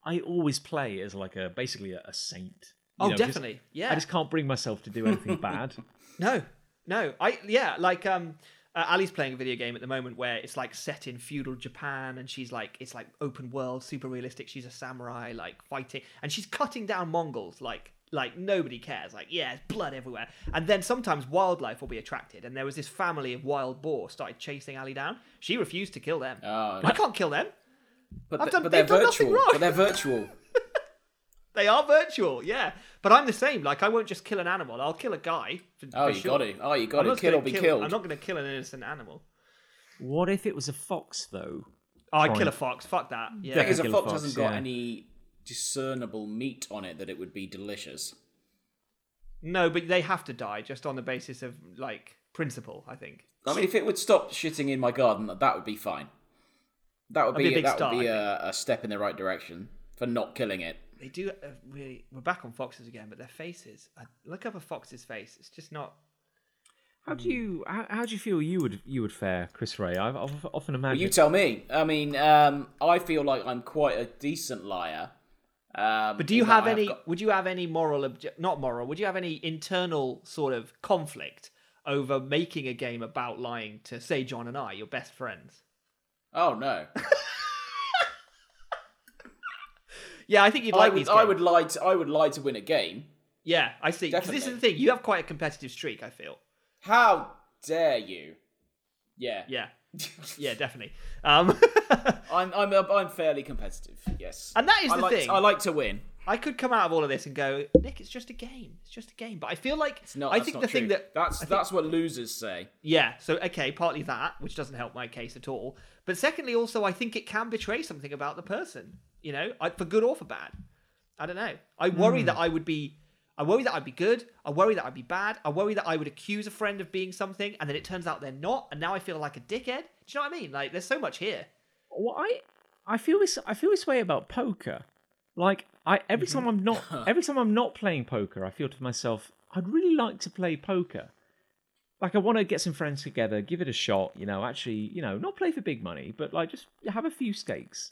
[SPEAKER 1] I always play as like a basically a, a saint. You
[SPEAKER 2] Oh,
[SPEAKER 1] know, just-
[SPEAKER 2] definitely, yeah.
[SPEAKER 1] I just can't bring myself to do anything bad.
[SPEAKER 2] No, no, I yeah, like um, uh, Ali's playing a video game at the moment where it's like set in feudal Japan, and she's like it's like open world, super realistic. She's a samurai, like fighting, and she's cutting down Mongols, like like nobody cares. Like yeah, there's blood everywhere, and then sometimes wildlife will be attracted, and there was this family of wild boar started chasing Ali down. She refused to kill them.
[SPEAKER 3] Oh,
[SPEAKER 2] I can't kill them.
[SPEAKER 3] but,
[SPEAKER 2] I've
[SPEAKER 3] th-
[SPEAKER 2] done-
[SPEAKER 3] but they're
[SPEAKER 2] they've done nothing
[SPEAKER 3] virtual.
[SPEAKER 2] wrong.
[SPEAKER 3] But they're virtual.
[SPEAKER 2] They are virtual, yeah. But I'm the same. Like, I won't just kill an animal. I'll kill a guy. For,
[SPEAKER 3] Oh,
[SPEAKER 2] for
[SPEAKER 3] you
[SPEAKER 2] sure.
[SPEAKER 3] got to. Oh, you
[SPEAKER 2] I'm
[SPEAKER 3] got to.
[SPEAKER 2] not
[SPEAKER 3] Kill
[SPEAKER 2] gonna
[SPEAKER 3] or be
[SPEAKER 2] kill-
[SPEAKER 3] killed.
[SPEAKER 2] I'm not going to kill an innocent animal.
[SPEAKER 1] What if it was a fox though?
[SPEAKER 2] Oh, I'd
[SPEAKER 1] Fine.
[SPEAKER 2] kill a fox. Fuck that. Yeah.
[SPEAKER 3] Because a
[SPEAKER 1] Kill a
[SPEAKER 3] fox,
[SPEAKER 1] fox,
[SPEAKER 3] hasn't got
[SPEAKER 1] yeah.
[SPEAKER 3] any discernible meat on it that it would be delicious.
[SPEAKER 2] No, but they have to die just on the basis of like principle. I think.
[SPEAKER 3] I mean, if it would stop shitting in my garden, that- that would be fine. That would
[SPEAKER 2] That'd be
[SPEAKER 3] be,
[SPEAKER 2] a big
[SPEAKER 3] that
[SPEAKER 2] start,
[SPEAKER 3] would be
[SPEAKER 2] I
[SPEAKER 3] a, a step in the right direction for not killing it.
[SPEAKER 2] They do uh, really. We're back on foxes again, but their faces. I, look up a fox's face. It's just not.
[SPEAKER 1] How do you how, how do you feel you would you would fare, Chris Ray? I've, I've often imagined.
[SPEAKER 3] You tell me. I mean, um, I feel like I'm quite a decent liar. Um,
[SPEAKER 2] But do you
[SPEAKER 3] in that
[SPEAKER 2] have
[SPEAKER 3] I
[SPEAKER 2] any?
[SPEAKER 3] got-
[SPEAKER 2] Would you have any moral? Obje- not moral. Would you have any internal sort of conflict over making a game about lying to say John and I, your best friends?
[SPEAKER 3] Oh no!
[SPEAKER 2] Yeah, I think you'd
[SPEAKER 3] I
[SPEAKER 2] like
[SPEAKER 3] would.
[SPEAKER 2] these.
[SPEAKER 3] I
[SPEAKER 2] games.
[SPEAKER 3] would lie. To, I would lie to win a game.
[SPEAKER 2] Yeah, I see. 'Cause this is the
[SPEAKER 3] Definitely.
[SPEAKER 2] thing. You have quite a competitive streak. I feel.
[SPEAKER 3] How dare you? Yeah.
[SPEAKER 2] Yeah. Yeah, definitely. Um,
[SPEAKER 3] I'm. I'm. I'm fairly competitive. Yes.
[SPEAKER 2] And that is
[SPEAKER 3] I
[SPEAKER 2] the
[SPEAKER 3] like,
[SPEAKER 2] thing.
[SPEAKER 3] I like to win.
[SPEAKER 2] I could come out of all of this and go, Nick, it's just a game. It's just a game. But I feel like
[SPEAKER 3] It's not.
[SPEAKER 2] I
[SPEAKER 3] that's
[SPEAKER 2] think
[SPEAKER 3] not
[SPEAKER 2] the
[SPEAKER 3] true.
[SPEAKER 2] thing that
[SPEAKER 3] that's
[SPEAKER 2] I think-
[SPEAKER 3] that's what losers say.
[SPEAKER 2] yeah. So okay, partly that, which doesn't help my case at all. But secondly, also I think it can betray something about the person. You know, I, for good or for bad. I don't know. I
[SPEAKER 1] Hmm.
[SPEAKER 2] worry that I would be. I worry that I'd be good. I worry that I'd be bad. I worry that I would accuse a friend of being something, and then it turns out they're not, and now I feel like a dickhead. Do you know what I mean? Like, there's so much here.
[SPEAKER 1] Well, I I feel this I feel this way about poker. Like I every time I'm not every time I'm not playing poker, I feel to myself, I'd really like to play poker. Like I want to get some friends together, give it a shot, you know, actually, you know, not play for big money, but like just have a few stakes.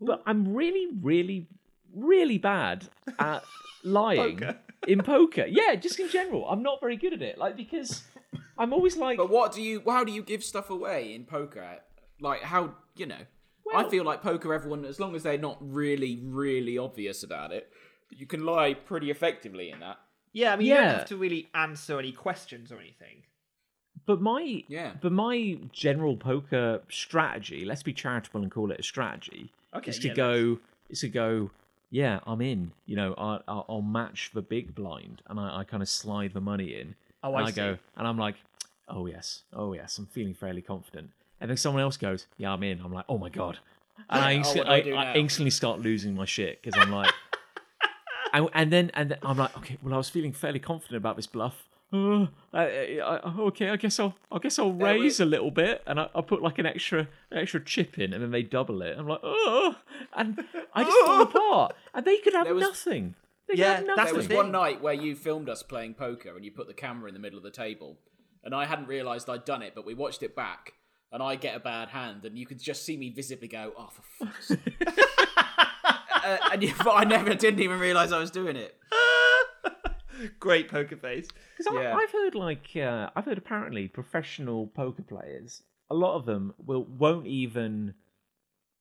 [SPEAKER 1] But I'm really really really bad at lying in poker. Yeah, just in general. I'm not very good at it. Like because I'm always like
[SPEAKER 3] But what do you? How do you give stuff away in poker? Like how you know? I
[SPEAKER 1] Well-
[SPEAKER 3] feel like poker. Everyone, as long as they're not really, really obvious about it, you can lie pretty effectively in that.
[SPEAKER 2] Yeah, I mean, you don't
[SPEAKER 1] Yeah.
[SPEAKER 2] have to really answer any questions or anything.
[SPEAKER 1] But my
[SPEAKER 3] Yeah.
[SPEAKER 1] but my general poker strategy, let's be charitable and call it a strategy,
[SPEAKER 2] Okay,
[SPEAKER 1] is to
[SPEAKER 2] yeah,
[SPEAKER 1] go is to go. Yeah, I'm in. You know, I, I, I'll match the big blind, and I, I kind of slide the money in.
[SPEAKER 2] Oh,
[SPEAKER 1] and
[SPEAKER 2] I
[SPEAKER 1] I go,
[SPEAKER 2] see.
[SPEAKER 1] and I'm like, oh yes, oh yes, I'm feeling fairly confident. And then someone else goes, yeah, I'm in. I'm like, oh my god, and I,
[SPEAKER 3] Yeah, oh,
[SPEAKER 1] insta-
[SPEAKER 3] what do I
[SPEAKER 1] I,
[SPEAKER 3] do
[SPEAKER 1] I
[SPEAKER 3] now?
[SPEAKER 1] instantly start losing my shit because I'm like, and, and then and then I'm like, okay, well, I was feeling fairly confident about this bluff. Uh, I, I, I- okay, I guess I'll I guess I'll
[SPEAKER 3] we-
[SPEAKER 1] raise a little bit, and I, I put like an extra an extra chip in, and then they double it. I'm like, oh, and I just fall apart, and they could have
[SPEAKER 3] There was-
[SPEAKER 1] nothing. They could
[SPEAKER 2] Yeah,
[SPEAKER 1] have nothing.
[SPEAKER 2] that's
[SPEAKER 3] There
[SPEAKER 2] the
[SPEAKER 3] was
[SPEAKER 2] thing.
[SPEAKER 3] one night where you filmed us playing poker and you put the camera in the middle of the table, and I hadn't realised I'd done it, but we watched it back, and I get a bad hand, and you could just see me visibly go, "Oh, for fuck's sake." Uh, and you, but I never didn't even realise I was doing it.
[SPEAKER 2] Great poker face.
[SPEAKER 1] Because
[SPEAKER 3] Yeah.
[SPEAKER 1] I've heard like uh, I've heard apparently professional poker players, a lot of them will won't even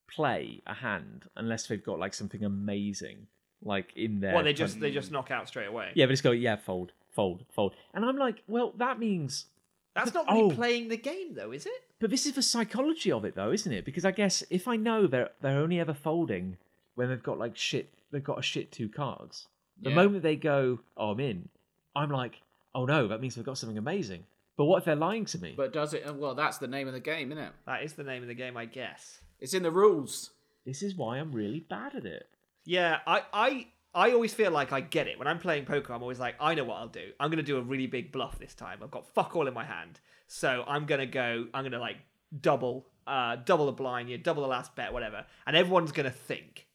[SPEAKER 1] play a hand unless they've got like something amazing like in there.
[SPEAKER 2] Well, they just they just knock out straight away.
[SPEAKER 1] yeah, but just go yeah, fold, fold, fold, and I'm like, well, that means.
[SPEAKER 2] That's not really
[SPEAKER 1] Oh.
[SPEAKER 2] playing the game though, is it?
[SPEAKER 1] But this is the psychology of it, though, isn't it? Because I guess if I know they're they're only ever folding when they've got like shit, they've got a shit two cards. The
[SPEAKER 3] Yeah.
[SPEAKER 1] moment they go, "Oh, I'm in," I'm like, "Oh no, that means they've got something amazing." But what if they're lying to me?
[SPEAKER 3] But does it? oh, Well, that's the name of the game, isn't it?
[SPEAKER 2] That is the name of the game, I guess.
[SPEAKER 3] It's in the rules.
[SPEAKER 1] this is why I'm really bad at it.
[SPEAKER 2] Yeah, I I I always feel like I get it when I'm playing poker. I'm always like, I know what I'll do. I'm gonna do a really big bluff this time. I've got fuck all in my hand, so I'm gonna go. I'm gonna like double uh double the blind, you double the last bet, whatever. And everyone's gonna think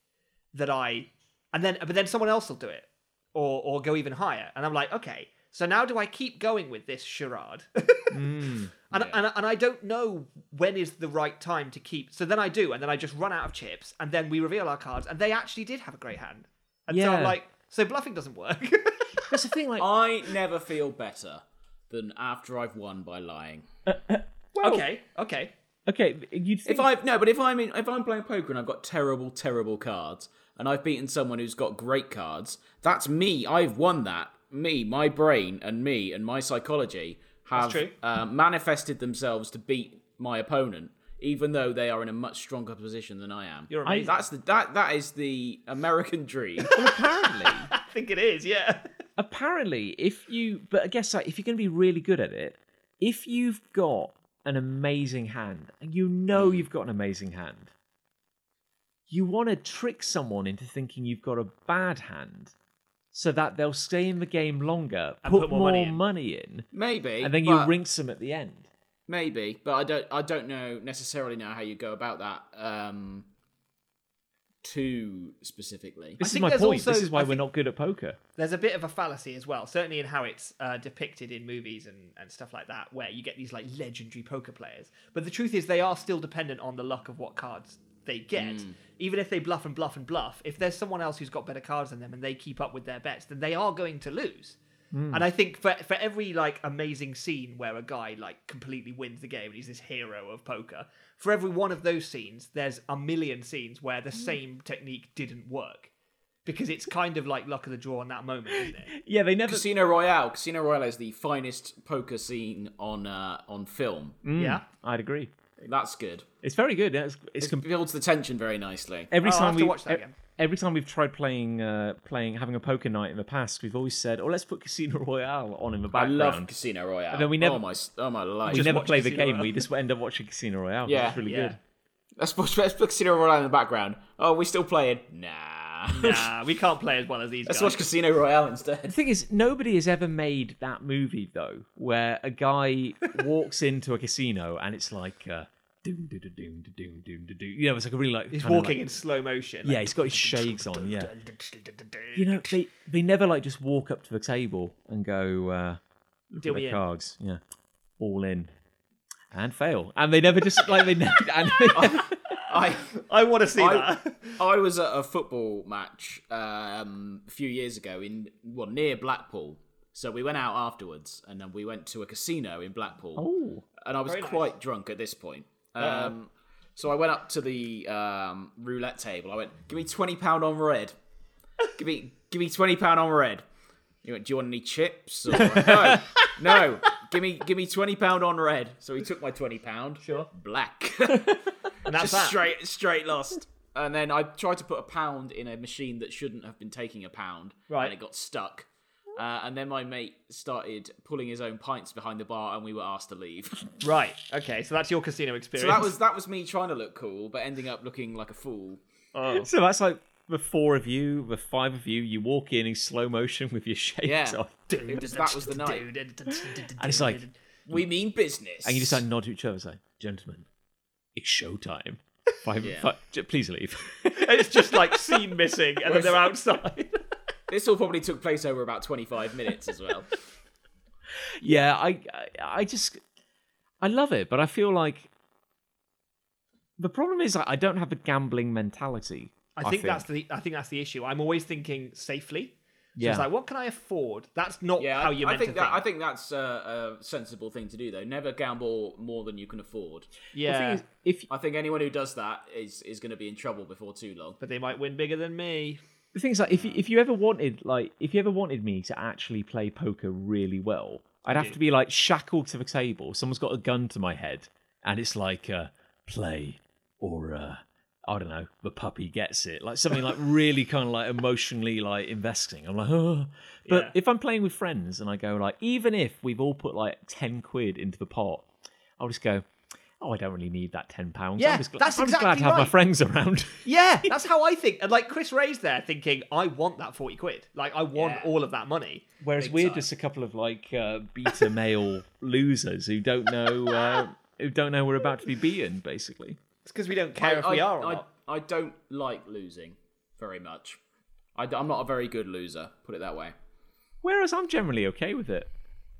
[SPEAKER 2] that I and then but then someone else will do it or or go even higher. And I'm like, okay, so now do I keep going with this charade?
[SPEAKER 3] Hmm.
[SPEAKER 2] And, and, and I don't know when is the right time to keep. So then I do, and then I just run out of chips, and then we reveal our cards, and they actually did have a great hand. And so I'm
[SPEAKER 1] Yeah.
[SPEAKER 2] like, so bluffing doesn't work.
[SPEAKER 1] That's the thing. Like,
[SPEAKER 3] I never feel better than after I've won by lying.
[SPEAKER 2] okay, okay.
[SPEAKER 1] okay, you'd think
[SPEAKER 3] If I've no, but if I'm in, if I'm playing poker and I've got terrible, terrible cards, and I've beaten someone who's got great cards, that's me. I've won that. Me, my brain, and me, and my psychology have
[SPEAKER 2] true.
[SPEAKER 3] Uh, manifested themselves to beat my opponent, even though they are in a much stronger position than I am.
[SPEAKER 2] You're amazing. I,
[SPEAKER 3] that's the that that is the American dream.
[SPEAKER 1] apparently,
[SPEAKER 2] think it is, yeah.
[SPEAKER 1] apparently, if you, but I guess like, if you're going to be really good at it, if you've got an amazing hand, and you know
[SPEAKER 2] Hmm.
[SPEAKER 1] you've got an amazing hand, you want to trick someone into thinking you've got a bad hand so that they'll stay in the game longer,
[SPEAKER 2] And
[SPEAKER 1] put,
[SPEAKER 2] put
[SPEAKER 1] more,
[SPEAKER 2] more money in. Eh,
[SPEAKER 1] in,
[SPEAKER 3] Maybe.
[SPEAKER 1] and then you
[SPEAKER 3] but-
[SPEAKER 1] rinse them at the end.
[SPEAKER 3] Maybe, but I don't. I don't know necessarily know how you go about that. Um, too specifically.
[SPEAKER 1] This is
[SPEAKER 2] think
[SPEAKER 1] my
[SPEAKER 2] there's
[SPEAKER 1] point. this
[SPEAKER 2] also-
[SPEAKER 1] is why
[SPEAKER 2] I
[SPEAKER 1] we're not good at poker.
[SPEAKER 2] There's a bit of a fallacy as well, certainly in how it's uh, depicted in movies and, and stuff like that, where you get these like legendary poker players. But the truth is, they are still dependent on the luck of what cards they get. Even if they bluff and bluff and bluff, if there's someone else who's got better cards than them and they keep up with their bets, then they are going to lose. And I think for for every like amazing scene where a guy like completely wins the game and he's this hero of poker, for every one of those scenes, there's a million scenes where the same technique didn't work because it's kind of like luck of the draw in that moment, isn't it?
[SPEAKER 1] Yeah, they never.
[SPEAKER 3] Casino Royale. Casino Royale is the finest poker scene on uh, on film.
[SPEAKER 1] Mm.
[SPEAKER 2] Yeah.
[SPEAKER 1] I'd agree.
[SPEAKER 3] That's good.
[SPEAKER 1] It's very good. It's, it's com-
[SPEAKER 3] It builds the tension very nicely.
[SPEAKER 1] every
[SPEAKER 2] Oh, I'll
[SPEAKER 1] time
[SPEAKER 2] have to
[SPEAKER 1] we
[SPEAKER 2] watch that
[SPEAKER 1] e-
[SPEAKER 2] again.
[SPEAKER 1] every time we've tried playing uh, playing having a poker night in the past, we've always said, "Oh, let's put Casino Royale on in the
[SPEAKER 3] I
[SPEAKER 1] background."
[SPEAKER 3] love Casino Royale.
[SPEAKER 1] then we never-
[SPEAKER 3] Oh my! s- Oh my life.
[SPEAKER 1] we never
[SPEAKER 2] watch
[SPEAKER 1] play the
[SPEAKER 2] Casino
[SPEAKER 1] game. We
[SPEAKER 2] Royale.
[SPEAKER 1] just end up watching Casino Royale.
[SPEAKER 3] Yeah.
[SPEAKER 1] it's really
[SPEAKER 2] Yeah.
[SPEAKER 1] good.
[SPEAKER 3] Let's put, let's put Casino Royale in the background. Oh, we still playing? Nah.
[SPEAKER 2] Nah, we can't play as well as these
[SPEAKER 3] let's
[SPEAKER 2] guys.
[SPEAKER 3] watch Casino Royale
[SPEAKER 1] The
[SPEAKER 3] instead.
[SPEAKER 1] thing is, nobody has ever made that movie though, where a guy walks into a casino and it's like, uh, doom, doom, doom, doom, doom, doom, doom. You know, it's like a really like
[SPEAKER 2] He's
[SPEAKER 1] kind of,
[SPEAKER 2] walking
[SPEAKER 1] like-
[SPEAKER 2] in slow motion.
[SPEAKER 1] yeah, he's got his shades on. Yeah, you know, they they never like just walk up to the table and go. Uh,
[SPEAKER 2] deal
[SPEAKER 1] the
[SPEAKER 2] me in.
[SPEAKER 1] cards. Yeah, all in and fail, and they never just like they never. And they,
[SPEAKER 3] I
[SPEAKER 2] I want to see
[SPEAKER 3] I-
[SPEAKER 2] that.
[SPEAKER 3] I was at a football match um, a few years ago in well near Blackpool. So we went out afterwards, and then we went to a casino in Blackpool.
[SPEAKER 1] oh,
[SPEAKER 3] and I was
[SPEAKER 2] very nice.
[SPEAKER 3] quite drunk at this point. Um, so I went up to the um, roulette table. I went, "Give me twenty pound on red. Give me, give me twenty pound on red." He went, "Do you want any chips?" Or, no, no. Give me, give me twenty pound on red. So he took my twenty pound. Sure. Black.
[SPEAKER 2] And that's
[SPEAKER 3] Just
[SPEAKER 2] that.
[SPEAKER 3] straight straight lost. And then I tried to put a pound in a machine that shouldn't have been taking a pound,
[SPEAKER 2] Right.
[SPEAKER 3] and it got stuck. Uh, and then my mate started pulling his own pints behind the bar, and we were asked to leave.
[SPEAKER 2] Right. Okay. So that's your casino
[SPEAKER 3] so
[SPEAKER 2] experience.
[SPEAKER 3] that was that was me trying to look cool, but ending up looking like a fool.
[SPEAKER 1] so that's like the four of you, the five of you. You walk in in slow motion with your shades
[SPEAKER 3] Yeah.
[SPEAKER 1] on,
[SPEAKER 3] It was- that was the night.
[SPEAKER 1] and it's like,
[SPEAKER 3] We mean business.
[SPEAKER 1] and you just like nod to each other, it's like, gentlemen, it's showtime. Five,
[SPEAKER 3] Yeah.
[SPEAKER 1] five, j- please leave.
[SPEAKER 2] it's just like scene missing, and then they're outside.
[SPEAKER 3] this all probably took place over about twenty five minutes as well.
[SPEAKER 1] yeah, I, I, I just, I love it, but I feel like. The problem is, I I don't have a gambling mentality.
[SPEAKER 2] I think, that's the I think that's the issue. I'm always thinking safely. So
[SPEAKER 1] Yeah.
[SPEAKER 2] It's like, what can I afford? That's not
[SPEAKER 3] Yeah,
[SPEAKER 2] how
[SPEAKER 3] I-
[SPEAKER 2] you're
[SPEAKER 3] I
[SPEAKER 2] meant
[SPEAKER 3] think
[SPEAKER 2] to
[SPEAKER 3] that I
[SPEAKER 2] think.
[SPEAKER 3] think that's a, a sensible thing to do, though. Never gamble more than you can afford.
[SPEAKER 1] The thing
[SPEAKER 2] Yeah,
[SPEAKER 1] is, if
[SPEAKER 3] I think anyone who does that is is going to be in trouble before too long.
[SPEAKER 2] but they might win bigger than me.
[SPEAKER 1] the thing is like if you, if you ever wanted like if you ever wanted me to actually play poker really well i'd have to be like shackled to the table someone's got a gun to my head and it's like uh play or uh i don't know the puppy gets it like something like really kind of like emotionally like investing i'm like oh but
[SPEAKER 2] Yeah.
[SPEAKER 1] if i'm playing with friends and i go like even if we've all put like 10 quid into the pot i'll just go oh i don't really need that 10 pounds
[SPEAKER 2] Yeah,
[SPEAKER 1] i'm just, gl-
[SPEAKER 2] that's
[SPEAKER 1] I'm just glad to
[SPEAKER 2] exactly
[SPEAKER 1] have my
[SPEAKER 2] right.
[SPEAKER 1] friends around
[SPEAKER 2] Yeah, that's how I think. And like Chris Ray's there thinking, I want that 40 quid. Like, I want
[SPEAKER 3] Yeah.
[SPEAKER 2] all of that money.
[SPEAKER 1] Whereas
[SPEAKER 3] Big
[SPEAKER 1] we're
[SPEAKER 3] time.
[SPEAKER 1] just a couple of like uh, beta male losers who don't know uh, who don't know we're about to be beaten, basically.
[SPEAKER 2] It's because we don't care if we are or
[SPEAKER 3] I,
[SPEAKER 2] not.
[SPEAKER 3] I don't like losing very much. I, am not a very good loser, put it that way.
[SPEAKER 1] Whereas I'm generally okay with it.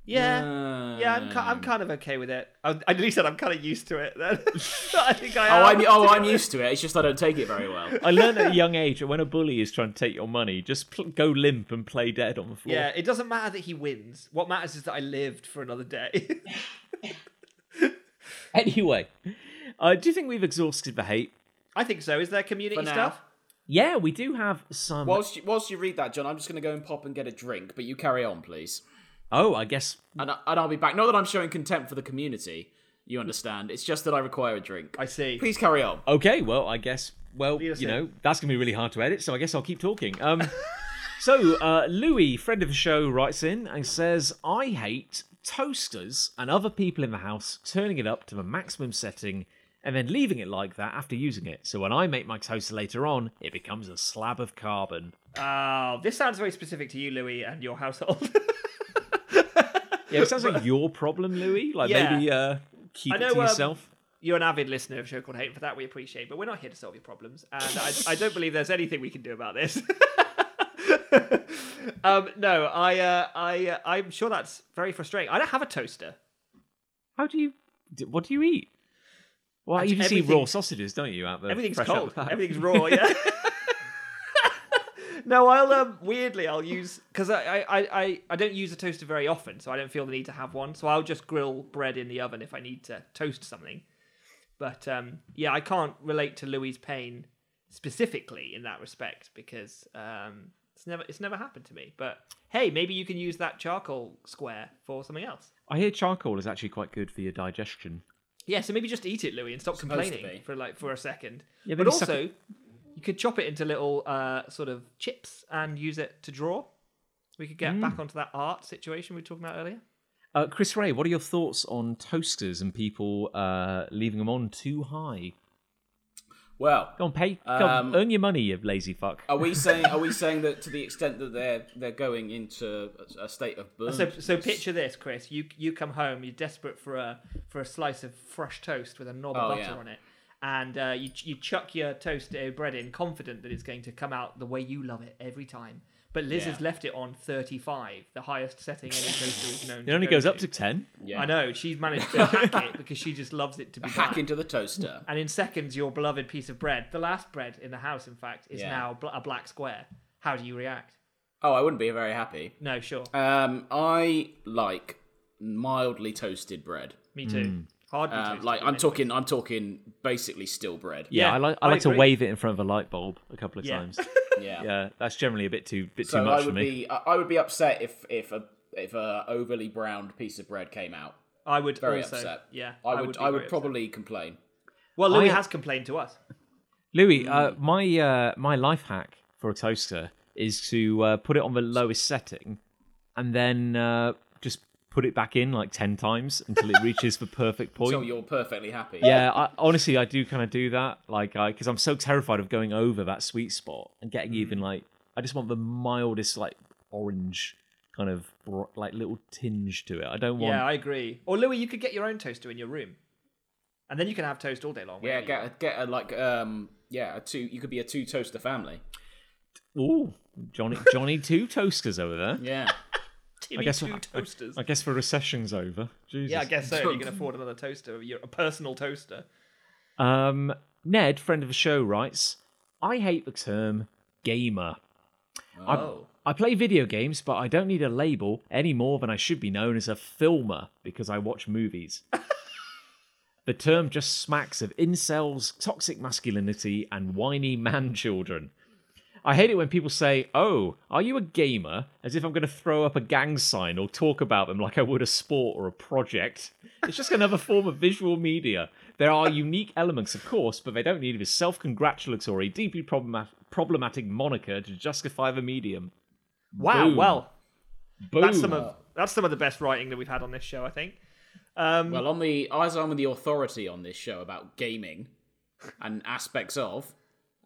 [SPEAKER 2] Yeah. yeah,
[SPEAKER 3] Uh,
[SPEAKER 2] I'm, ki- I'm kind of okay with it. I, I nearly said I'm kind of used to it then. I think I
[SPEAKER 3] Oh,
[SPEAKER 2] am.
[SPEAKER 3] I'm, oh, I'm used to it. It's just I don't take it very well.
[SPEAKER 1] I learned at a young age that when a bully is trying to take your money, just pl- go limp and play dead on the floor.
[SPEAKER 2] Yeah, it doesn't matter that he wins. What matters is that I lived for another day.
[SPEAKER 1] Anyway, uh, do you think we've exhausted the hate?
[SPEAKER 2] I think so. Is there community
[SPEAKER 3] For now.
[SPEAKER 2] stuff?
[SPEAKER 1] Yeah, we do have some.
[SPEAKER 3] Whilst you, whilst you read that, John, I'm just going to go and pop and get a drink, but you carry on, please.
[SPEAKER 1] oh, I guess
[SPEAKER 3] And, I, and I'll be back. Not that I'm showing contempt for the community, you understand. It's just that I require a drink.
[SPEAKER 2] I see.
[SPEAKER 3] Please carry on.
[SPEAKER 1] Okay, well, I guess, well,
[SPEAKER 2] Lead us
[SPEAKER 1] you
[SPEAKER 2] in.
[SPEAKER 1] know, that's going to be really hard to edit, so I guess I'll keep talking. Um, so, uh, Louis, friend of the show, writes in and says, I hate toasters and other people in the house turning it up to the maximum setting and then leaving it like that after using it. So when I make my toaster later on, it becomes a slab of carbon.
[SPEAKER 2] Oh, this sounds very specific to you, Louis, and your household.
[SPEAKER 1] Yeah, it sounds like your problem, Louis. Like
[SPEAKER 2] Yeah.
[SPEAKER 1] maybe uh, keep
[SPEAKER 2] I
[SPEAKER 1] it
[SPEAKER 2] know,
[SPEAKER 1] to
[SPEAKER 2] um,
[SPEAKER 1] yourself.
[SPEAKER 2] You're an avid listener of a show called Hate for that. We appreciate, but we're not here to solve your problems, and I, I don't believe there's anything we can do about this. um, no, I, uh, I, uh, I'm sure that's very frustrating. I don't have a toaster.
[SPEAKER 1] How do you? d- What do you eat? Well,
[SPEAKER 2] Actually,
[SPEAKER 1] you see
[SPEAKER 2] everything-
[SPEAKER 1] raw sausages, don't you? Out there,
[SPEAKER 2] Everything's
[SPEAKER 1] fresh out
[SPEAKER 2] cold.
[SPEAKER 1] the pack.
[SPEAKER 2] Everything's raw. Yeah. no, I'll um, weirdly I'll use because I, I I- I I don't use a toaster very often, so I don't feel the need to have one. So I'll just grill bread in the oven if I need to toast something. But um, yeah, I can't relate to Louis' pain specifically in that respect because um, it's never it's never happened to me. But hey, maybe you can use that charcoal square for something else.
[SPEAKER 1] I hear charcoal is actually quite good for your digestion.
[SPEAKER 2] Yeah, so maybe just eat it, Louis, and stop
[SPEAKER 3] Supposed to
[SPEAKER 2] complaining
[SPEAKER 3] be.
[SPEAKER 2] for like for a second.
[SPEAKER 1] Yeah,
[SPEAKER 2] but
[SPEAKER 1] maybe suck
[SPEAKER 2] also, you could chop it into little uh, sort of chips and use it to draw. We could get
[SPEAKER 1] Mm.
[SPEAKER 2] back onto that art situation we were talking about earlier.
[SPEAKER 1] Uh, Chris Ray, what are your thoughts on toasters and people uh, leaving them on too high?
[SPEAKER 3] Well,
[SPEAKER 1] Go on, pay. Go on,
[SPEAKER 3] Um,
[SPEAKER 1] earn your money, you lazy fuck.
[SPEAKER 3] are we saying are we saying that to the extent that they're they're going into a- a state of burn?
[SPEAKER 2] So, so picture this, Chris. You you come home, you're desperate for a for a slice of fresh toast with a knob of
[SPEAKER 3] Oh,
[SPEAKER 2] butter
[SPEAKER 3] yeah.
[SPEAKER 2] on it, and uh, you you chuck your toast uh, bread in, confident that it's going to come out the way you love it every time. But Liz has
[SPEAKER 3] Yeah.
[SPEAKER 2] left it on 35, the highest setting any toaster is known.
[SPEAKER 1] It only goes up to ten.
[SPEAKER 3] yeah.
[SPEAKER 2] I know she's managed to hack it because she just loves it to be
[SPEAKER 3] Hack
[SPEAKER 2] black.
[SPEAKER 3] into the toaster.
[SPEAKER 2] and in seconds, your beloved piece of bread, the last bread in the house, in fact, is
[SPEAKER 3] Yeah.
[SPEAKER 2] now bl- a black square. How do you react?
[SPEAKER 3] Oh, I wouldn't be very happy.
[SPEAKER 2] No, sure,
[SPEAKER 3] Um, I like mildly toasted bread.
[SPEAKER 2] me too.
[SPEAKER 1] Hmm.
[SPEAKER 2] Hard
[SPEAKER 3] Um, like I'm talking, I'm talking basically still bread.
[SPEAKER 1] Yeah,
[SPEAKER 2] Yeah,
[SPEAKER 1] I like. I
[SPEAKER 2] I
[SPEAKER 1] like to
[SPEAKER 2] agree.
[SPEAKER 1] wave it in front of a light bulb a couple of
[SPEAKER 2] Yeah.
[SPEAKER 1] times.
[SPEAKER 3] yeah.
[SPEAKER 1] yeah, that's generally a bit too bit
[SPEAKER 3] So
[SPEAKER 1] too
[SPEAKER 3] I
[SPEAKER 1] much for
[SPEAKER 3] would
[SPEAKER 1] me.
[SPEAKER 3] be, I I would be upset if if a if a overly browned piece of bread came out.
[SPEAKER 2] I would
[SPEAKER 3] Very
[SPEAKER 2] also,
[SPEAKER 3] upset.
[SPEAKER 2] yeah,
[SPEAKER 3] I would,
[SPEAKER 2] be
[SPEAKER 3] I would
[SPEAKER 2] very upset.
[SPEAKER 3] probably complain.
[SPEAKER 2] Well, Louis
[SPEAKER 1] I-
[SPEAKER 2] has complained to us.
[SPEAKER 1] Louis, uh,
[SPEAKER 3] Mm.
[SPEAKER 1] my uh, my life hack for a toaster is to uh, put it on the lowest setting, and then uh, just put it back in like ten times until it reaches the perfect point.
[SPEAKER 3] So you're perfectly happy.
[SPEAKER 1] yeah, I, honestly, I do kind of do that, like, because I'm so terrified of going over that sweet spot and getting
[SPEAKER 2] Mm.
[SPEAKER 1] even like, I just want the mildest like orange kind of bro- like little tinge to it. I don't want.
[SPEAKER 2] Yeah, I agree. Or Louis, you could get your own toaster in your room, and then you can have toast all day long.
[SPEAKER 3] Yeah,
[SPEAKER 2] whenever you
[SPEAKER 3] get a, get a like um yeah a two. You could be a two toaster family.
[SPEAKER 1] Ooh, Johnny, Johnny, two toasters over there.
[SPEAKER 3] Yeah.
[SPEAKER 2] want.
[SPEAKER 1] I guess
[SPEAKER 2] two
[SPEAKER 1] I-
[SPEAKER 2] toasters.
[SPEAKER 1] I guess the recession's over. Jesus.
[SPEAKER 2] yeah, I guess so. You can afford another toaster, you're a personal toaster.
[SPEAKER 1] Um, Ned, friend of the show, writes, I hate the term gamer.
[SPEAKER 3] oh.
[SPEAKER 1] I play video games, but I don't need a label any more than I should be known as a filmer because I watch movies. the term just smacks of incels, toxic masculinity, and whiny man children. I hate it when people say, Oh, are you a gamer? as if I'm going to throw up a gang sign or talk about them like I would a sport or a project. It's just another form of visual media. There are unique elements, of course, but they don't need this self congratulatory, deeply problema- problematic moniker to justify the medium.
[SPEAKER 2] Wow.
[SPEAKER 1] Boom.
[SPEAKER 2] Well,
[SPEAKER 1] Boom.
[SPEAKER 2] that's some of that's some of the best writing that we've had on this show, I think. Um,
[SPEAKER 3] Well, on the as I'm the authority on this show about gaming and aspects of.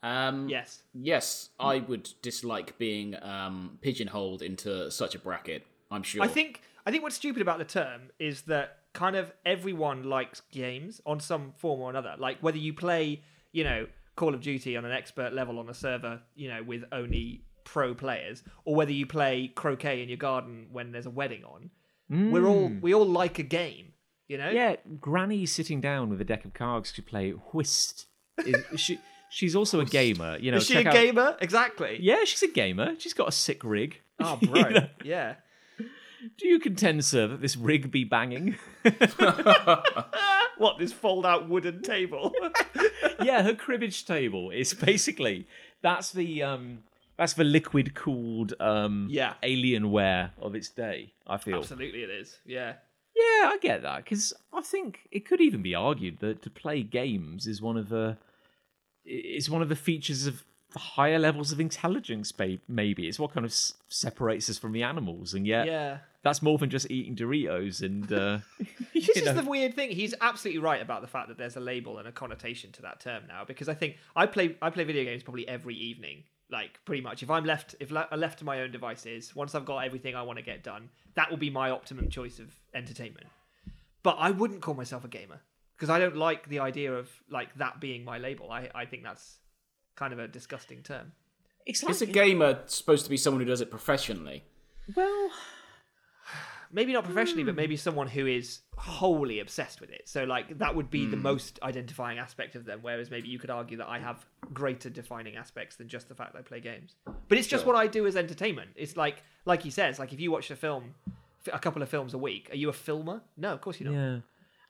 [SPEAKER 3] Um,
[SPEAKER 2] yes,
[SPEAKER 3] Yes, I would dislike being um, pigeonholed into such a bracket. I'm sure.
[SPEAKER 2] I think I think what's stupid about the term is that kind of everyone likes games on some form or another. Like whether you play, you know, Call of Duty on an expert level on a server, you know, with only pro players, or whether you play croquet in your garden when there's a wedding on. We're all we all like a game, you know.
[SPEAKER 1] Mm. Yeah, Granny sitting down with a deck of cards to play whist. Is, is she, she's also a gamer. You know,
[SPEAKER 2] Is she a
[SPEAKER 1] check out-
[SPEAKER 2] gamer? Exactly.
[SPEAKER 1] Yeah, she's a gamer. She's got a sick rig.
[SPEAKER 2] Oh, bro.
[SPEAKER 1] You know,
[SPEAKER 2] Yeah.
[SPEAKER 1] do you contend, sir, that this rig be banging?
[SPEAKER 2] What this fold-out wooden table?
[SPEAKER 1] yeah, her cribbage table is basically that's the um that's the liquid cooled um
[SPEAKER 2] Yeah.
[SPEAKER 1] Alienware of its day. I feel.
[SPEAKER 2] Absolutely, it is. Yeah.
[SPEAKER 1] Yeah, I get that because I think it could even be argued that to play games is one of the i- is one of the features of higher levels of intelligence, babe, maybe. It's what kind of s- separates us from the animals. And yet,
[SPEAKER 2] Yeah.
[SPEAKER 1] that's more than just eating Doritos and. Uh, you
[SPEAKER 2] This
[SPEAKER 1] know.
[SPEAKER 2] is the weird thing. He's absolutely right about the fact that there's a label and a connotation to that term now. Because I think I play I play video games probably every evening, like pretty much. If I'm left if le- left to my own devices, once I've got everything I want to get done, that will be my optimum choice of entertainment. But I wouldn't call myself a gamer because I don't like the idea of like that being my label. I I think that's kind of a disgusting term.
[SPEAKER 1] It's
[SPEAKER 3] Is a
[SPEAKER 1] like-
[SPEAKER 3] gamer supposed to be someone who does it professionally?
[SPEAKER 1] well,
[SPEAKER 2] maybe not professionally, but
[SPEAKER 1] Hmm.
[SPEAKER 2] maybe someone who is wholly obsessed with it. So like that would be the
[SPEAKER 1] Hmm.
[SPEAKER 2] most identifying aspect of them. Whereas maybe you could argue that I have greater defining aspects than just the fact I play games. But it's just
[SPEAKER 3] Sure.
[SPEAKER 2] what I do as entertainment. It's like like he says, like if you watch a film, a couple of films a week, are you a filmer? No, of course you're not.
[SPEAKER 1] yeah.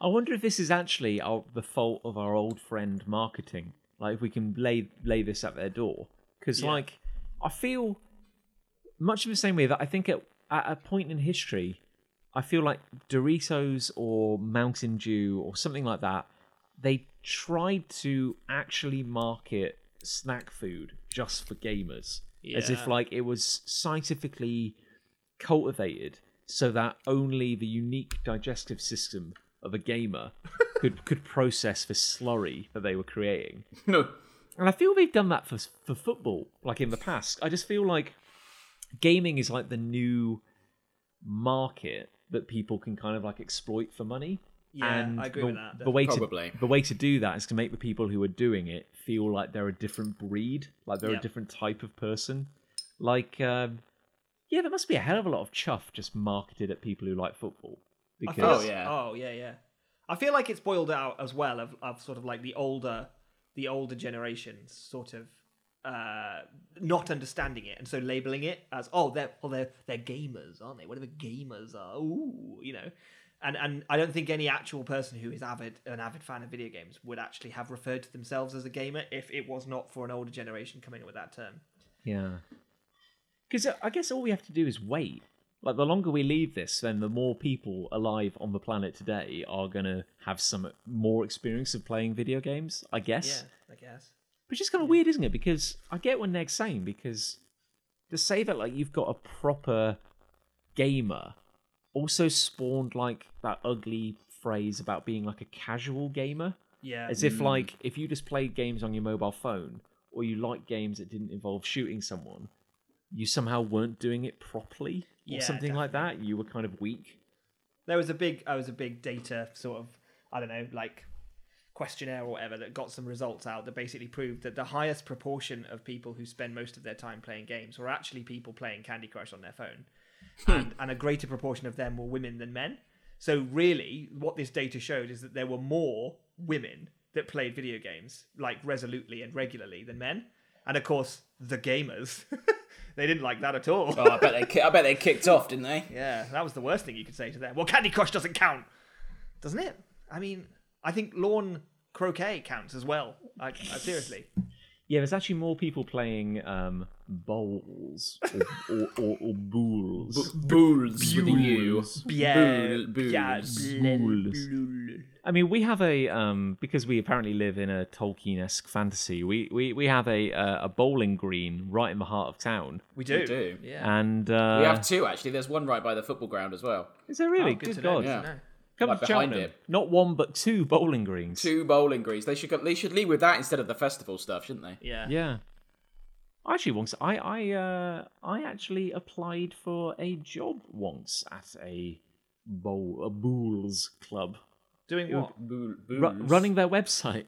[SPEAKER 1] I wonder if this is actually our, the fault of our old friend marketing. Like, if we can lay lay this at their door, because like, I feel much of the same way that I think at at a point in history, I feel like Doritos or Mountain Dew or something like that, they tried to actually market snack food just for gamers, as
[SPEAKER 2] Yeah.
[SPEAKER 1] if like it was scientifically cultivated so that only the unique digestive system of a gamer could could process the slurry that they were creating.
[SPEAKER 3] No.
[SPEAKER 1] And I feel they've done that for for football, like in the past. I just feel like gaming is like the new market that people can kind of like exploit for money.
[SPEAKER 2] Yeah,
[SPEAKER 1] and
[SPEAKER 2] I agree
[SPEAKER 1] the,
[SPEAKER 2] with that,
[SPEAKER 1] The way
[SPEAKER 3] Probably.
[SPEAKER 1] to the way to do that is to make the people who are doing it feel like they're a different breed, like they're
[SPEAKER 2] Yep.
[SPEAKER 1] a different type of person. Like, um, yeah, there must be a hell of a lot of chuff just marketed at people who like football.
[SPEAKER 2] I
[SPEAKER 1] Because
[SPEAKER 2] feel-
[SPEAKER 3] Oh, yeah.
[SPEAKER 2] Oh yeah, yeah. I feel like it's boiled out as well of, of sort of like the older the older generations sort of uh not understanding it and so labeling it as oh they're well they're they're gamers, aren't they? Whatever gamers are. Ooh, you know. And and I don't think any actual person who is avid an avid fan of video games would actually have referred to themselves as a gamer if it was not for an older generation coming up with that term.
[SPEAKER 1] Yeah. Because I guess all we have to do is wait. Like, the longer we leave this, then the more people alive on the planet today are going to have some more experience of playing video games, I
[SPEAKER 2] Yeah,
[SPEAKER 1] guess.
[SPEAKER 2] I guess.
[SPEAKER 1] Which is kind of weird, isn't it? Because I get what Neg's saying, because to say that, like, you've got a proper gamer also spawned, like, that ugly phrase about being, like, a casual gamer.
[SPEAKER 2] Yeah.
[SPEAKER 1] As if like if you just played games on your mobile phone or you liked games that didn't involve shooting someone, you somehow weren't doing it properly or
[SPEAKER 2] Yeah,
[SPEAKER 1] something like that. You were kind of weak.
[SPEAKER 2] there was a big I was a big data sort of I don't know like questionnaire or whatever that got some results out that basically proved that the highest proportion of people who spend most of their time playing games were actually people playing Candy Crush on their phone and, and a greater proportion of them were women than men so really what this data showed is that there were more women that played video games like resolutely and regularly than men and of course the gamers they didn't like that at all
[SPEAKER 3] Oh, I bet they. Ki- I bet they kicked off, didn't they?
[SPEAKER 2] yeah, that was the worst thing you could say to them. Well, Candy Crush doesn't count, doesn't it? I mean, I think lawn croquet counts as well. I, I, seriously,
[SPEAKER 1] Yeah, there's actually more people playing um, bowls or, or, or, or bowls.
[SPEAKER 3] Bulls with a U.
[SPEAKER 2] yeah,
[SPEAKER 3] Bool-
[SPEAKER 2] yeah,
[SPEAKER 3] booze.
[SPEAKER 1] Bowls. I mean, we have a um, because we apparently live in a Tolkien-esque fantasy. We we, we have a uh, a bowling green right in the heart of town,
[SPEAKER 2] we do.
[SPEAKER 3] We do.
[SPEAKER 2] Yeah.
[SPEAKER 1] and uh,
[SPEAKER 3] We have two actually. There's one right by the football ground as well.
[SPEAKER 1] is there really
[SPEAKER 2] Oh,
[SPEAKER 1] good,
[SPEAKER 2] to know,
[SPEAKER 1] God?
[SPEAKER 2] good to
[SPEAKER 3] Yeah.
[SPEAKER 2] know.
[SPEAKER 1] Come
[SPEAKER 3] Like
[SPEAKER 1] to
[SPEAKER 3] behind
[SPEAKER 1] Cheltenham.
[SPEAKER 3] it.
[SPEAKER 1] Not one, but two bowling greens.
[SPEAKER 3] Two bowling greens. They should go, they should lead with that instead of the festival stuff, shouldn't they?
[SPEAKER 2] Yeah.
[SPEAKER 1] Yeah. I actually once I I uh, I actually applied for a job once at a bowl a bowls club
[SPEAKER 2] Doing what?
[SPEAKER 3] Bool-
[SPEAKER 1] Ru-
[SPEAKER 3] booze.
[SPEAKER 1] running their website.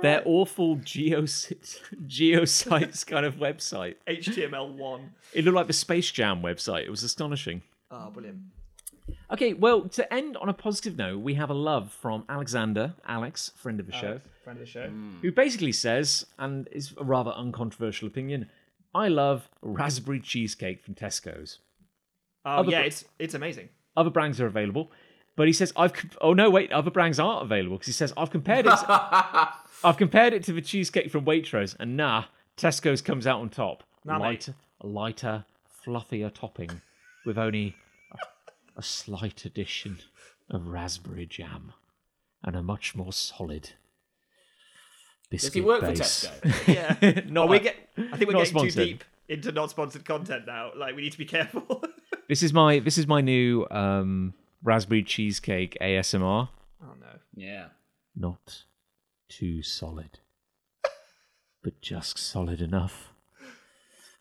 [SPEAKER 1] Their awful geos- geosites kind of website.
[SPEAKER 2] HTML one.
[SPEAKER 1] It looked like the Space Jam website. It was astonishing.
[SPEAKER 2] Oh, brilliant.
[SPEAKER 1] Okay, well, to end on a positive note, we have a love from Alexander, Alex, friend of the show.
[SPEAKER 2] Friend of the show. Um,
[SPEAKER 1] who basically says, and is a rather uncontroversial opinion, I love raspberry cheesecake from Tesco's.
[SPEAKER 2] Oh
[SPEAKER 1] Other
[SPEAKER 2] yeah,
[SPEAKER 1] br-
[SPEAKER 2] it's it's amazing.
[SPEAKER 1] Other brands are available, but he says I've. comp- Oh no, wait, other brands aren't available because he says I've compared it. I've compared it to the cheesecake from Waitrose, and nah, Tesco's comes out on top.
[SPEAKER 2] Nah, mate.
[SPEAKER 1] lighter, lighter, fluffier topping, with only a, a slight addition of raspberry jam, and a much more solid Biscuit
[SPEAKER 3] he work for
[SPEAKER 1] base.
[SPEAKER 2] Yeah.
[SPEAKER 1] Not-
[SPEAKER 2] Are we get, I think we're
[SPEAKER 1] not
[SPEAKER 2] getting
[SPEAKER 1] sponsored.
[SPEAKER 2] too deep into not sponsored content now. Like, we need to be careful.
[SPEAKER 1] This is my this is my new um, raspberry cheesecake ASMR.
[SPEAKER 2] oh, no.
[SPEAKER 3] Yeah.
[SPEAKER 1] Not too solid, but just solid enough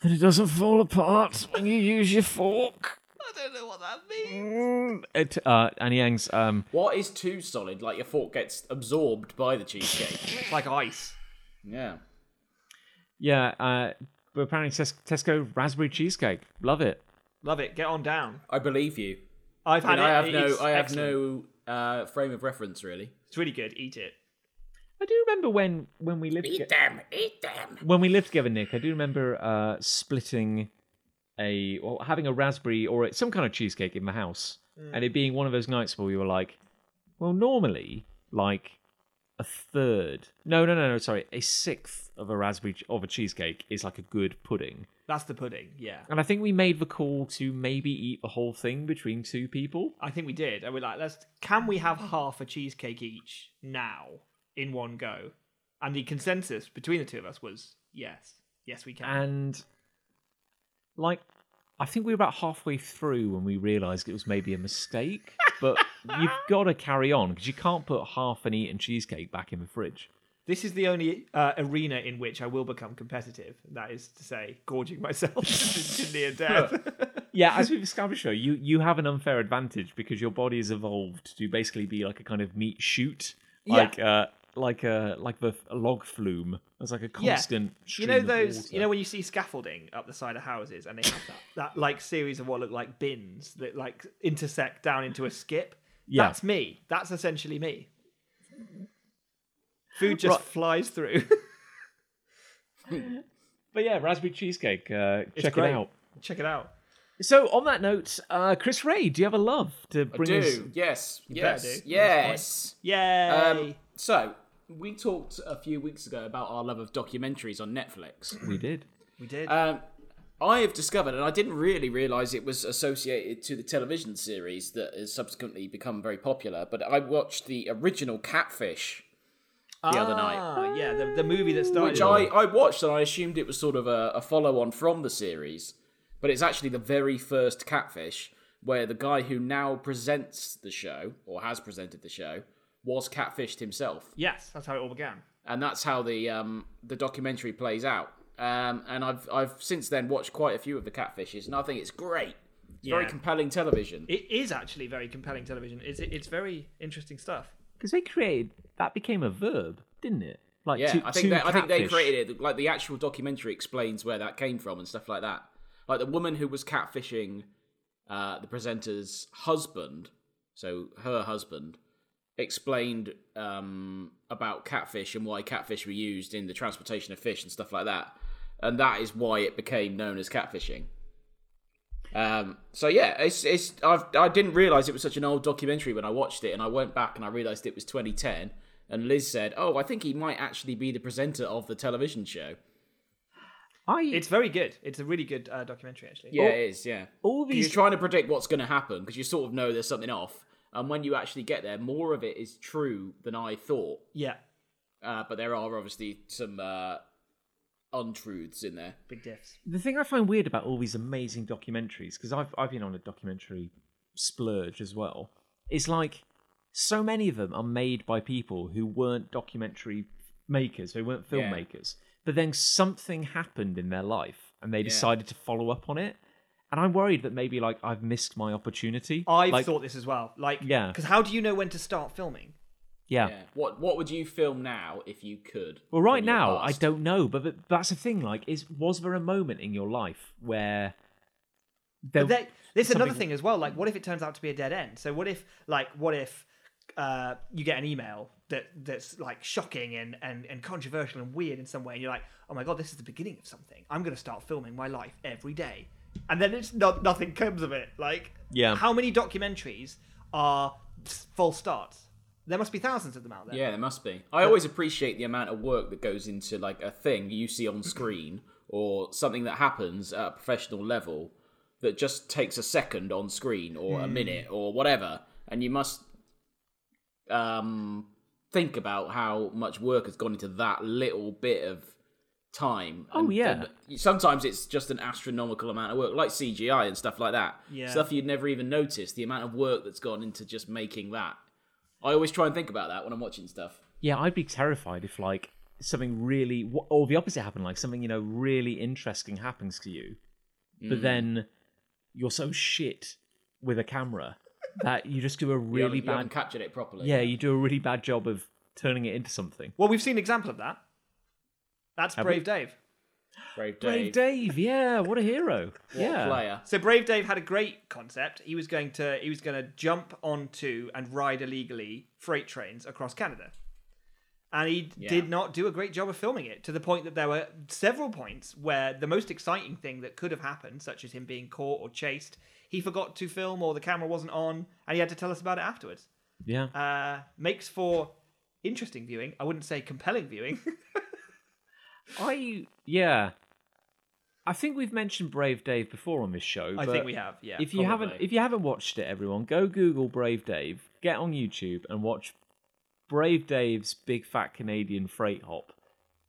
[SPEAKER 1] that it doesn't fall apart when you use your fork.
[SPEAKER 2] I don't know what that means.
[SPEAKER 1] Mm, It, uh, Annie Yang's um,
[SPEAKER 3] What is too solid? Like your fork gets absorbed by the cheesecake.
[SPEAKER 2] Like ice.
[SPEAKER 3] yeah.
[SPEAKER 1] yeah, uh, but apparently Tes- Tesco raspberry cheesecake. Love it.
[SPEAKER 2] Love it. Get on down.
[SPEAKER 3] I believe you.
[SPEAKER 2] I've
[SPEAKER 3] I,
[SPEAKER 2] had
[SPEAKER 3] mean, I have
[SPEAKER 2] it.
[SPEAKER 3] no
[SPEAKER 2] It's
[SPEAKER 3] I have
[SPEAKER 2] excellent.
[SPEAKER 3] no uh, frame of reference really.
[SPEAKER 2] It's really good. Eat it.
[SPEAKER 1] I do remember when when we lived toge-
[SPEAKER 3] them, eat them.
[SPEAKER 1] when we lived together, Nick. I do remember uh, splitting a well, having a raspberry or some kind of cheesecake in the house, and it being one of those nights where we were like, well, normally like a third, no, no, no, no, sorry, a sixth of a raspberry ch- of a cheesecake is like a good pudding,
[SPEAKER 2] That's the pudding. Yeah.
[SPEAKER 1] and I think we made the call to maybe eat the whole thing between two people.
[SPEAKER 2] I think we did. And we're like, let's can we have half a cheesecake each now in one go? And the consensus between the two of us was yes. Yes we can.
[SPEAKER 1] and like I think we were about halfway through when we realised it was maybe a mistake. But you've got to carry on because you can't put half an eaten cheesecake back in the fridge.
[SPEAKER 2] This is the only uh, arena in which I will become competitive. That is to say, gorging myself to, to near death.
[SPEAKER 1] Yeah, as we've established, though, you you have an unfair advantage because your body has evolved to basically be like a kind of meat shoot, like uh, like a like the a log flume. It's like a
[SPEAKER 2] Yeah.
[SPEAKER 1] constant.
[SPEAKER 2] You
[SPEAKER 1] stream
[SPEAKER 2] know
[SPEAKER 1] of
[SPEAKER 2] those
[SPEAKER 1] water.
[SPEAKER 2] you know when you see scaffolding up the side of houses and they have that, that like series of what look like bins that like intersect down into a skip?
[SPEAKER 1] Yeah.
[SPEAKER 2] That's me. That's essentially me. Food just
[SPEAKER 1] Right.
[SPEAKER 2] flies through.
[SPEAKER 1] But yeah, raspberry cheesecake. Uh, check
[SPEAKER 2] great.
[SPEAKER 1] it out.
[SPEAKER 2] Check it
[SPEAKER 1] Um,
[SPEAKER 2] out.
[SPEAKER 1] So on that note, uh, Chris Ray, do you have a love to
[SPEAKER 3] I
[SPEAKER 1] bring
[SPEAKER 3] do.
[SPEAKER 1] us
[SPEAKER 3] Yes.
[SPEAKER 2] better
[SPEAKER 3] Yes.
[SPEAKER 2] do.
[SPEAKER 3] Yes.
[SPEAKER 2] Yay!
[SPEAKER 3] Um, so we talked a few weeks ago about our love of documentaries on Netflix.
[SPEAKER 1] We did.
[SPEAKER 2] we did.
[SPEAKER 1] uh,
[SPEAKER 3] Um, I have discovered, and I didn't really realise it was associated to the television series that has subsequently become very popular, but I watched the original Catfish the other night.
[SPEAKER 2] Ah, yeah, the, the movie that started.
[SPEAKER 3] Which I, I watched and I assumed it was sort of a, a follow on from the series, but it's actually the very first Catfish where the guy who now presents the show, or has presented the show, was catfished himself
[SPEAKER 2] Yes, that's how it all began.
[SPEAKER 3] and that's how the um, the documentary plays out. Um, and I've I've since then watched quite a few of the catfishes, and I think it's great. It's very
[SPEAKER 2] Yeah.
[SPEAKER 3] compelling television.
[SPEAKER 2] It is actually very compelling television. It's it's very interesting stuff.
[SPEAKER 1] Because they created that became a verb, didn't it? Like
[SPEAKER 3] yeah,
[SPEAKER 1] to,
[SPEAKER 3] I think
[SPEAKER 1] to
[SPEAKER 3] they, I think they
[SPEAKER 1] catfish.
[SPEAKER 3] created it. Like the actual documentary explains where that came from and stuff like that. Like the woman who was catfishing uh, the presenter's husband, so her husband explained um, about catfish and why catfish were used in the transportation of fish and stuff like that, and that is why it became known as catfishing. Um, so yeah, it's it's I've, I didn't realize it was such an old documentary when I watched it, and I went back and I realized it was 2010. And Liz said, "Oh, I think he might actually be the presenter of the television show."
[SPEAKER 1] I
[SPEAKER 2] It's very good. It's a really good uh, documentary, actually.
[SPEAKER 3] Yeah, it is. Yeah,
[SPEAKER 1] all
[SPEAKER 3] 'Cause you're
[SPEAKER 1] these
[SPEAKER 3] trying to predict what's going to happen because you sort of know there's something off, and when you actually get there, more of it is true than I thought.
[SPEAKER 2] Yeah,
[SPEAKER 3] Uh, but there are obviously some uh, untruths in there.
[SPEAKER 2] big diffs.
[SPEAKER 1] the thing I find weird about all these amazing documentaries because I've I've been on a documentary splurge as well. It's like so many of them are made by people who weren't documentary makers, who weren't
[SPEAKER 3] Yeah.
[SPEAKER 1] filmmakers, but then something happened in their life and they decided to follow up on it. And I'm worried that maybe like I've missed my opportunity.
[SPEAKER 2] I have
[SPEAKER 1] Like,
[SPEAKER 2] thought this as well. Like,
[SPEAKER 1] Yeah.
[SPEAKER 2] because how do you know when to start filming?
[SPEAKER 1] yeah.
[SPEAKER 3] Yeah. What What would you film now if you could?
[SPEAKER 1] Well, right
[SPEAKER 3] from your
[SPEAKER 1] now I
[SPEAKER 3] past?
[SPEAKER 1] don't know, but th- that's the thing. Like, is was there a moment in your life where there,
[SPEAKER 2] But they, this is another
[SPEAKER 1] something-
[SPEAKER 2] thing as well. Like, what if it turns out to be a dead end? So what if, like, what if uh, you get an email that that's like shocking and, and and controversial and weird in some way, and you're like, oh my god, this is the beginning of something. I'm gonna start filming my life every day, and then it's not nothing comes of it. Like,
[SPEAKER 1] Yeah.
[SPEAKER 2] how many documentaries are false starts? There must be thousands of them out there.
[SPEAKER 3] Yeah, there must be. I always appreciate the amount of work that goes into like a thing you see on screen or something that happens at a professional level that just takes a second on
[SPEAKER 1] Hmm.
[SPEAKER 3] screen or a minute or whatever, and you must um think about how much work has gone into that little bit of time.
[SPEAKER 1] Oh, yeah.
[SPEAKER 3] and sometimes it's just an astronomical amount of work, like CGI and stuff like that.
[SPEAKER 2] Yeah.
[SPEAKER 3] Stuff you'd never even notice. The amount of work that's gone into just making that. I always try and think about that when I'm watching stuff.
[SPEAKER 1] Yeah, I'd be terrified if like something really, wh- or the opposite happened, like something you know really interesting happens to you,
[SPEAKER 3] Mm.
[SPEAKER 1] but then you're so shit with a camera that you just do a
[SPEAKER 3] You
[SPEAKER 1] really
[SPEAKER 3] haven't- you
[SPEAKER 1] bad.
[SPEAKER 3] haven't captured it properly.
[SPEAKER 1] yeah, you do a really bad job of turning it into something.
[SPEAKER 2] Well, we've seen an example of that. That's
[SPEAKER 1] Have
[SPEAKER 2] Brave
[SPEAKER 1] we?
[SPEAKER 2] Dave.
[SPEAKER 3] Brave
[SPEAKER 1] Brave
[SPEAKER 3] Dave.
[SPEAKER 1] Dave, yeah, what a hero!
[SPEAKER 3] What a
[SPEAKER 1] yeah,
[SPEAKER 3] player.
[SPEAKER 2] So Brave Dave had a great concept. He was going to he was going to jump onto and ride illegally freight trains across Canada. And he
[SPEAKER 3] Yeah.
[SPEAKER 2] did not do a great job of filming it to the point that there were several points where the most exciting thing that could have happened, such as him being caught or chased, he forgot to film or the camera wasn't on and he had to tell us about it afterwards.
[SPEAKER 1] yeah.
[SPEAKER 2] Uh, makes for interesting viewing. I wouldn't say compelling viewing.
[SPEAKER 1] I yeah. I think we've mentioned Brave Dave before on this show.
[SPEAKER 2] I
[SPEAKER 1] but
[SPEAKER 2] think we have, yeah.
[SPEAKER 1] if you haven't,
[SPEAKER 3] probably.
[SPEAKER 1] if you haven't watched it, everyone go Google Brave Dave, get on YouTube, and watch Brave Dave's Big Fat Canadian Freight Hop.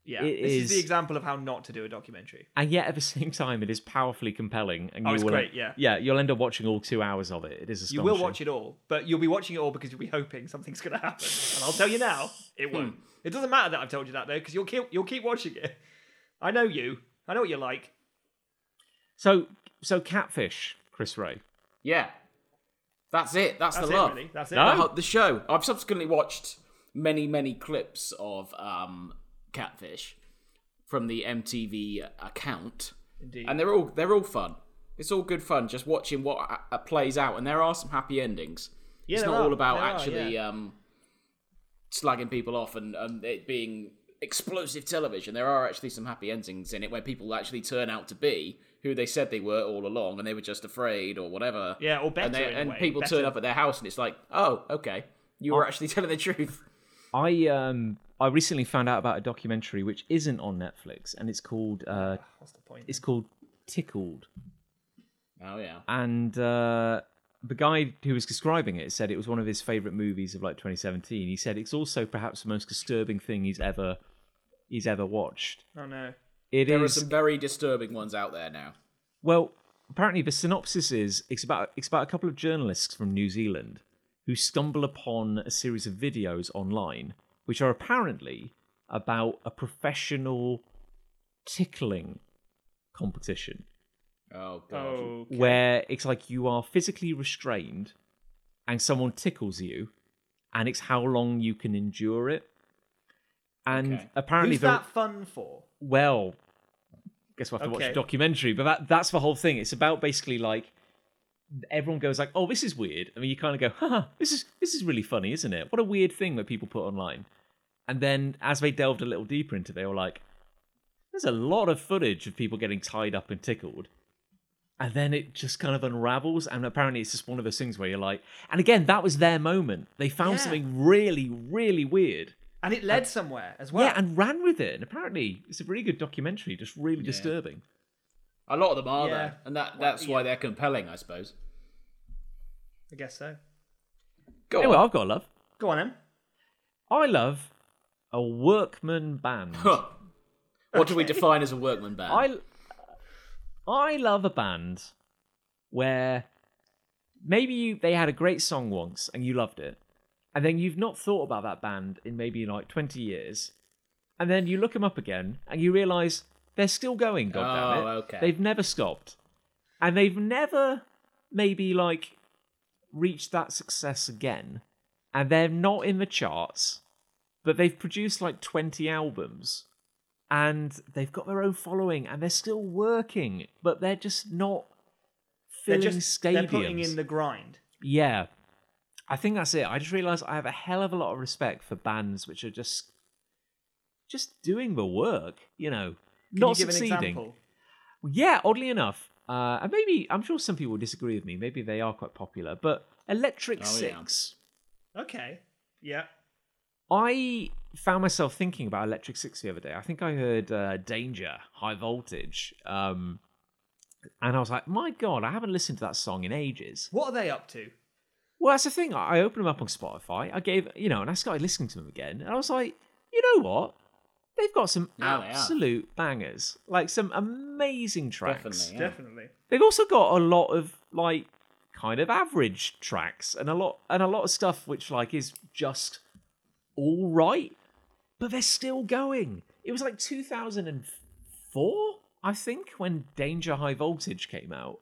[SPEAKER 2] yeah.
[SPEAKER 1] it
[SPEAKER 2] this is... the
[SPEAKER 1] is-
[SPEAKER 2] example of how not to do a documentary.
[SPEAKER 1] And yet, at the same time, it is powerfully compelling. And
[SPEAKER 2] Oh,
[SPEAKER 1] you
[SPEAKER 2] it's
[SPEAKER 1] will,
[SPEAKER 2] great, yeah.
[SPEAKER 1] yeah, you'll end up watching all two hours of it. It is
[SPEAKER 2] You
[SPEAKER 1] astonishing.
[SPEAKER 2] will watch it all, but you'll be watching it all because you'll be hoping something's going to happen. And I'll tell you now,
[SPEAKER 3] Hmm.
[SPEAKER 2] it won't. it doesn't matter that I've told you that though, because you'll keep you'll keep watching it. I know you. I know what you're like.
[SPEAKER 1] So, so catfish, Chris Ray.
[SPEAKER 3] Yeah. That's it. That's,
[SPEAKER 2] That's
[SPEAKER 3] the
[SPEAKER 2] it,
[SPEAKER 3] love.
[SPEAKER 2] really. That's it.
[SPEAKER 1] No.
[SPEAKER 3] Uh, the show. I've subsequently watched many, many clips of um, Catfish from the MTV account,
[SPEAKER 2] Indeed.
[SPEAKER 3] and they're all they're all fun. It's all good fun just watching what uh, uh, plays out, and there are some happy endings.
[SPEAKER 2] Yeah,
[SPEAKER 3] it's
[SPEAKER 2] there
[SPEAKER 3] not
[SPEAKER 2] are.
[SPEAKER 3] all about
[SPEAKER 2] There are,
[SPEAKER 3] actually um, slagging people off and, and it being explosive television. There are actually some happy endings in it where people actually turn out to be who they said they were all along, and they were just afraid or whatever.
[SPEAKER 2] Yeah, or better
[SPEAKER 3] And, they,
[SPEAKER 2] in a
[SPEAKER 3] and
[SPEAKER 2] way,
[SPEAKER 3] people
[SPEAKER 2] better.
[SPEAKER 3] turn up at their house, and it's like, oh, okay, you were actually telling the truth.
[SPEAKER 1] I um, I recently found out about a documentary which isn't on Netflix, and it's called uh,
[SPEAKER 2] What's the point?
[SPEAKER 1] it's called Tickled.
[SPEAKER 3] Oh yeah,
[SPEAKER 1] and uh, the guy who was describing it said it was one of his favorite movies of like 2017. He said it's also perhaps the most disturbing thing he's ever he's ever watched.
[SPEAKER 2] Oh no.
[SPEAKER 1] It is
[SPEAKER 3] there are some very disturbing ones out there now.
[SPEAKER 1] well, apparently the synopsis is it's about it's about a couple of journalists from New Zealand who stumble upon a series of videos online which are apparently about a professional tickling competition.
[SPEAKER 3] Oh god.
[SPEAKER 2] Oh.
[SPEAKER 1] where it's like you are physically restrained and someone tickles you and it's how long you can endure it and
[SPEAKER 3] Okay.
[SPEAKER 1] apparently
[SPEAKER 2] Who's
[SPEAKER 1] the
[SPEAKER 2] that fun for?
[SPEAKER 1] well guess we'll have to watch
[SPEAKER 2] Okay.
[SPEAKER 1] a documentary but that that's the whole thing it's about basically like everyone goes like oh this is weird i mean you kind of go haha this is this is really funny isn't it what a weird thing that people put online and then as they delved a little deeper into it they were like there's a lot of footage of people getting tied up and tickled and then it just kind of unravels and apparently it's just one of those things where you're like and again that was their moment they found
[SPEAKER 2] Yeah.
[SPEAKER 1] something really really weird
[SPEAKER 2] And it led somewhere as well.
[SPEAKER 1] Uh, yeah, and ran with it. And apparently, it's a really good documentary, just really disturbing.
[SPEAKER 3] A lot of them are
[SPEAKER 2] Yeah.
[SPEAKER 3] though, and that that's why they're compelling, I suppose.
[SPEAKER 2] I guess so.
[SPEAKER 3] Go
[SPEAKER 1] Anyway,
[SPEAKER 3] on.
[SPEAKER 1] I've got a love.
[SPEAKER 2] Go on, Em.
[SPEAKER 1] I love a workman band.
[SPEAKER 3] Huh. What do we define as a workman band?
[SPEAKER 1] I, I love a band where maybe you, they had a great song once and you loved it, and then you've not thought about that band in maybe like 20 years, and then you look them up again and you realize they're still going, goddammit.
[SPEAKER 3] Oh, okay.
[SPEAKER 1] They've never stopped. And they've never maybe like reached that success again. And they're not in the charts, but they've produced like 20 albums and they've got their own following and they're still working, but they're just not
[SPEAKER 2] They're
[SPEAKER 1] filling
[SPEAKER 2] just
[SPEAKER 1] stadiums.
[SPEAKER 2] they're putting in the grind.
[SPEAKER 1] Yeah. I think that's it. I just realized I have a hell of a lot of respect for bands which are just just doing the work, you know,
[SPEAKER 2] Can
[SPEAKER 1] not
[SPEAKER 2] you give
[SPEAKER 1] succeeding.
[SPEAKER 2] an example?
[SPEAKER 1] Yeah, oddly enough, uh, and maybe I'm sure some people disagree with me. Maybe they are quite popular, but Electric
[SPEAKER 3] Oh, yeah.
[SPEAKER 1] Six.
[SPEAKER 2] Okay. Yeah.
[SPEAKER 1] I found myself thinking about Electric Six the other day. I think I heard uh, Danger, High Voltage, um, and I was like, my god, I haven't listened to that song in ages.
[SPEAKER 2] What are they up to?
[SPEAKER 1] Well, that's the thing. I I opened them up on Spotify. I gave, you know, and I started listening to them again. And I was like, you know what? They've got some
[SPEAKER 3] Yeah, they are.
[SPEAKER 1] absolute bangers, like some amazing tracks.
[SPEAKER 3] Definitely. Yeah.
[SPEAKER 2] Definitely.
[SPEAKER 1] They've also got a lot of like kind of average tracks and a lot and a lot of stuff which like is just all right, but they're still going. It was like 2004, I think, when Danger High Voltage came out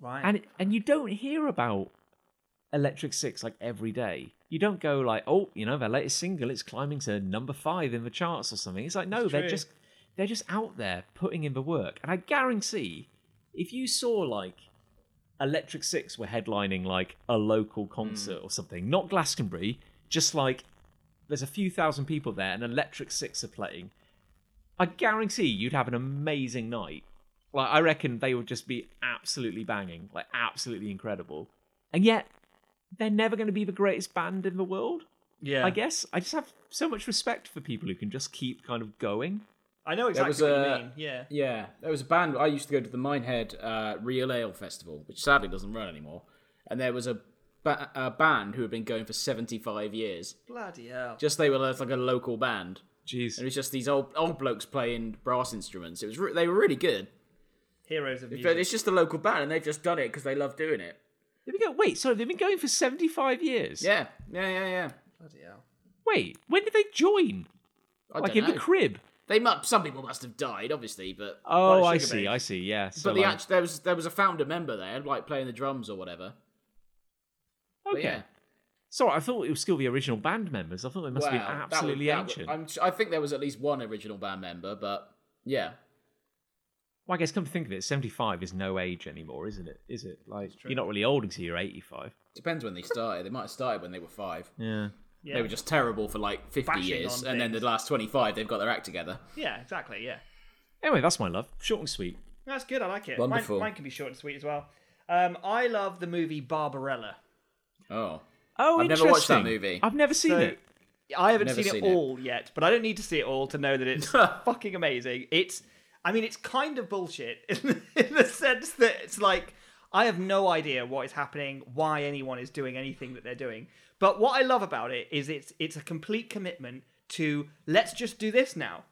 [SPEAKER 2] Right.
[SPEAKER 1] and and you don't hear about Electric Six like every day. You don't go like, oh, you know, their latest single it's climbing to number five in the charts or something. It's like no,
[SPEAKER 2] It's
[SPEAKER 1] they're
[SPEAKER 2] true.
[SPEAKER 1] just they're just out there putting in the work. And I guarantee, if you saw like Electric Six were headlining like a local concert or something, not Glastonbury, just like there's a few thousand people there and Electric Six are playing, I guarantee you'd have an amazing night. Like I reckon they would just be absolutely banging, like absolutely incredible. And yet they're never going to be the greatest band in the world.
[SPEAKER 2] yeah.
[SPEAKER 1] I guess I just have so much respect for people who can just keep kind of going.
[SPEAKER 2] I know
[SPEAKER 3] There
[SPEAKER 2] exactly
[SPEAKER 3] was
[SPEAKER 2] what
[SPEAKER 3] a-
[SPEAKER 2] you mean. Yeah.
[SPEAKER 3] Yeah, there was a band I used to go to the Minehead uh, Real Ale Festival, which sadly doesn't run anymore. And there was a, ba- a band who had been going for seventy-five years.
[SPEAKER 2] Bloody hell.
[SPEAKER 3] Just they were like a local band. It
[SPEAKER 1] Jeez,
[SPEAKER 3] was just these old old blokes playing brass instruments. It was re- they were really good,
[SPEAKER 2] Heroes of music.
[SPEAKER 3] but it's just a local band, and they've just done it because they love doing it.
[SPEAKER 1] there we go. Wait, so they've been going for seventy-five years.
[SPEAKER 3] Yeah, yeah, yeah, yeah.
[SPEAKER 2] Bloody hell.
[SPEAKER 1] Wait, when did they join?
[SPEAKER 3] I
[SPEAKER 1] like in
[SPEAKER 3] don't know.
[SPEAKER 1] the crib?
[SPEAKER 3] they must. Some people must have died, obviously, but
[SPEAKER 1] Oh, I
[SPEAKER 2] sugar
[SPEAKER 1] see.
[SPEAKER 2] babes.
[SPEAKER 1] I see. Yeah. So
[SPEAKER 3] but the
[SPEAKER 1] like-
[SPEAKER 3] act- there was there was a founder member there, like playing the drums or whatever. But
[SPEAKER 1] okay.
[SPEAKER 3] yeah.
[SPEAKER 1] Sorry, I thought it was still the original band members. I thought they must have been
[SPEAKER 3] Wow, that would-
[SPEAKER 1] absolutely
[SPEAKER 3] that would-
[SPEAKER 1] ancient.
[SPEAKER 3] I'm su- i think there was at least one original band member, but yeah,
[SPEAKER 1] Well, I guess come to think of it, seventy-five is no age anymore, isn't it? Is it? Like you're not really old until you're eighty-five.
[SPEAKER 3] depends when they started. They might have started when they were five.
[SPEAKER 1] Yeah.
[SPEAKER 2] Yeah.
[SPEAKER 3] They were just terrible for like 50
[SPEAKER 2] Bashing
[SPEAKER 3] years,
[SPEAKER 2] on
[SPEAKER 3] and then the
[SPEAKER 2] things.
[SPEAKER 3] last 25, they've got their act together.
[SPEAKER 2] Yeah, exactly. Yeah.
[SPEAKER 1] Anyway, that's my love. Short and sweet.
[SPEAKER 2] That's good. I like it.
[SPEAKER 3] Wonderful.
[SPEAKER 2] Mine, mine can be short and sweet as well. Um, I love the movie Barbarella.
[SPEAKER 3] Oh,
[SPEAKER 1] Oh,
[SPEAKER 3] I've never watched that
[SPEAKER 1] interesting.
[SPEAKER 3] movie.
[SPEAKER 1] I've never seen
[SPEAKER 2] So-
[SPEAKER 1] it.
[SPEAKER 2] I haven't
[SPEAKER 3] Never
[SPEAKER 2] seen,
[SPEAKER 3] seen
[SPEAKER 2] it
[SPEAKER 3] it.
[SPEAKER 2] all yet, but I don't need to see it all to know that it's fucking amazing. It's, I mean, it's kind of bullshit in the, in the sense that it's like I have no idea what is happening, why anyone is doing anything that they're doing. But what I love about it is it's it's a complete commitment to let's just do this now,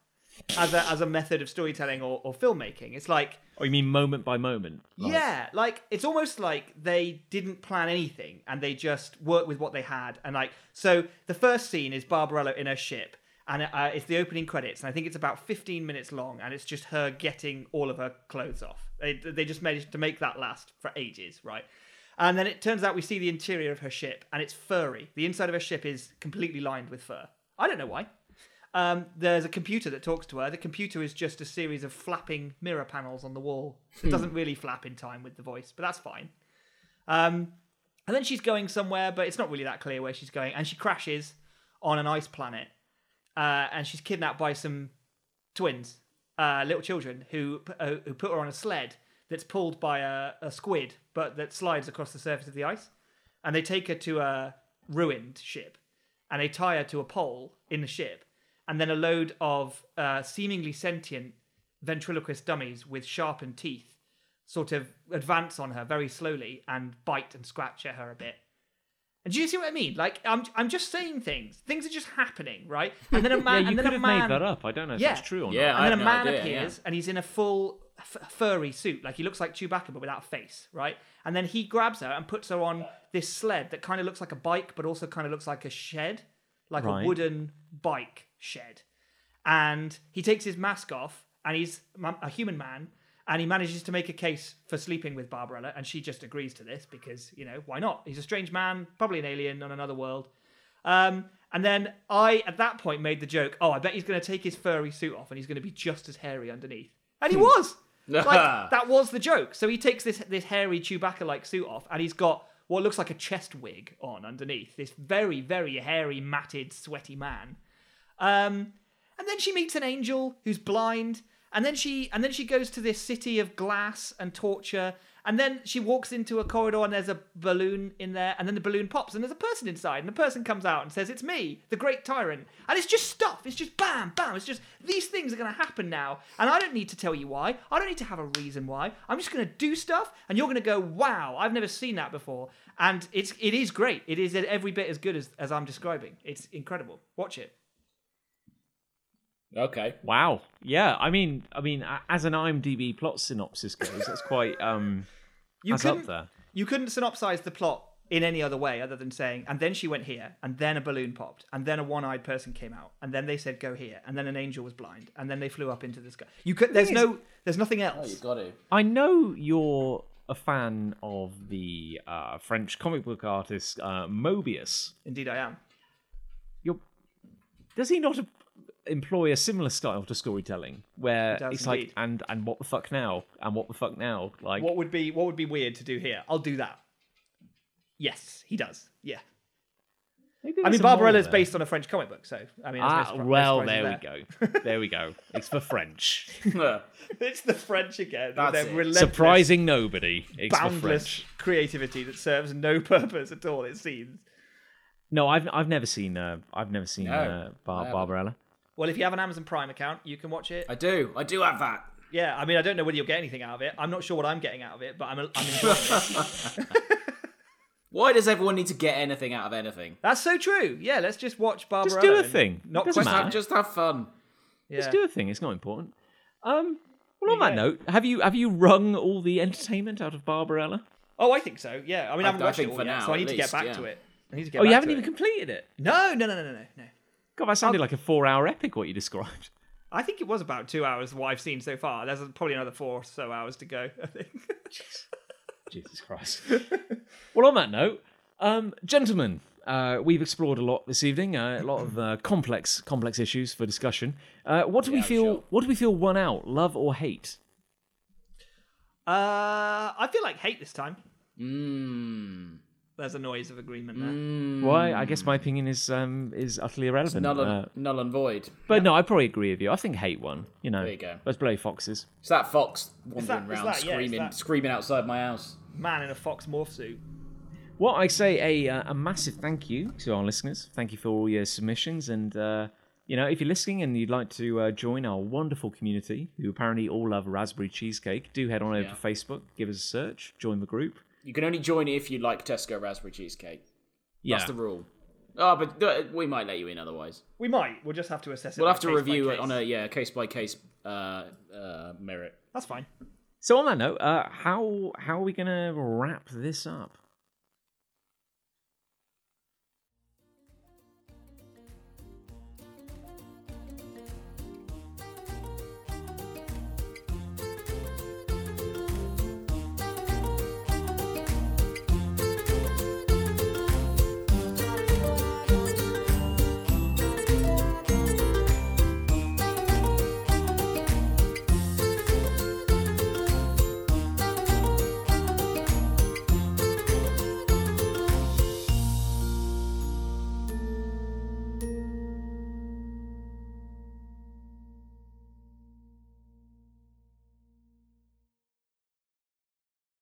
[SPEAKER 2] as a as a method of storytelling or, or filmmaking. It's like
[SPEAKER 1] Oh, you mean moment by moment? Like,
[SPEAKER 2] yeah, like it's almost like they didn't plan anything and they just worked with what they had. And like, so the first scene is Barbarella in her ship, and uh, it's the opening credits, and I think it's about 15 minutes long, and it's just her getting all of her clothes off. They, they just managed to make that last for ages, right? And then it turns out we see the interior of her ship, and it's furry. The inside of her ship is completely lined with fur. I don't know why. Um, there's a computer that talks to her. The computer is just a series of flapping mirror panels on the wall. It doesn't really flap in time with the voice, but that's fine. Um, and then she's going somewhere, but it's not really that clear where she's going. And she crashes on an ice planet, uh, and she's kidnapped by some twins, uh, little children, who uh, who put her on a sled that's pulled by a, a squid, but that slides across the surface of the ice. And they take her to a ruined ship, and they tie her to a pole in the ship, and then a load of uh, seemingly sentient ventriloquist dummies with sharpened teeth sort of advance on her very slowly and bite and scratch at her a bit. And do you see what I mean? Like I'm, I'm just saying things. Things are just happening, right? And then a
[SPEAKER 1] Yeah,
[SPEAKER 2] man,
[SPEAKER 1] you
[SPEAKER 2] and then
[SPEAKER 1] could
[SPEAKER 2] a
[SPEAKER 1] have
[SPEAKER 2] man,
[SPEAKER 1] made that up. I don't know if
[SPEAKER 2] Yeah.
[SPEAKER 1] that's true or
[SPEAKER 3] Yeah.
[SPEAKER 1] not.
[SPEAKER 2] and
[SPEAKER 3] I
[SPEAKER 2] then a
[SPEAKER 3] had
[SPEAKER 2] man
[SPEAKER 3] no idea,
[SPEAKER 2] appears and he's in a full f- furry suit, like he looks like Chewbacca but without a face, right? And then he grabs her and puts her on this sled that kind of looks like a bike, but also kind of looks like a shed, like
[SPEAKER 1] Right.
[SPEAKER 2] a wooden bike shed. And he takes his mask off, and he's ma- a human man, and he manages to make a case for sleeping with Barbarella, and she just agrees to this because you know why not? He's a strange man, probably an alien on another world. Um, and then I, at that point, made the joke, oh, I bet he's going to take his furry suit off and he's going to be just as hairy underneath. And he was! like, that was the joke. So he takes this, this hairy Chewbacca like suit off and he's got what looks like a chest wig on underneath. This very, very hairy, matted, sweaty man. Um, and then she meets an angel who's blind, and then she and then she goes to this city of glass and torture, And then she walks into a corridor and there's a balloon in there, and then the balloon pops and there's a person inside, and the person comes out and says, It's me, the great tyrant. And it's just stuff. It's just bam, bam. It's just these things are going to happen now. And I don't need to tell you why. I don't need to have a reason why. I'm just going to do stuff, and you're going to go, Wow, I've never seen that before. And it's it is great. It is every bit as good as, as I'm describing. It's incredible. Watch it.
[SPEAKER 3] Okay.
[SPEAKER 1] Wow. Yeah. I mean, I mean, a- as an IMDb plot synopsis goes, that's quite um,
[SPEAKER 2] You
[SPEAKER 1] that's up
[SPEAKER 2] couldn't-
[SPEAKER 1] there.
[SPEAKER 2] You couldn't synopsize the plot in any other way other than saying, and then she went here, and then a balloon popped, and then a one-eyed person came out, and then they said go here, and then an angel was blind, and then they flew up into the sky. You could. There's no. There's nothing
[SPEAKER 3] Oh, you
[SPEAKER 2] else.
[SPEAKER 3] got to.
[SPEAKER 1] I know you're a fan of the uh, French comic book artist uh, Mobius.
[SPEAKER 2] Indeed, I am.
[SPEAKER 1] You're, does he not employ a similar style to storytelling where
[SPEAKER 2] does
[SPEAKER 1] it's like
[SPEAKER 2] indeed.
[SPEAKER 1] and and what the fuck now and what the fuck now like
[SPEAKER 2] What would be What would be weird to do here? I'll do that. Yes, he does. Yeah.
[SPEAKER 1] maybe
[SPEAKER 2] I mean,
[SPEAKER 1] there's a moral
[SPEAKER 2] Barbarella's
[SPEAKER 1] there.
[SPEAKER 2] based on a French comic book, so I mean,
[SPEAKER 1] Ah, well, there, we go. There we go. It's for French.
[SPEAKER 2] go. it's the French again.
[SPEAKER 3] That's
[SPEAKER 2] They're
[SPEAKER 3] it.
[SPEAKER 2] relentless.
[SPEAKER 1] Surprising nobody. It's for
[SPEAKER 2] Boundless
[SPEAKER 1] French.
[SPEAKER 2] creativity that serves no purpose at all, it seems.
[SPEAKER 1] No, I've I've never seen uh, I've never seen
[SPEAKER 3] No,
[SPEAKER 1] uh,
[SPEAKER 3] I
[SPEAKER 1] Bar-
[SPEAKER 3] haven't.
[SPEAKER 1] Barbarella.
[SPEAKER 2] Well, if you have an Amazon Prime account, you can watch it.
[SPEAKER 3] I do. I do have that.
[SPEAKER 2] Yeah, I mean, I don't know whether you'll get anything out of it. I'm not sure what I'm getting out of it, but I'm, I'm enjoying it.
[SPEAKER 3] Why does everyone need to get anything out of anything?
[SPEAKER 2] That's so true. Yeah, let's just watch Barbara.
[SPEAKER 1] do a thing.
[SPEAKER 2] Not
[SPEAKER 1] Doesn't
[SPEAKER 2] question.
[SPEAKER 3] Just
[SPEAKER 1] matter.
[SPEAKER 3] have, just have fun.
[SPEAKER 2] Yeah.
[SPEAKER 1] Let's do a thing. It's not important. Um, well, on
[SPEAKER 2] There
[SPEAKER 1] that
[SPEAKER 2] you
[SPEAKER 1] note, have you have you wrung all the entertainment out of Barbarella?
[SPEAKER 2] Oh, I think so. Yeah, I mean, I, haven't
[SPEAKER 3] I
[SPEAKER 2] watched
[SPEAKER 3] think
[SPEAKER 2] it all
[SPEAKER 3] for
[SPEAKER 2] yet,
[SPEAKER 3] now,
[SPEAKER 2] so I
[SPEAKER 3] at
[SPEAKER 2] need to get
[SPEAKER 3] least,
[SPEAKER 2] back
[SPEAKER 3] yeah.
[SPEAKER 2] to it. I need to get
[SPEAKER 1] Oh, you
[SPEAKER 2] back
[SPEAKER 1] haven't
[SPEAKER 2] to
[SPEAKER 1] even
[SPEAKER 2] It.
[SPEAKER 1] completed it.
[SPEAKER 2] No, no, no, no, no, no, no.
[SPEAKER 1] God, that sounded like a four-hour epic. What you described.
[SPEAKER 2] I think it was about two hours. What I've seen so far. There's probably another four or so hours to go. I think.
[SPEAKER 1] Jesus Christ. well, on that note, um, gentlemen, uh, we've explored a lot this evening, uh, a lot of uh, complex complex issues for discussion. Uh, what do we
[SPEAKER 3] Yeah,
[SPEAKER 1] feel?
[SPEAKER 3] sure.
[SPEAKER 1] What do we feel? One out, love or hate?
[SPEAKER 2] Uh, I feel like hate this time.
[SPEAKER 3] Mmm.
[SPEAKER 2] There's a noise of agreement there.
[SPEAKER 3] Mm. Hmm.
[SPEAKER 1] Why? I guess my opinion is um, is utterly irrelevant.
[SPEAKER 3] Null and,
[SPEAKER 1] uh,
[SPEAKER 3] null and void.
[SPEAKER 1] but no, I probably agree with you. I think hate one. You know,
[SPEAKER 3] There you go.
[SPEAKER 1] let's blow foxes.
[SPEAKER 3] It's that fox
[SPEAKER 2] that-
[SPEAKER 3] wandering
[SPEAKER 2] it's
[SPEAKER 3] around
[SPEAKER 2] that, yeah, it's
[SPEAKER 3] screaming,
[SPEAKER 2] that.
[SPEAKER 3] screaming outside my house.
[SPEAKER 2] Man in a fox morph suit.
[SPEAKER 1] Well, I say a, uh, a massive thank you to our listeners. Thank you for all your submissions. And, uh, you know, if you're listening and you'd like to uh, join our wonderful community, who apparently all love raspberry cheesecake, do head on over
[SPEAKER 3] Yeah.
[SPEAKER 1] to Facebook, give us a search, join the group.
[SPEAKER 3] You can only join if you like Tesco raspberry cheesecake.
[SPEAKER 1] Yeah.
[SPEAKER 3] That's the rule. Oh, but uh, we might let you in otherwise.
[SPEAKER 2] We might. We'll just have to assess it.
[SPEAKER 3] We'll
[SPEAKER 2] on a
[SPEAKER 3] have to
[SPEAKER 2] case by
[SPEAKER 3] review it
[SPEAKER 2] case.
[SPEAKER 3] on a yeah case by case uh, uh, merit.
[SPEAKER 2] That's fine.
[SPEAKER 1] so, on that note, uh, how, how are we going to wrap this up?